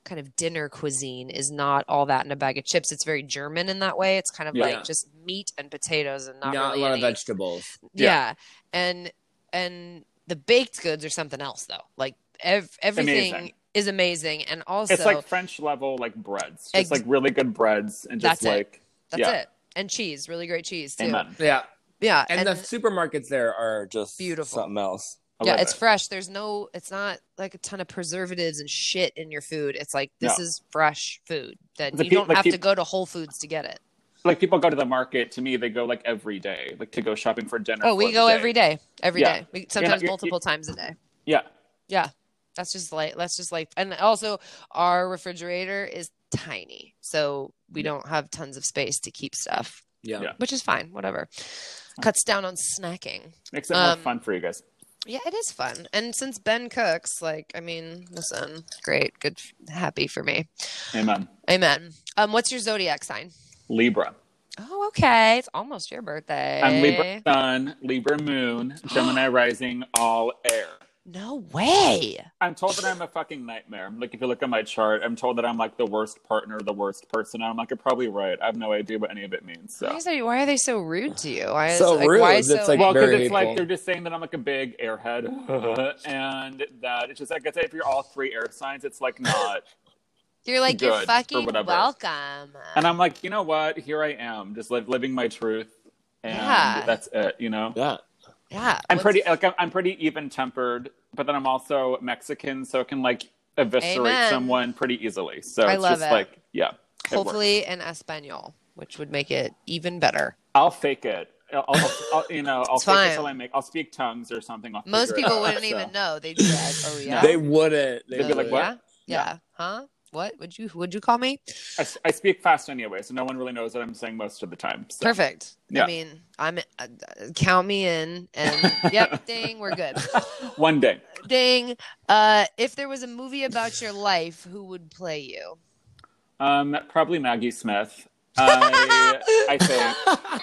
Speaker 2: kind of dinner cuisine is not all that in a bag of chips. It's very German in that way. It's kind of
Speaker 3: Yeah.
Speaker 2: like just meat and potatoes and not,
Speaker 1: Not
Speaker 2: really
Speaker 1: a lot
Speaker 2: any-
Speaker 1: of vegetables.
Speaker 2: yeah.
Speaker 3: Yeah.
Speaker 2: and and the baked goods are something else though like ev- everything
Speaker 3: Amazing.
Speaker 2: is amazing and also
Speaker 3: It's like French level like breads, just
Speaker 2: Ex-
Speaker 3: like really good breads, and just
Speaker 2: That's it.
Speaker 3: like
Speaker 2: that's
Speaker 3: yeah.
Speaker 2: it and cheese really great cheese too
Speaker 3: Amen.
Speaker 1: Yeah.
Speaker 2: yeah
Speaker 1: And, the supermarkets there are just
Speaker 2: Beautiful.
Speaker 1: something else.
Speaker 3: Oh I
Speaker 2: yeah,
Speaker 3: love
Speaker 2: it's
Speaker 3: it.
Speaker 2: fresh. There's no, it's not like a ton of preservatives and shit in your food. It's like this is fresh food that
Speaker 3: The
Speaker 2: you
Speaker 3: pe-
Speaker 2: don't
Speaker 3: like
Speaker 2: have
Speaker 3: peop-
Speaker 2: to go to Whole Foods to get it.
Speaker 3: like people go to the market. To me, they go like every day, like to go shopping for dinner.
Speaker 2: Oh,
Speaker 3: for
Speaker 2: we go every day, every day.
Speaker 3: Yeah.
Speaker 2: We sometimes
Speaker 3: you're-
Speaker 2: multiple times a day.
Speaker 3: Yeah,
Speaker 2: Yeah, that's just like that's just like, and also our refrigerator is tiny, so we don't have tons of space to keep stuff,
Speaker 4: Yeah.
Speaker 3: Yeah.
Speaker 2: which is fine. Whatever, cuts down on snacking.
Speaker 3: makes it
Speaker 2: Um,
Speaker 3: more fun for you guys.
Speaker 2: Yeah, it is fun. And since Ben cooks, like, I mean, listen, great, good, happy for me.
Speaker 3: Amen.
Speaker 2: Amen. Um, what's your zodiac sign?
Speaker 3: Libra.
Speaker 2: Oh, okay. It's almost your birthday.
Speaker 3: I'm Libra Sun, Libra Moon,
Speaker 2: [gasps]
Speaker 3: Gemini Rising, all air.
Speaker 2: No way.
Speaker 3: I'm told that I'm a fucking nightmare. Like if you look at my chart, I'm told that I'm like the worst partner, the worst person. I'm like, you're probably right. I have no idea what any of it means. So.
Speaker 2: Why, is they, why are they so rude to you? Why is,
Speaker 4: So
Speaker 2: like, Why
Speaker 4: rude.
Speaker 2: so,
Speaker 4: It's like-
Speaker 3: well, because
Speaker 4: very
Speaker 3: it's like
Speaker 4: hateful.
Speaker 3: they're just saying that I'm like a big airhead, [laughs] and that it's just like I said, if you're all three air signs, it's like not.
Speaker 2: you're like, you're
Speaker 3: good or
Speaker 2: fucking
Speaker 3: whatever.
Speaker 2: welcome.
Speaker 3: and I'm like, you know what? Here I am, just like living my truth, and
Speaker 2: Yeah.
Speaker 3: that's it. You know,
Speaker 4: Yeah.
Speaker 2: yeah.
Speaker 3: I'm
Speaker 2: what's-
Speaker 3: pretty like I'm- I'm pretty even tempered, but then I'm also Mexican, so it can like eviscerate
Speaker 2: Amen.
Speaker 3: someone pretty easily. So
Speaker 2: I
Speaker 3: it's
Speaker 2: love
Speaker 3: just
Speaker 2: it.
Speaker 3: like, yeah, it works.
Speaker 2: Hopefully in Espanol, which would make it even better.
Speaker 3: I'll fake it. I'll, I'll, I'll- you know, I'll
Speaker 2: It's
Speaker 3: fake
Speaker 2: fine.
Speaker 3: it till I make. I'll speak tongues or something. I'll
Speaker 2: Most
Speaker 3: figure it
Speaker 2: people
Speaker 3: out,
Speaker 2: wouldn't
Speaker 3: [laughs] so.
Speaker 2: even know. They'd be like, oh, yeah.
Speaker 4: They wouldn't. They
Speaker 3: They'd be like,
Speaker 4: wouldn't.
Speaker 3: what?
Speaker 2: Yeah. yeah. Huh? What would you would you call me?
Speaker 3: I, s- I speak fast anyway, so no one really knows what I'm saying most of the time. So.
Speaker 2: Perfect. I
Speaker 3: Yeah.
Speaker 2: mean, I'm uh, uh, count me in,
Speaker 3: [laughs]
Speaker 2: and yep, ding, we're good.
Speaker 3: One day.
Speaker 2: Ding. Uh, if there was a movie about your life, who would play you?
Speaker 3: Um, probably Maggie Smith. I, I think.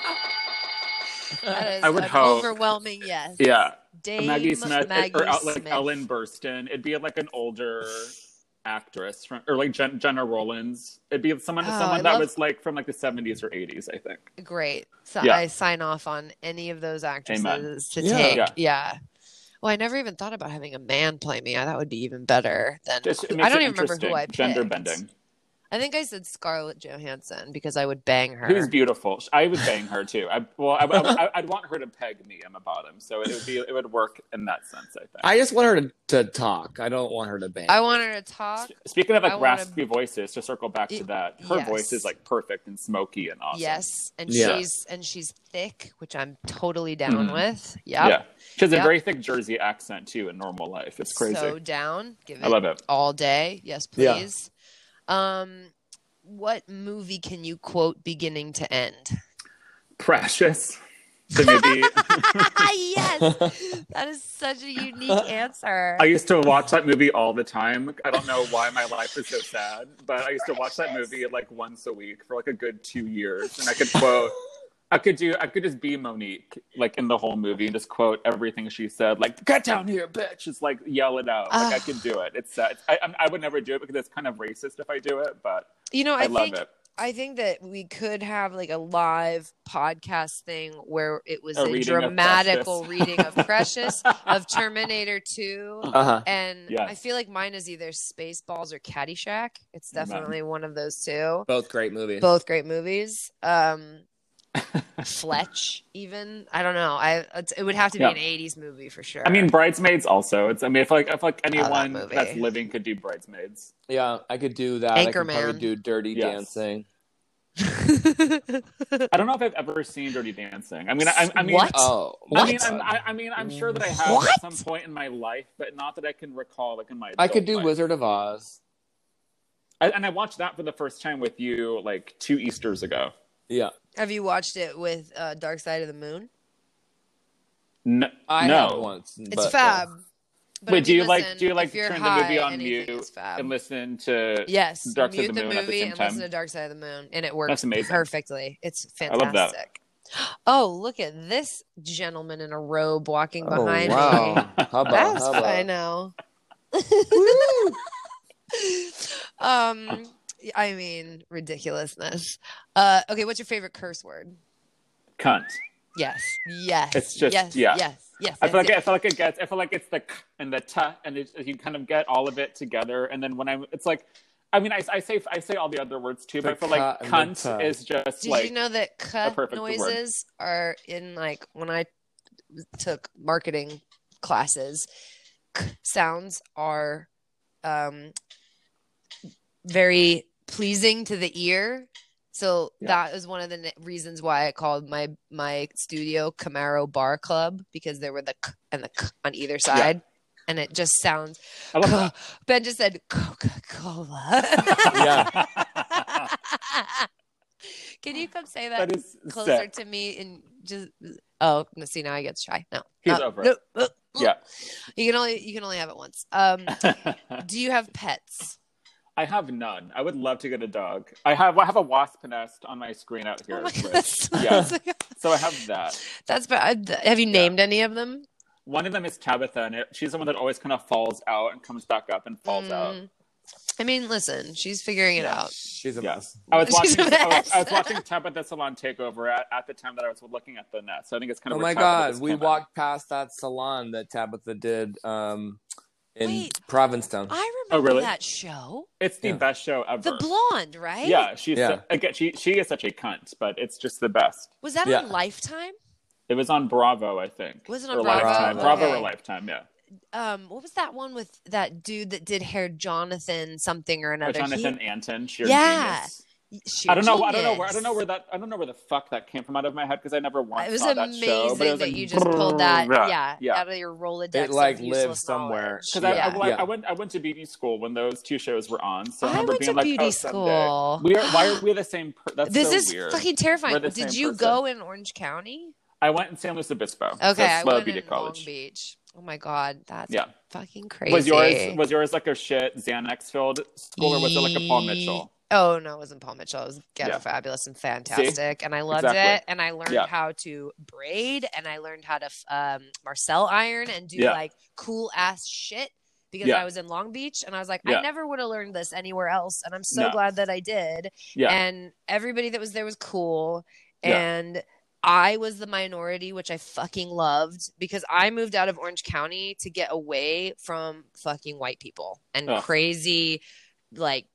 Speaker 2: That is
Speaker 3: I would
Speaker 2: an
Speaker 3: hope.
Speaker 2: overwhelming yes.
Speaker 3: Yeah.
Speaker 2: Dame
Speaker 3: Maggie Smith
Speaker 2: Maggie
Speaker 3: or out, like
Speaker 2: Smith.
Speaker 3: Ellen Burstyn. It'd be like an older actress from, or like Jen, Jenna Rollins. It'd be someone
Speaker 2: Oh,
Speaker 3: someone
Speaker 2: I
Speaker 3: that
Speaker 2: love-
Speaker 3: was like from like the 70s or 80s, I think.
Speaker 2: Great. So
Speaker 3: Yeah.
Speaker 2: I sign off on any of those actresses to
Speaker 4: Yeah.
Speaker 2: take. Yeah.
Speaker 3: Yeah.
Speaker 2: Well, I never even thought about having a man play me. I- That would be even better than
Speaker 3: Just, it
Speaker 2: I
Speaker 3: makes
Speaker 2: don't
Speaker 3: it
Speaker 2: even remember who I
Speaker 3: interesting. Gender
Speaker 2: picked.
Speaker 3: bending.
Speaker 2: I think I said Scarlett Johansson because I would bang her.
Speaker 3: Who's beautiful? I would bang her too. I, well, I, I, I'd want her to peg me. I'm a bottom, so it would be it would work in that sense. I think.
Speaker 4: I just want her to, to talk. I don't want her to bang.
Speaker 2: I want her to talk.
Speaker 3: Speaking of
Speaker 2: I
Speaker 3: like
Speaker 2: wanna-
Speaker 3: raspy voices, to circle back
Speaker 2: Y-
Speaker 3: to that, her
Speaker 2: yes.
Speaker 3: voice is like perfect and smoky and awesome.
Speaker 2: Yes, and
Speaker 4: Yeah.
Speaker 2: she's and she's thick, which I'm totally down
Speaker 3: Mhm.
Speaker 2: with. Yep.
Speaker 3: Yeah. She has
Speaker 2: Yep.
Speaker 3: a very thick Jersey accent too in normal life. It's crazy.
Speaker 2: So down. Give it
Speaker 3: I love it.
Speaker 2: all day. Yes,
Speaker 4: Yeah.
Speaker 2: please. Um what movie can you quote beginning to end? [laughs]
Speaker 3: Precious. The movie. [laughs]
Speaker 2: yes. That is such a unique answer.
Speaker 3: I used to watch that movie all the time. I don't know why my life is so sad, but I used to watch that movie like once a week for like a good two years, and I could quote. I could do. I could just be Monique, like in the whole movie, and just quote everything she said, like "Get down here, bitch!" Just like yell it out. Like I
Speaker 2: Ah.
Speaker 3: could do it. It's sad. I, I'm- I would never do it because it's kind of racist if I do it, but
Speaker 2: you know, I,
Speaker 3: I, love
Speaker 2: think
Speaker 3: it.
Speaker 2: I think that we could have like a live podcast thing where it was
Speaker 3: A
Speaker 2: a,
Speaker 3: reading of
Speaker 2: dramatical
Speaker 3: Precious.
Speaker 2: reading
Speaker 3: [laughs]
Speaker 2: of Precious, of Terminator 2.
Speaker 1: Uh-huh.
Speaker 4: Uh
Speaker 3: Uh-huh.
Speaker 4: huh.
Speaker 2: And I
Speaker 3: Yes.
Speaker 2: feel like mine is either Spaceballs or Caddyshack. It's
Speaker 3: Amen.
Speaker 2: definitely one of those two.
Speaker 4: Both great movies.
Speaker 2: Both great movies.
Speaker 3: [laughs]
Speaker 2: Um, Fletch, even I don't know. I it's, it would have to be
Speaker 3: Yeah.
Speaker 2: an '80s movie for sure.
Speaker 3: I mean, Bridesmaids also. It's. I mean, if like if like anyone
Speaker 2: movie.
Speaker 3: that's living could do Bridesmaids,
Speaker 4: Yeah, I could do that. I could probably
Speaker 2: Anchorman.
Speaker 4: do Dirty
Speaker 3: Yes.
Speaker 4: Dancing.
Speaker 3: I don't know if I've ever seen Dirty Dancing. I mean, I, I mean, uh,
Speaker 2: What?
Speaker 4: Oh,
Speaker 3: I
Speaker 4: my
Speaker 3: mean, I'm,
Speaker 4: God.
Speaker 3: I, I mean, I'm sure that I have
Speaker 2: What?
Speaker 3: at some point in my life, but not that I can recall, like in my.
Speaker 4: I could
Speaker 3: adult
Speaker 4: do
Speaker 3: life.
Speaker 4: Wizard of Oz.
Speaker 3: I, and I watched that for the first time with you, like two Easter's ago.
Speaker 4: Yeah,
Speaker 2: [laughs] have you watched it with uh, Dark Side of the Moon?
Speaker 3: No,
Speaker 4: I
Speaker 3: no.
Speaker 4: have once.
Speaker 2: It's
Speaker 4: but- uh,
Speaker 2: fab. But I
Speaker 3: uh, Wait,
Speaker 2: mean,
Speaker 3: do you like-
Speaker 2: listen,
Speaker 3: do you like
Speaker 2: if you're
Speaker 3: turn the movie
Speaker 2: high,
Speaker 3: on
Speaker 2: anything
Speaker 3: mute
Speaker 2: is fab.
Speaker 3: and listen to.
Speaker 2: yes,
Speaker 3: Dark Side
Speaker 2: mute
Speaker 3: of
Speaker 2: the,
Speaker 3: the Moon at the
Speaker 2: movie
Speaker 3: same
Speaker 2: and listen
Speaker 3: time?
Speaker 2: to Dark Side of the Moon, and it works
Speaker 3: That's amazing.
Speaker 2: perfectly. It's
Speaker 3: love
Speaker 2: fantastic.
Speaker 3: that.
Speaker 2: Oh, look at this gentleman in a robe walking
Speaker 4: Oh,
Speaker 2: behind me.
Speaker 4: wow. Hubba,
Speaker 2: That's
Speaker 4: hubba.
Speaker 2: I
Speaker 3: [laughs]
Speaker 2: know. um, I mean ridiculousness. Uh, okay, what's your favorite curse word?
Speaker 3: Cunt.
Speaker 2: Yes, yes,
Speaker 3: It's just-
Speaker 2: yes,
Speaker 3: yeah.
Speaker 2: yes, yes.
Speaker 3: I feel
Speaker 2: yes,
Speaker 3: like I feel like it gets. I feel like it's the k and the t, and it's, you kind of get all of it together. And then when I'm, it's like, I mean, I, I say I say all the other words too, but I
Speaker 4: The
Speaker 3: feel like
Speaker 4: ca and the
Speaker 3: cunt
Speaker 4: ta.
Speaker 3: is just
Speaker 2: Did
Speaker 3: like.
Speaker 2: you know that cut
Speaker 3: perfect word.
Speaker 2: noises are in like when I took marketing classes, k sounds are um, very pleasing to the ear. So
Speaker 3: Yeah.
Speaker 2: that is one of the ne- reasons why I called my my studio Camaro Bar Club because there were the k and the k on either side, and it just
Speaker 3: [laughs]
Speaker 2: sounds.
Speaker 3: I
Speaker 4: [laughs]
Speaker 3: love that.
Speaker 2: Ben just said Coca Cola.
Speaker 3: yeah.
Speaker 2: Can you come say that,
Speaker 3: [laughs] that is
Speaker 2: closer
Speaker 3: sick.
Speaker 2: to me and just? Oh, no, see now I get to try. No,
Speaker 3: He's
Speaker 2: Uh,
Speaker 3: over
Speaker 2: no,
Speaker 3: it.
Speaker 2: uh,
Speaker 3: Yeah.
Speaker 2: you can only you can only have it once.
Speaker 3: [laughs]
Speaker 2: Um, [laughs] do you have pets?
Speaker 3: I have none. I would love to get a dog. I have I have a wasp nest on my screen out here.
Speaker 2: Oh my
Speaker 3: Liz.
Speaker 2: goodness. [laughs]
Speaker 3: Yeah. So I have that.
Speaker 2: That's but I, th- have you named any of them?
Speaker 3: One of them is Tabitha, and it, she's the one that always kind of falls out and comes back up and falls out.
Speaker 2: Mm. I mean, listen, she's figuring it out.
Speaker 4: She's a
Speaker 3: Yeah.
Speaker 4: mess.
Speaker 3: I was
Speaker 2: [laughs] She's
Speaker 3: watching.
Speaker 2: a
Speaker 3: I was,
Speaker 2: mess.
Speaker 3: I was watching Tabitha Salon Takeover at, at the time that I was looking at the net. So I think it's kind
Speaker 4: Oh
Speaker 3: of.
Speaker 4: my
Speaker 3: where Tabitha
Speaker 4: god,
Speaker 3: just
Speaker 4: we
Speaker 3: came in.
Speaker 4: walked past that salon that Tabitha did um, in
Speaker 2: Wait.
Speaker 4: Provincetown.
Speaker 2: I
Speaker 3: Oh,
Speaker 2: remember
Speaker 3: really?
Speaker 2: that show,
Speaker 3: It's the
Speaker 4: Yeah.
Speaker 3: best show ever.
Speaker 2: The Blonde, right?
Speaker 3: Yeah, she's
Speaker 4: Yeah.
Speaker 3: su- again. She she is such a cunt, but it's just the best.
Speaker 2: Was that
Speaker 4: Yeah.
Speaker 2: on Lifetime?
Speaker 3: It was on Bravo, I think.
Speaker 2: Was it on
Speaker 3: or
Speaker 2: Bravo?
Speaker 3: Lifetime.
Speaker 4: Okay.
Speaker 3: Bravo or Lifetime? Yeah.
Speaker 2: Um, what was that one with that dude that did hair, Jonathan something or
Speaker 3: Or
Speaker 2: another?
Speaker 3: Jonathan Anton. Sheer
Speaker 2: Yeah.
Speaker 3: genius.
Speaker 2: He- sheer
Speaker 3: I don't know. I don't know where. I
Speaker 2: genius.
Speaker 3: don't know where that. I don't know where the fuck that came from out of my head because I never once
Speaker 2: It was
Speaker 3: saw
Speaker 2: amazing
Speaker 3: that show. But it was
Speaker 2: that
Speaker 3: like,
Speaker 2: you just pulled that,
Speaker 3: brrrr,
Speaker 2: yeah,
Speaker 3: yeah.
Speaker 2: out of your Rolodex.
Speaker 4: It, like,
Speaker 2: of useless
Speaker 4: lives somewhere.
Speaker 2: knowledge.
Speaker 3: Because I,
Speaker 2: yeah.
Speaker 3: I, well, I-
Speaker 4: Yeah.
Speaker 3: I went I went to beauty school when those two shows were on. So I,
Speaker 2: I
Speaker 3: remember
Speaker 2: went
Speaker 3: being
Speaker 2: to
Speaker 3: like,
Speaker 2: beauty
Speaker 3: oh,
Speaker 2: school.
Speaker 3: Someday. We are. Why
Speaker 2: [gasps]
Speaker 3: are we the same? Per- that's
Speaker 2: this
Speaker 3: so
Speaker 2: is
Speaker 3: weird.
Speaker 2: fucking terrifying.
Speaker 3: We're the
Speaker 2: Did
Speaker 3: same
Speaker 2: you
Speaker 3: person.
Speaker 2: go in Orange County?
Speaker 3: I went in San Luis Obispo.
Speaker 2: Okay,
Speaker 3: so
Speaker 2: I
Speaker 3: Slow
Speaker 2: went
Speaker 3: Beauty
Speaker 2: in
Speaker 3: College.
Speaker 2: Long Beach. Oh my god, that's
Speaker 3: Yeah.
Speaker 2: fucking crazy.
Speaker 3: Was yours was yours like a shit Xanax filled school or was it like a Paul Mitchell?
Speaker 2: Oh no, it wasn't Paul Mitchell. It was Ghetto
Speaker 3: Yeah.
Speaker 2: Fabulous and Fantastic, and I loved
Speaker 3: Exactly.
Speaker 2: it. And I learned
Speaker 3: Yeah.
Speaker 2: how to braid, and I learned how to f- um, Marcel iron and do
Speaker 3: Yeah.
Speaker 2: like cool ass shit because
Speaker 3: Yeah.
Speaker 2: I was in Long Beach, and I was like, I
Speaker 3: Yeah.
Speaker 2: never would have learned this anywhere else, and I'm so
Speaker 3: No.
Speaker 2: glad that I did.
Speaker 3: Yeah.
Speaker 2: and everybody that was there was cool
Speaker 3: Yeah.
Speaker 2: and i was the minority which i fucking loved because i moved out of orange county to get away from fucking white people and
Speaker 3: Ugh.
Speaker 2: crazy like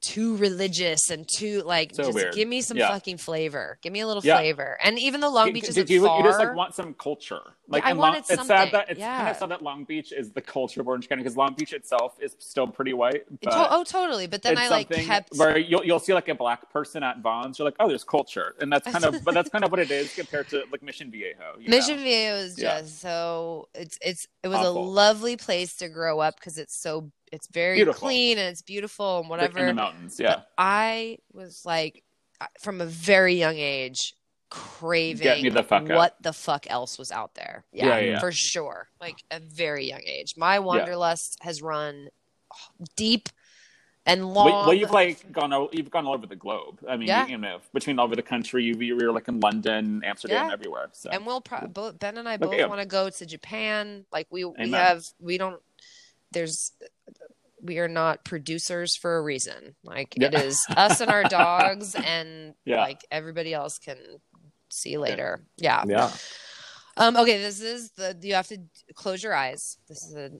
Speaker 2: too religious and too like
Speaker 3: So
Speaker 2: just
Speaker 3: weird.
Speaker 2: give me some
Speaker 3: Yeah.
Speaker 2: fucking flavor give me a little
Speaker 3: Yeah.
Speaker 2: flavor and even though long
Speaker 3: Did-
Speaker 2: beach
Speaker 3: did,
Speaker 2: isn't
Speaker 3: you,
Speaker 2: far
Speaker 3: you just like want some culture? Like
Speaker 2: I
Speaker 3: and
Speaker 2: wanted
Speaker 3: Long, it's
Speaker 2: something,
Speaker 3: sad that it's kind
Speaker 2: yeah.
Speaker 3: of sad that Long Beach is the culture of Orange County because Long Beach itself is still pretty white.
Speaker 2: To-
Speaker 3: But
Speaker 2: oh totally but then
Speaker 3: it's
Speaker 2: i like
Speaker 3: uh, something
Speaker 2: kept
Speaker 3: where you'll you'll see like a black person at Vons, you're like, oh, there's culture, and that's kind of but that's kind of what it is compared to like Mission Viejo. you know?
Speaker 2: Mission Viejo is
Speaker 3: Yeah.
Speaker 2: just so it's it's it was a
Speaker 3: Awful.
Speaker 2: lovely place to grow up because it's so it's very
Speaker 3: Beautiful.
Speaker 2: clean and it's beautiful and
Speaker 3: Like,
Speaker 2: whatever.
Speaker 3: in the mountains, yeah.
Speaker 2: I was like I- from a very young age craving
Speaker 3: the fuck out.
Speaker 2: what the fuck else was out there. Yeah,
Speaker 3: Yeah, yeah.
Speaker 2: for sure. Like a very young age. My wanderlust has run deep and long.
Speaker 3: Well, well, you've like gone all, you've gone all over the globe. I mean,
Speaker 2: Yeah.
Speaker 3: you, know, between all over the country, you, you were like in London, Amsterdam,
Speaker 2: Yeah.
Speaker 3: everywhere. So
Speaker 2: and we'll pro- both Ben and I
Speaker 3: Look
Speaker 2: both
Speaker 3: at you.
Speaker 2: want to go to Japan. Like we we
Speaker 3: Amen.
Speaker 2: have we don't there's we are not producers for a reason. Like it
Speaker 3: Yeah.
Speaker 2: is us and
Speaker 3: [laughs]
Speaker 2: our dogs and
Speaker 3: Yeah.
Speaker 2: like everybody else can see you later. Yeah.
Speaker 4: yeah.
Speaker 2: Um okay, this is the you have to close your eyes. This is a,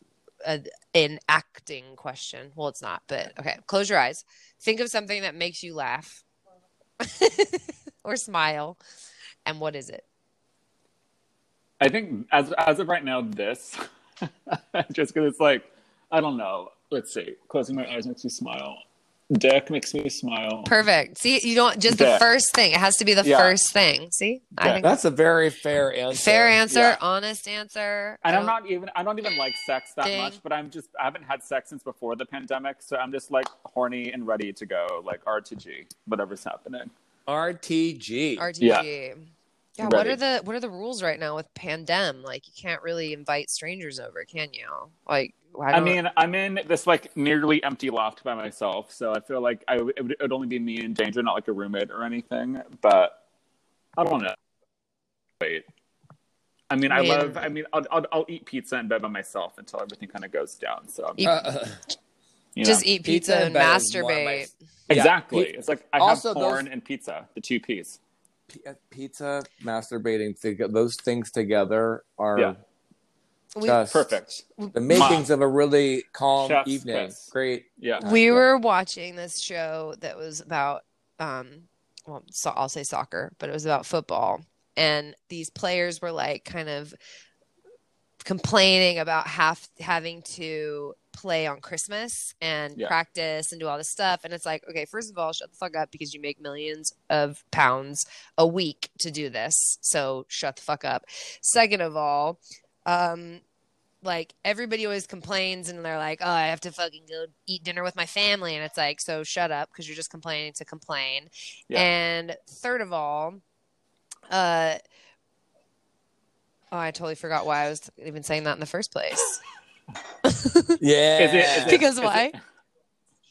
Speaker 2: a an acting question. Well, it's not, but okay, close your eyes. Think of something that makes you laugh [laughs] or smile. And what is it?
Speaker 3: I think as as of right now, this [laughs] just because it's like I don't know. Let's see. Closing my eyes makes me smile. Deck makes me smile.
Speaker 2: Perfect. See, you don't just the
Speaker 3: Yeah.
Speaker 2: first thing. It has to be the
Speaker 3: Yeah.
Speaker 2: first thing. See, I
Speaker 3: Yeah.
Speaker 2: think
Speaker 4: That's a very fair answer.
Speaker 2: fair answer,
Speaker 3: Yeah.
Speaker 2: honest answer. um,
Speaker 3: and
Speaker 2: I
Speaker 3: I'm
Speaker 2: don't-
Speaker 3: not even. I don't even like sex that
Speaker 2: Ding.
Speaker 3: much. But I'm just. I haven't had sex since before the pandemic, so I'm just like horny and ready to go, like R to G, whatever's happening.
Speaker 4: RTG.
Speaker 2: RTG. Yeah. what
Speaker 3: Ready.
Speaker 2: are the what are the rules right now with pandem? Like you can't really invite strangers over, can you? Like I,
Speaker 3: I
Speaker 2: don't,
Speaker 3: mean, I'm in this like nearly empty loft by myself, so I feel like I it would, it would only be me in danger, not like a roommate or anything. But I don't know. Wait. I mean, I
Speaker 2: Man.
Speaker 3: love. I mean, I'll, I'll I'll eat pizza in bed by myself until everything kind of goes down. So
Speaker 2: You-
Speaker 4: Uh,
Speaker 3: you
Speaker 2: just
Speaker 3: know.
Speaker 2: eat pizza,
Speaker 4: in
Speaker 2: and
Speaker 4: bed is one of my-
Speaker 2: masturbate.
Speaker 4: Yeah,
Speaker 3: exactly.
Speaker 4: pi-
Speaker 3: it's like I
Speaker 4: Also,
Speaker 3: have porn
Speaker 4: those-
Speaker 3: and pizza, the two P's.
Speaker 4: pi- uh, pizza, masturbating, to, those things together are
Speaker 3: Yeah.
Speaker 2: We,
Speaker 4: just
Speaker 3: Perfect.
Speaker 4: the makings of a really calm
Speaker 3: Chef's
Speaker 4: evening.
Speaker 3: kiss.
Speaker 4: Great.
Speaker 3: Yeah.
Speaker 2: we
Speaker 4: Yeah.
Speaker 2: were watching this show that was about um well so i'll say soccer but it was about football and these players were like kind of complaining about half having to play on Christmas and
Speaker 3: Yeah.
Speaker 2: practice and do all this stuff. And it's like, okay, first of all, shut the fuck up because you make millions of pounds a week to do this. So shut the fuck up. Second of all, um, like everybody always complains and they're like, oh, I have to fucking go eat dinner with my family. And it's like, so shut up because you're just complaining to complain.
Speaker 3: Yeah.
Speaker 2: And third of all, uh, oh, I totally forgot why I was even saying that in the first place.
Speaker 4: Yeah.
Speaker 3: Is it- is it-
Speaker 2: because why? [laughs]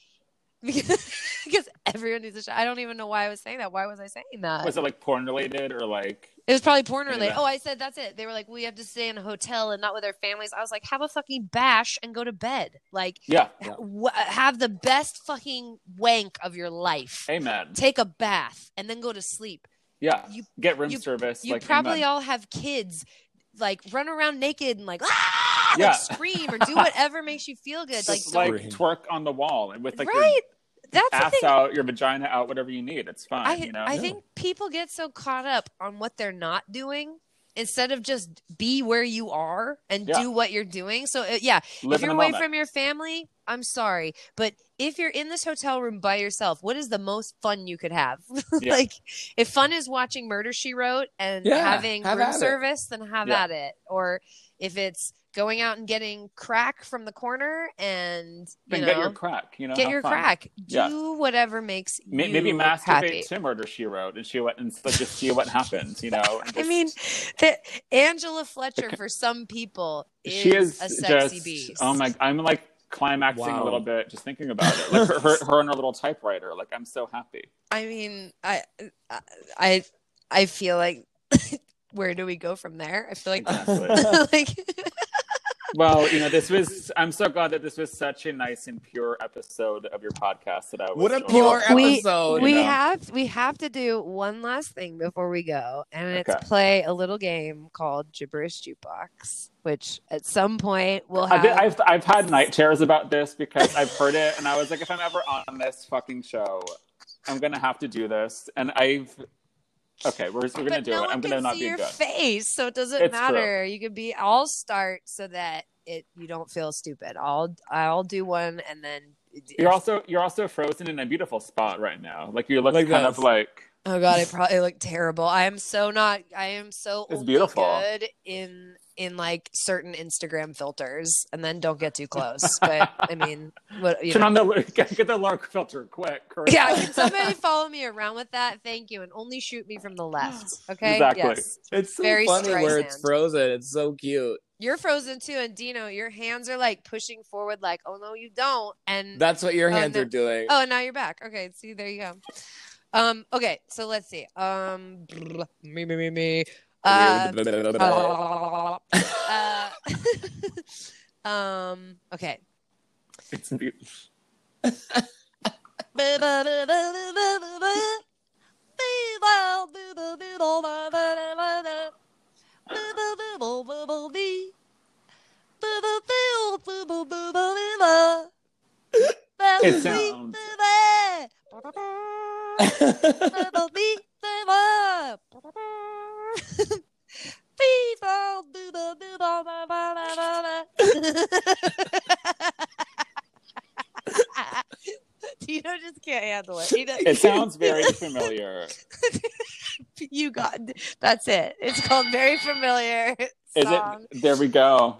Speaker 2: Because, because everyone needs a shot. I don't even know why I was saying that. Why was I saying that?
Speaker 3: Was it like porn related or like?
Speaker 2: It was probably porn
Speaker 3: Yeah.
Speaker 2: related. Oh, I said that's it. They were like, we have to stay in a hotel and not with our families. I was like, have a fucking bash and go to bed. Like,
Speaker 3: Yeah.
Speaker 4: Yeah.
Speaker 2: wh- have the best fucking wank of your life.
Speaker 3: Amen.
Speaker 2: Take a bath and then go to sleep.
Speaker 3: Yeah.
Speaker 2: You
Speaker 3: Get room
Speaker 2: you-
Speaker 3: service.
Speaker 2: you
Speaker 3: like,
Speaker 2: probably
Speaker 3: amen.
Speaker 2: all have kids, like run around naked and like, [laughs] ah! like,
Speaker 3: Yeah.
Speaker 2: scream or do whatever makes you feel good. Like,
Speaker 3: Just
Speaker 2: don't-
Speaker 3: like twerk on the wall and with like
Speaker 2: right? That's
Speaker 3: your
Speaker 2: the
Speaker 3: ass
Speaker 2: thing.
Speaker 3: out, your vagina out, whatever you need. It's fine.
Speaker 2: I,
Speaker 3: you know?
Speaker 2: I think people get so caught up on what they're not doing instead of just be where you are and
Speaker 3: Yeah.
Speaker 2: do what you're doing. So, uh, yeah,
Speaker 3: Live
Speaker 2: if you're
Speaker 3: in the
Speaker 2: away [laughs]
Speaker 3: moment.
Speaker 2: from your family, I'm sorry. But if you're in this hotel room by yourself, what is the most fun you could have? [laughs]
Speaker 3: Yeah.
Speaker 2: like, if fun is watching Murder She Wrote and
Speaker 4: Yeah,
Speaker 2: having
Speaker 4: have
Speaker 2: room
Speaker 4: at it.
Speaker 2: service, then have
Speaker 3: Yeah.
Speaker 2: at it. Or if it's going out and getting crack from the corner and you
Speaker 3: Then
Speaker 2: know,
Speaker 3: get your crack. You know,
Speaker 2: get
Speaker 3: have
Speaker 2: your
Speaker 3: fun.
Speaker 2: crack. Do
Speaker 3: Yeah.
Speaker 2: whatever makes
Speaker 3: May-
Speaker 2: you
Speaker 3: Maybe masturbate
Speaker 2: happy.
Speaker 3: to Murder She Wrote and she went and like, just see what happens. You know, and
Speaker 2: I
Speaker 3: just-
Speaker 2: mean, the, Angela Fletcher for some people is,
Speaker 3: she is
Speaker 2: a sexy
Speaker 3: just,
Speaker 2: beast.
Speaker 3: Oh my! I'm like climaxing
Speaker 4: Wow.
Speaker 3: a little bit just thinking about it. Like
Speaker 4: [laughs]
Speaker 3: her, her, her and her little typewriter. Like I'm so happy.
Speaker 2: I mean, I, I- I, I feel like [laughs] where do we go from there? I
Speaker 3: [laughs]
Speaker 2: feel like, [laughs]
Speaker 3: Exactly.
Speaker 2: like
Speaker 3: well, you know, this was. I'm so glad that this was such a nice and pure episode of your podcast that I was.
Speaker 4: What a
Speaker 3: so-
Speaker 4: pure
Speaker 2: We-
Speaker 4: episode.
Speaker 2: we
Speaker 3: know.
Speaker 2: have we have to do one last thing before we go, and it's
Speaker 3: Okay.
Speaker 2: play a little game called Gibberish Jukebox, which at some point we'll
Speaker 3: I
Speaker 2: have.
Speaker 3: did, I've I've had night terrors about this because I've heard it and I was like, if I'm ever on this fucking show, I'm gonna have to do this. And I've okay, we're, we're gonna
Speaker 2: but
Speaker 3: do
Speaker 2: no
Speaker 3: it.
Speaker 2: one
Speaker 3: I'm gonna
Speaker 2: can
Speaker 3: not
Speaker 2: see
Speaker 3: be
Speaker 2: your
Speaker 3: good.
Speaker 2: face, so it doesn't
Speaker 3: It's true.
Speaker 2: matter. You could be. I'll start so that it you don't feel stupid. I'll I'll do one and then.
Speaker 3: You're also you're also frozen in a beautiful spot right now. Like you look
Speaker 4: Like
Speaker 3: kind
Speaker 4: this.
Speaker 3: of like
Speaker 2: oh god, I probably look terrible. I am so not. I am so
Speaker 3: It's
Speaker 2: only
Speaker 3: beautiful.
Speaker 2: good in in like certain Instagram filters, and then don't get too close. But I mean, what you
Speaker 3: turn
Speaker 2: know.
Speaker 3: on the [laughs] get, get the lark filter quick. Correct?
Speaker 2: Yeah, can somebody follow me around with that? Thank you, and only shoot me from the left. Okay.
Speaker 3: Exactly.
Speaker 2: Yes.
Speaker 4: It's so
Speaker 2: Very
Speaker 4: funny where it's
Speaker 2: Streisand.
Speaker 4: frozen. It's so cute.
Speaker 2: You're frozen too, and Dino, your hands are like pushing forward, like, oh no, you don't. And
Speaker 4: That's what your
Speaker 2: Oh,
Speaker 4: hands
Speaker 2: no.
Speaker 4: are doing. [laughs]
Speaker 2: oh, now you're back. Okay, see, there you go. Um, okay, so let's see. Um, me, me, me, me. Uh, uh, [laughs] um, okay.
Speaker 3: It's beautiful. It sounds-
Speaker 2: Tino just can't handle it. He doesn't-
Speaker 3: It
Speaker 2: [laughs]
Speaker 3: sounds very familiar.
Speaker 2: you got that's it. It's called very familiar
Speaker 3: Is
Speaker 2: song.
Speaker 3: it? There we go.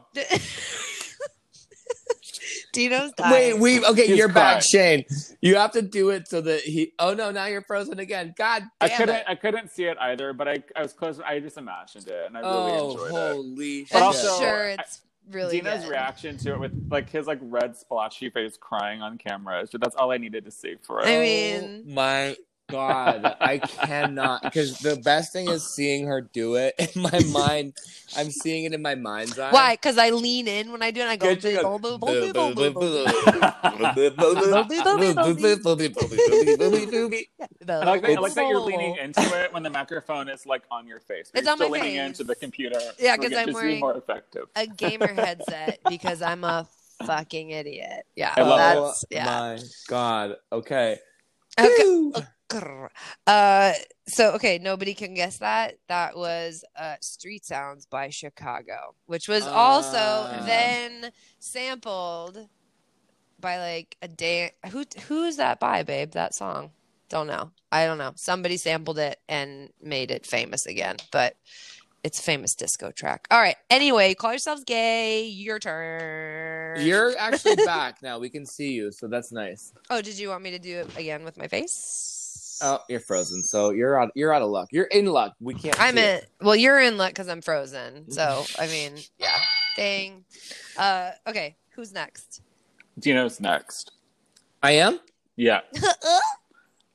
Speaker 2: Dino's
Speaker 4: Wait,
Speaker 2: dying.
Speaker 4: we okay.
Speaker 3: He's
Speaker 4: you're back,
Speaker 3: crying.
Speaker 4: Shane. You have to do it so that he. Oh no, now you're frozen again. God
Speaker 3: I
Speaker 4: damn
Speaker 3: couldn't.
Speaker 4: it!
Speaker 3: I couldn't see it either, but I, I was close. I just imagined it, and I really
Speaker 4: oh,
Speaker 3: enjoyed it.
Speaker 4: holy
Speaker 3: But
Speaker 2: I'm
Speaker 4: shit!
Speaker 3: also-
Speaker 2: sure it's really
Speaker 3: Dina's
Speaker 2: good.
Speaker 3: reaction to it with like his like red splotchy face crying on camera. is ju- That's all I needed to see for
Speaker 1: [laughs]
Speaker 3: it.
Speaker 2: I mean-
Speaker 4: Oh my God, I cannot. Because the best thing is seeing her do it in my mind. I'm seeing it in my mind's eye.
Speaker 2: Why? Because I lean in when I do it. And I go.
Speaker 4: Good, she goes,
Speaker 2: "Boo, boo, boo, boo, boo, boo, boo, boo."
Speaker 3: I
Speaker 2: The-
Speaker 3: like, that, I like that you're
Speaker 2: Whoa, whoa,
Speaker 3: leaning
Speaker 2: whoa.
Speaker 3: into it when the microphone is like on your face. but
Speaker 2: It's
Speaker 3: you're
Speaker 2: on my
Speaker 3: still leaning
Speaker 2: face.
Speaker 3: into the computer.
Speaker 2: Yeah,
Speaker 3: so
Speaker 2: 'cause
Speaker 3: it
Speaker 2: I'm
Speaker 3: just be
Speaker 2: wearing-
Speaker 3: more effective.
Speaker 2: A gamer headset because I'm a fucking idiot. Yeah,
Speaker 3: I love
Speaker 2: that's
Speaker 4: oh
Speaker 2: yeah.
Speaker 4: my God. Okay.
Speaker 2: Okay.
Speaker 4: Whew.
Speaker 2: Grr. Uh, so okay, nobody can guess that. That was uh, "Street Sounds" by Chicago, which was also
Speaker 1: Ah.
Speaker 2: then sampled by like a dan Who who is that by, babe? That song? Don't know. I don't know. Somebody sampled it and made it famous again, but it's a famous disco track. All right. Anyway, call yourselves gay. Your turn.
Speaker 1: You're actually back now. We can see you, so that's nice.
Speaker 2: oh, did you want me to do it again with my face?
Speaker 1: Oh, you're frozen, so you're out. You're out of luck. You're in luck. We can't.
Speaker 2: I'm
Speaker 1: see it.
Speaker 2: in. Well, you're in luck because I'm frozen. So I mean, yeah. Dang. Uh, okay. Who's next? [laughs]
Speaker 3: Dino's next.
Speaker 1: I am.
Speaker 3: Yeah.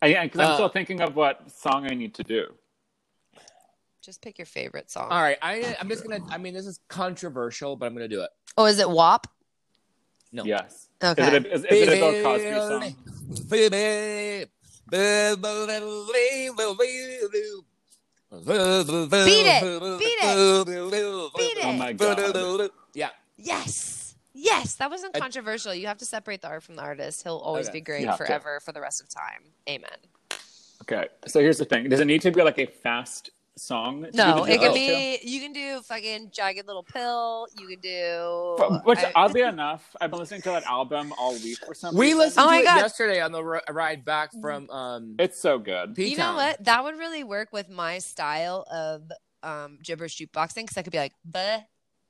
Speaker 3: I, yeah, because I'm
Speaker 1: Uh,
Speaker 3: still thinking of what song I need to do.
Speaker 2: Just pick your favorite song.
Speaker 1: All right. I, I'm just gonna. I mean, this is controversial, but I'm gonna do it.
Speaker 2: Oh, is it WAP?
Speaker 1: No.
Speaker 3: Yes.
Speaker 2: Okay.
Speaker 3: Is it a, is, is it a Bill Cosby song?
Speaker 1: Beat it.
Speaker 2: Beat
Speaker 1: it.
Speaker 2: Beat it.
Speaker 3: Oh my god.
Speaker 1: Yeah.
Speaker 2: Yes. Yes. That wasn't
Speaker 1: I-
Speaker 2: controversial. You have to separate the art from the artist. He'll always
Speaker 1: Okay.
Speaker 2: be great
Speaker 3: You have to.
Speaker 2: forever for the rest of time. Amen.
Speaker 3: Okay. So here's the thing. Does it need to be like a fast song? to
Speaker 2: No,
Speaker 3: do the
Speaker 2: it can
Speaker 3: dance to?
Speaker 2: be. You can do fucking jagged little pill. You can do.
Speaker 3: But- Which,
Speaker 2: I-
Speaker 3: oddly enough, I've been listening to that album all week for some
Speaker 1: We
Speaker 3: reason.
Speaker 1: listened
Speaker 2: Oh
Speaker 1: to
Speaker 2: my
Speaker 1: it
Speaker 2: God.
Speaker 1: yesterday on the ri- ride back from um,
Speaker 3: It's so good.
Speaker 1: P-Town.
Speaker 2: You know what? That would really work with my style of um gibberish jukeboxing because I could be like buh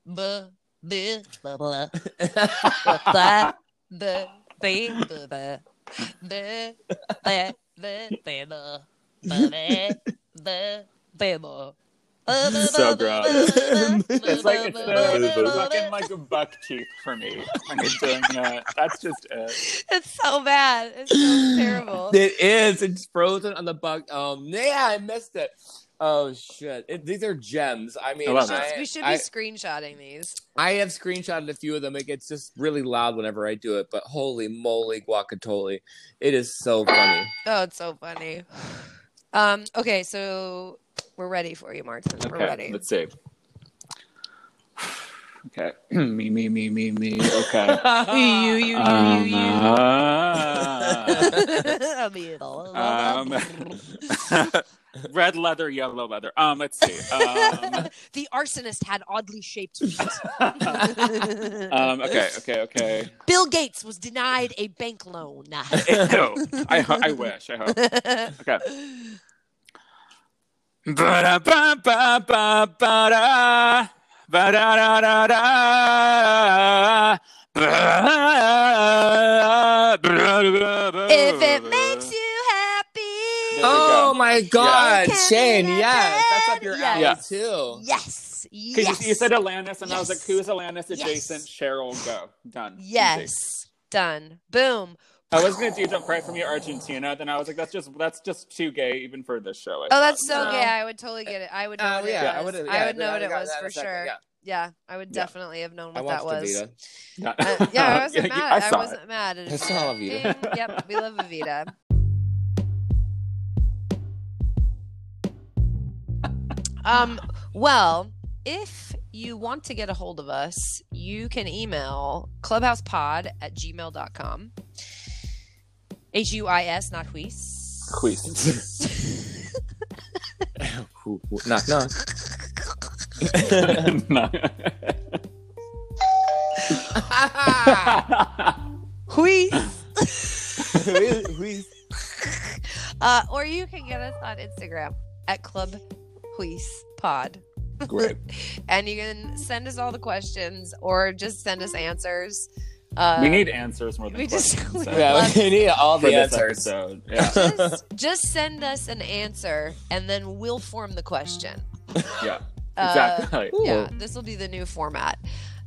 Speaker 2: buh buh blah blah blah blah buh buh buh buh buh buh buh buh buh buh buh buh buh
Speaker 3: So gross. It's like it's the, the fucking
Speaker 2: it's
Speaker 3: like buck teeth for me when you're doing that. That's just it.
Speaker 2: so bad. It's so terrible.
Speaker 1: [laughs] It is. It's frozen on the bug. Um, yeah, I missed it. Oh shit! It, these are gems. I mean,
Speaker 3: I
Speaker 1: I,
Speaker 3: love
Speaker 1: I,
Speaker 3: it.
Speaker 2: We should be screenshotting these.
Speaker 1: I have screenshotted a few of them. It gets just really loud whenever I do it. But holy moly, guacatole! It is so funny.
Speaker 2: Oh, it's so funny. Um, okay, so we're ready for you, Martin. We're
Speaker 3: Okay,
Speaker 2: ready.
Speaker 3: let's see. Okay, [clears throat] me, me, me, me, me. Okay.
Speaker 2: [laughs] you, you, you,
Speaker 3: Um,
Speaker 2: you, you.
Speaker 3: uh,
Speaker 2: I'll be it all.
Speaker 3: um, [laughs] red leather, yellow leather. Um, let's see. Um,
Speaker 2: the arsonist had oddly shaped feet.
Speaker 3: um, okay, okay, okay.
Speaker 2: Bill Gates was denied a bank
Speaker 3: [laughs]
Speaker 2: loan.
Speaker 3: Ew. I, ho- I wish. I hope. Okay. Ba-da-ba-ba-ba-ba-da. Ba-da-da-da-da.
Speaker 2: if
Speaker 3: If
Speaker 2: it makes you happy.
Speaker 3: There we
Speaker 1: Oh
Speaker 3: go.
Speaker 1: my god,
Speaker 2: Yeah.
Speaker 1: Shane!
Speaker 2: Can you
Speaker 1: Yes, that's up your alley
Speaker 3: Yeah.
Speaker 2: Oh,
Speaker 1: too.
Speaker 2: Yes.
Speaker 3: Because
Speaker 2: Yes.
Speaker 3: you said Alanis, and I was
Speaker 2: Yes.
Speaker 3: like, "Who's Alanis adjacent?"
Speaker 2: Yes.
Speaker 3: Cheryl, go done. Easy.
Speaker 2: Yes. Done. Boom.
Speaker 3: I was gonna do "Don't Cry for Me, Argentina," then I was like, "That's just that's just too gay, even for this show." I
Speaker 2: Oh, that's so
Speaker 3: thought.
Speaker 1: No.
Speaker 2: gay. I would totally get it. I would know
Speaker 1: Uh,
Speaker 2: what it
Speaker 1: yeah, I
Speaker 2: was.
Speaker 1: would.
Speaker 2: I would know what it was for sure. Yeah.
Speaker 1: Yeah.
Speaker 2: I would
Speaker 3: Yeah.
Speaker 2: definitely have known
Speaker 1: I
Speaker 2: what that
Speaker 1: watched
Speaker 2: was.
Speaker 1: Evita.
Speaker 3: Yeah,
Speaker 2: Uh,
Speaker 3: [laughs]
Speaker 2: yeah, I wasn't
Speaker 3: You-
Speaker 2: mad. I,
Speaker 3: saw
Speaker 2: wasn't mad at
Speaker 1: [laughs] I saw
Speaker 2: Evita.
Speaker 1: Evita.
Speaker 2: Ding. yep, we love Evita. um, well, if you want to get a hold of us, you can email clubhousepod at gmail.com. H U I S, not
Speaker 3: [laughs]
Speaker 2: Huis.
Speaker 1: Queasy. knock knock.
Speaker 3: [laughs] it.
Speaker 2: Ah.
Speaker 3: No.
Speaker 2: Huis.
Speaker 1: Queasy.
Speaker 2: Uh, or you can get us on Instagram at Club Huis Pod.
Speaker 3: Great.
Speaker 2: And you can send us all the questions or just send us answers. Uh,
Speaker 3: we need answers more than
Speaker 2: we just-
Speaker 3: questions, so-
Speaker 1: [laughs] Yeah, [laughs] we need all
Speaker 3: for
Speaker 1: the
Speaker 3: this
Speaker 1: answers.
Speaker 3: episode. Yeah,
Speaker 1: [laughs]
Speaker 3: [laughs]
Speaker 2: just, just send us an answer and then we'll form the question.
Speaker 3: yeah,
Speaker 2: [laughs] Uh,
Speaker 3: exactly.
Speaker 2: yeah, this will be the new format.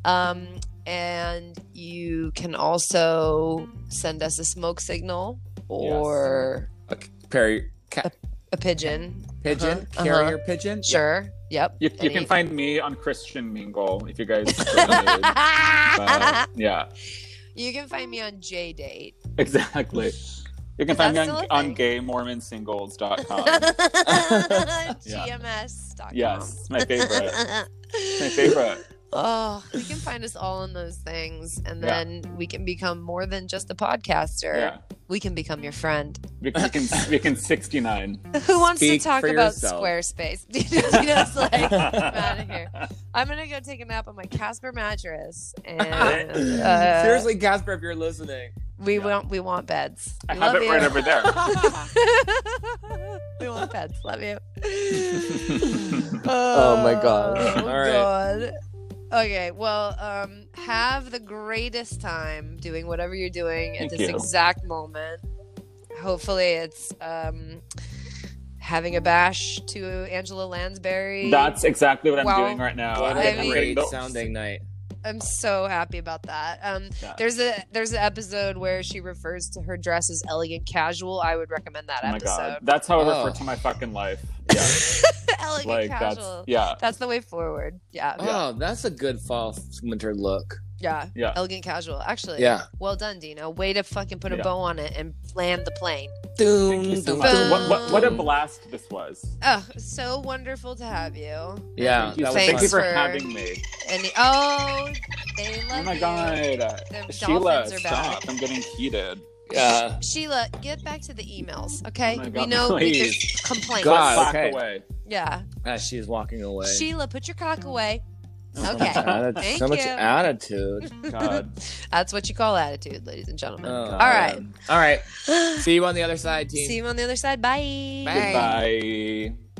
Speaker 2: Um, and you can also send us a smoke signal or
Speaker 1: A Perry ca-
Speaker 2: a pigeon.
Speaker 1: pigeon,
Speaker 2: Uh-huh,
Speaker 1: carrier pigeon.
Speaker 2: Sure. Yep.
Speaker 3: You, you can
Speaker 2: Any-
Speaker 3: find me on Christian Mingle if you guys. really-
Speaker 2: [laughs]
Speaker 3: uh, yeah,
Speaker 2: you can find me on J Date.
Speaker 3: exactly. You can find
Speaker 2: That's
Speaker 3: me
Speaker 2: still
Speaker 3: on,
Speaker 2: a
Speaker 3: on
Speaker 2: thing. [laughs]
Speaker 3: [laughs] gaymormonsingles.com.
Speaker 2: GMS.com.
Speaker 3: yes, my
Speaker 2: [laughs]
Speaker 3: favorite. My favorite.
Speaker 2: Oh, you can find us all in those things, and
Speaker 3: Yeah.
Speaker 2: then we can become more than just a podcaster.
Speaker 3: Yeah.
Speaker 2: we can become your friend.
Speaker 3: We can, we can, we can 69.
Speaker 2: [laughs] Who wants
Speaker 4: Speak
Speaker 2: to talk
Speaker 4: for
Speaker 2: about
Speaker 4: yourself.
Speaker 2: Squarespace? [laughs] you know, it's [laughs]
Speaker 3: [laughs]
Speaker 2: like, I'm out of here. I'm gonna go take a nap on my Casper mattress,
Speaker 3: [laughs]
Speaker 2: and uh,
Speaker 4: Seriously, Casper, if you're listening,
Speaker 2: we
Speaker 3: Yeah.
Speaker 2: want we want beds.
Speaker 3: [laughs] I
Speaker 2: We
Speaker 3: have
Speaker 2: love
Speaker 3: it right
Speaker 2: you.
Speaker 3: over
Speaker 2: [laughs]
Speaker 3: there.
Speaker 2: we want beds. Love you.
Speaker 4: my gosh.
Speaker 2: Oh,
Speaker 4: All right.
Speaker 2: God. Okay, well, um, have the greatest time doing whatever you're doing at
Speaker 3: Thank
Speaker 2: this
Speaker 3: you.
Speaker 2: exact moment. Hopefully, it's um, having a bash to Angela Lansbury.
Speaker 3: That's exactly what I'm
Speaker 2: Wow.
Speaker 3: doing right now.
Speaker 4: what
Speaker 2: I
Speaker 4: a
Speaker 3: Oh,
Speaker 2: mean-
Speaker 3: I'm getting
Speaker 4: great
Speaker 3: the-
Speaker 4: sounding night.
Speaker 2: I'm so happy about that. Um,
Speaker 3: Yeah.
Speaker 2: There's a there's an episode where she refers to her dress as elegant casual. I would recommend that
Speaker 3: Oh my god,
Speaker 2: episode. [laughs]
Speaker 3: that's how I
Speaker 1: Oh.
Speaker 3: refer to my fucking life. Yeah,
Speaker 2: elegant
Speaker 3: like that's
Speaker 2: casual.
Speaker 3: yeah,
Speaker 2: That's the way forward. Yeah.
Speaker 1: Oh, that's a good fall winter look.
Speaker 2: Yeah.
Speaker 3: Yeah.
Speaker 2: Elegant casual. Actually.
Speaker 1: Yeah.
Speaker 2: Well done, Dino. Way to fucking put a
Speaker 3: Yeah.
Speaker 2: bow on it and land the plane.
Speaker 3: Thank you so
Speaker 1: Dun,
Speaker 3: much.
Speaker 1: dun,
Speaker 3: What, what, what a
Speaker 1: dun.
Speaker 3: blast this was.
Speaker 2: Oh, so wonderful to have you.
Speaker 1: Yeah,
Speaker 3: Thank you,
Speaker 1: that was
Speaker 3: thank you for
Speaker 2: fun.
Speaker 3: having me.
Speaker 2: And the, oh, they love
Speaker 3: Oh my
Speaker 2: you.
Speaker 3: god,
Speaker 2: dolphins
Speaker 3: Sheila,
Speaker 2: are back.
Speaker 3: stop! I'm getting heated.
Speaker 1: Yeah.
Speaker 2: Sheila, get back to the emails, okay?
Speaker 3: Oh my
Speaker 2: we
Speaker 3: God,
Speaker 2: know we
Speaker 3: please.
Speaker 2: just complain.
Speaker 1: God.
Speaker 3: Back
Speaker 1: okay. [laughs]
Speaker 3: away.
Speaker 2: Yeah.
Speaker 1: As Ah, she's walking away. [laughs]
Speaker 2: Sheila, put your cock away.
Speaker 3: Oh
Speaker 2: Okay.
Speaker 1: Atti-
Speaker 2: Thank
Speaker 1: so much
Speaker 2: you.
Speaker 1: attitude. Oh,
Speaker 3: God,
Speaker 2: That's what you call attitude, ladies and gentlemen.
Speaker 3: Oh
Speaker 1: All
Speaker 2: right.
Speaker 1: All right. See you on the other side, team.
Speaker 2: See you on the other side. Bye.
Speaker 1: Bye.
Speaker 3: goodbye.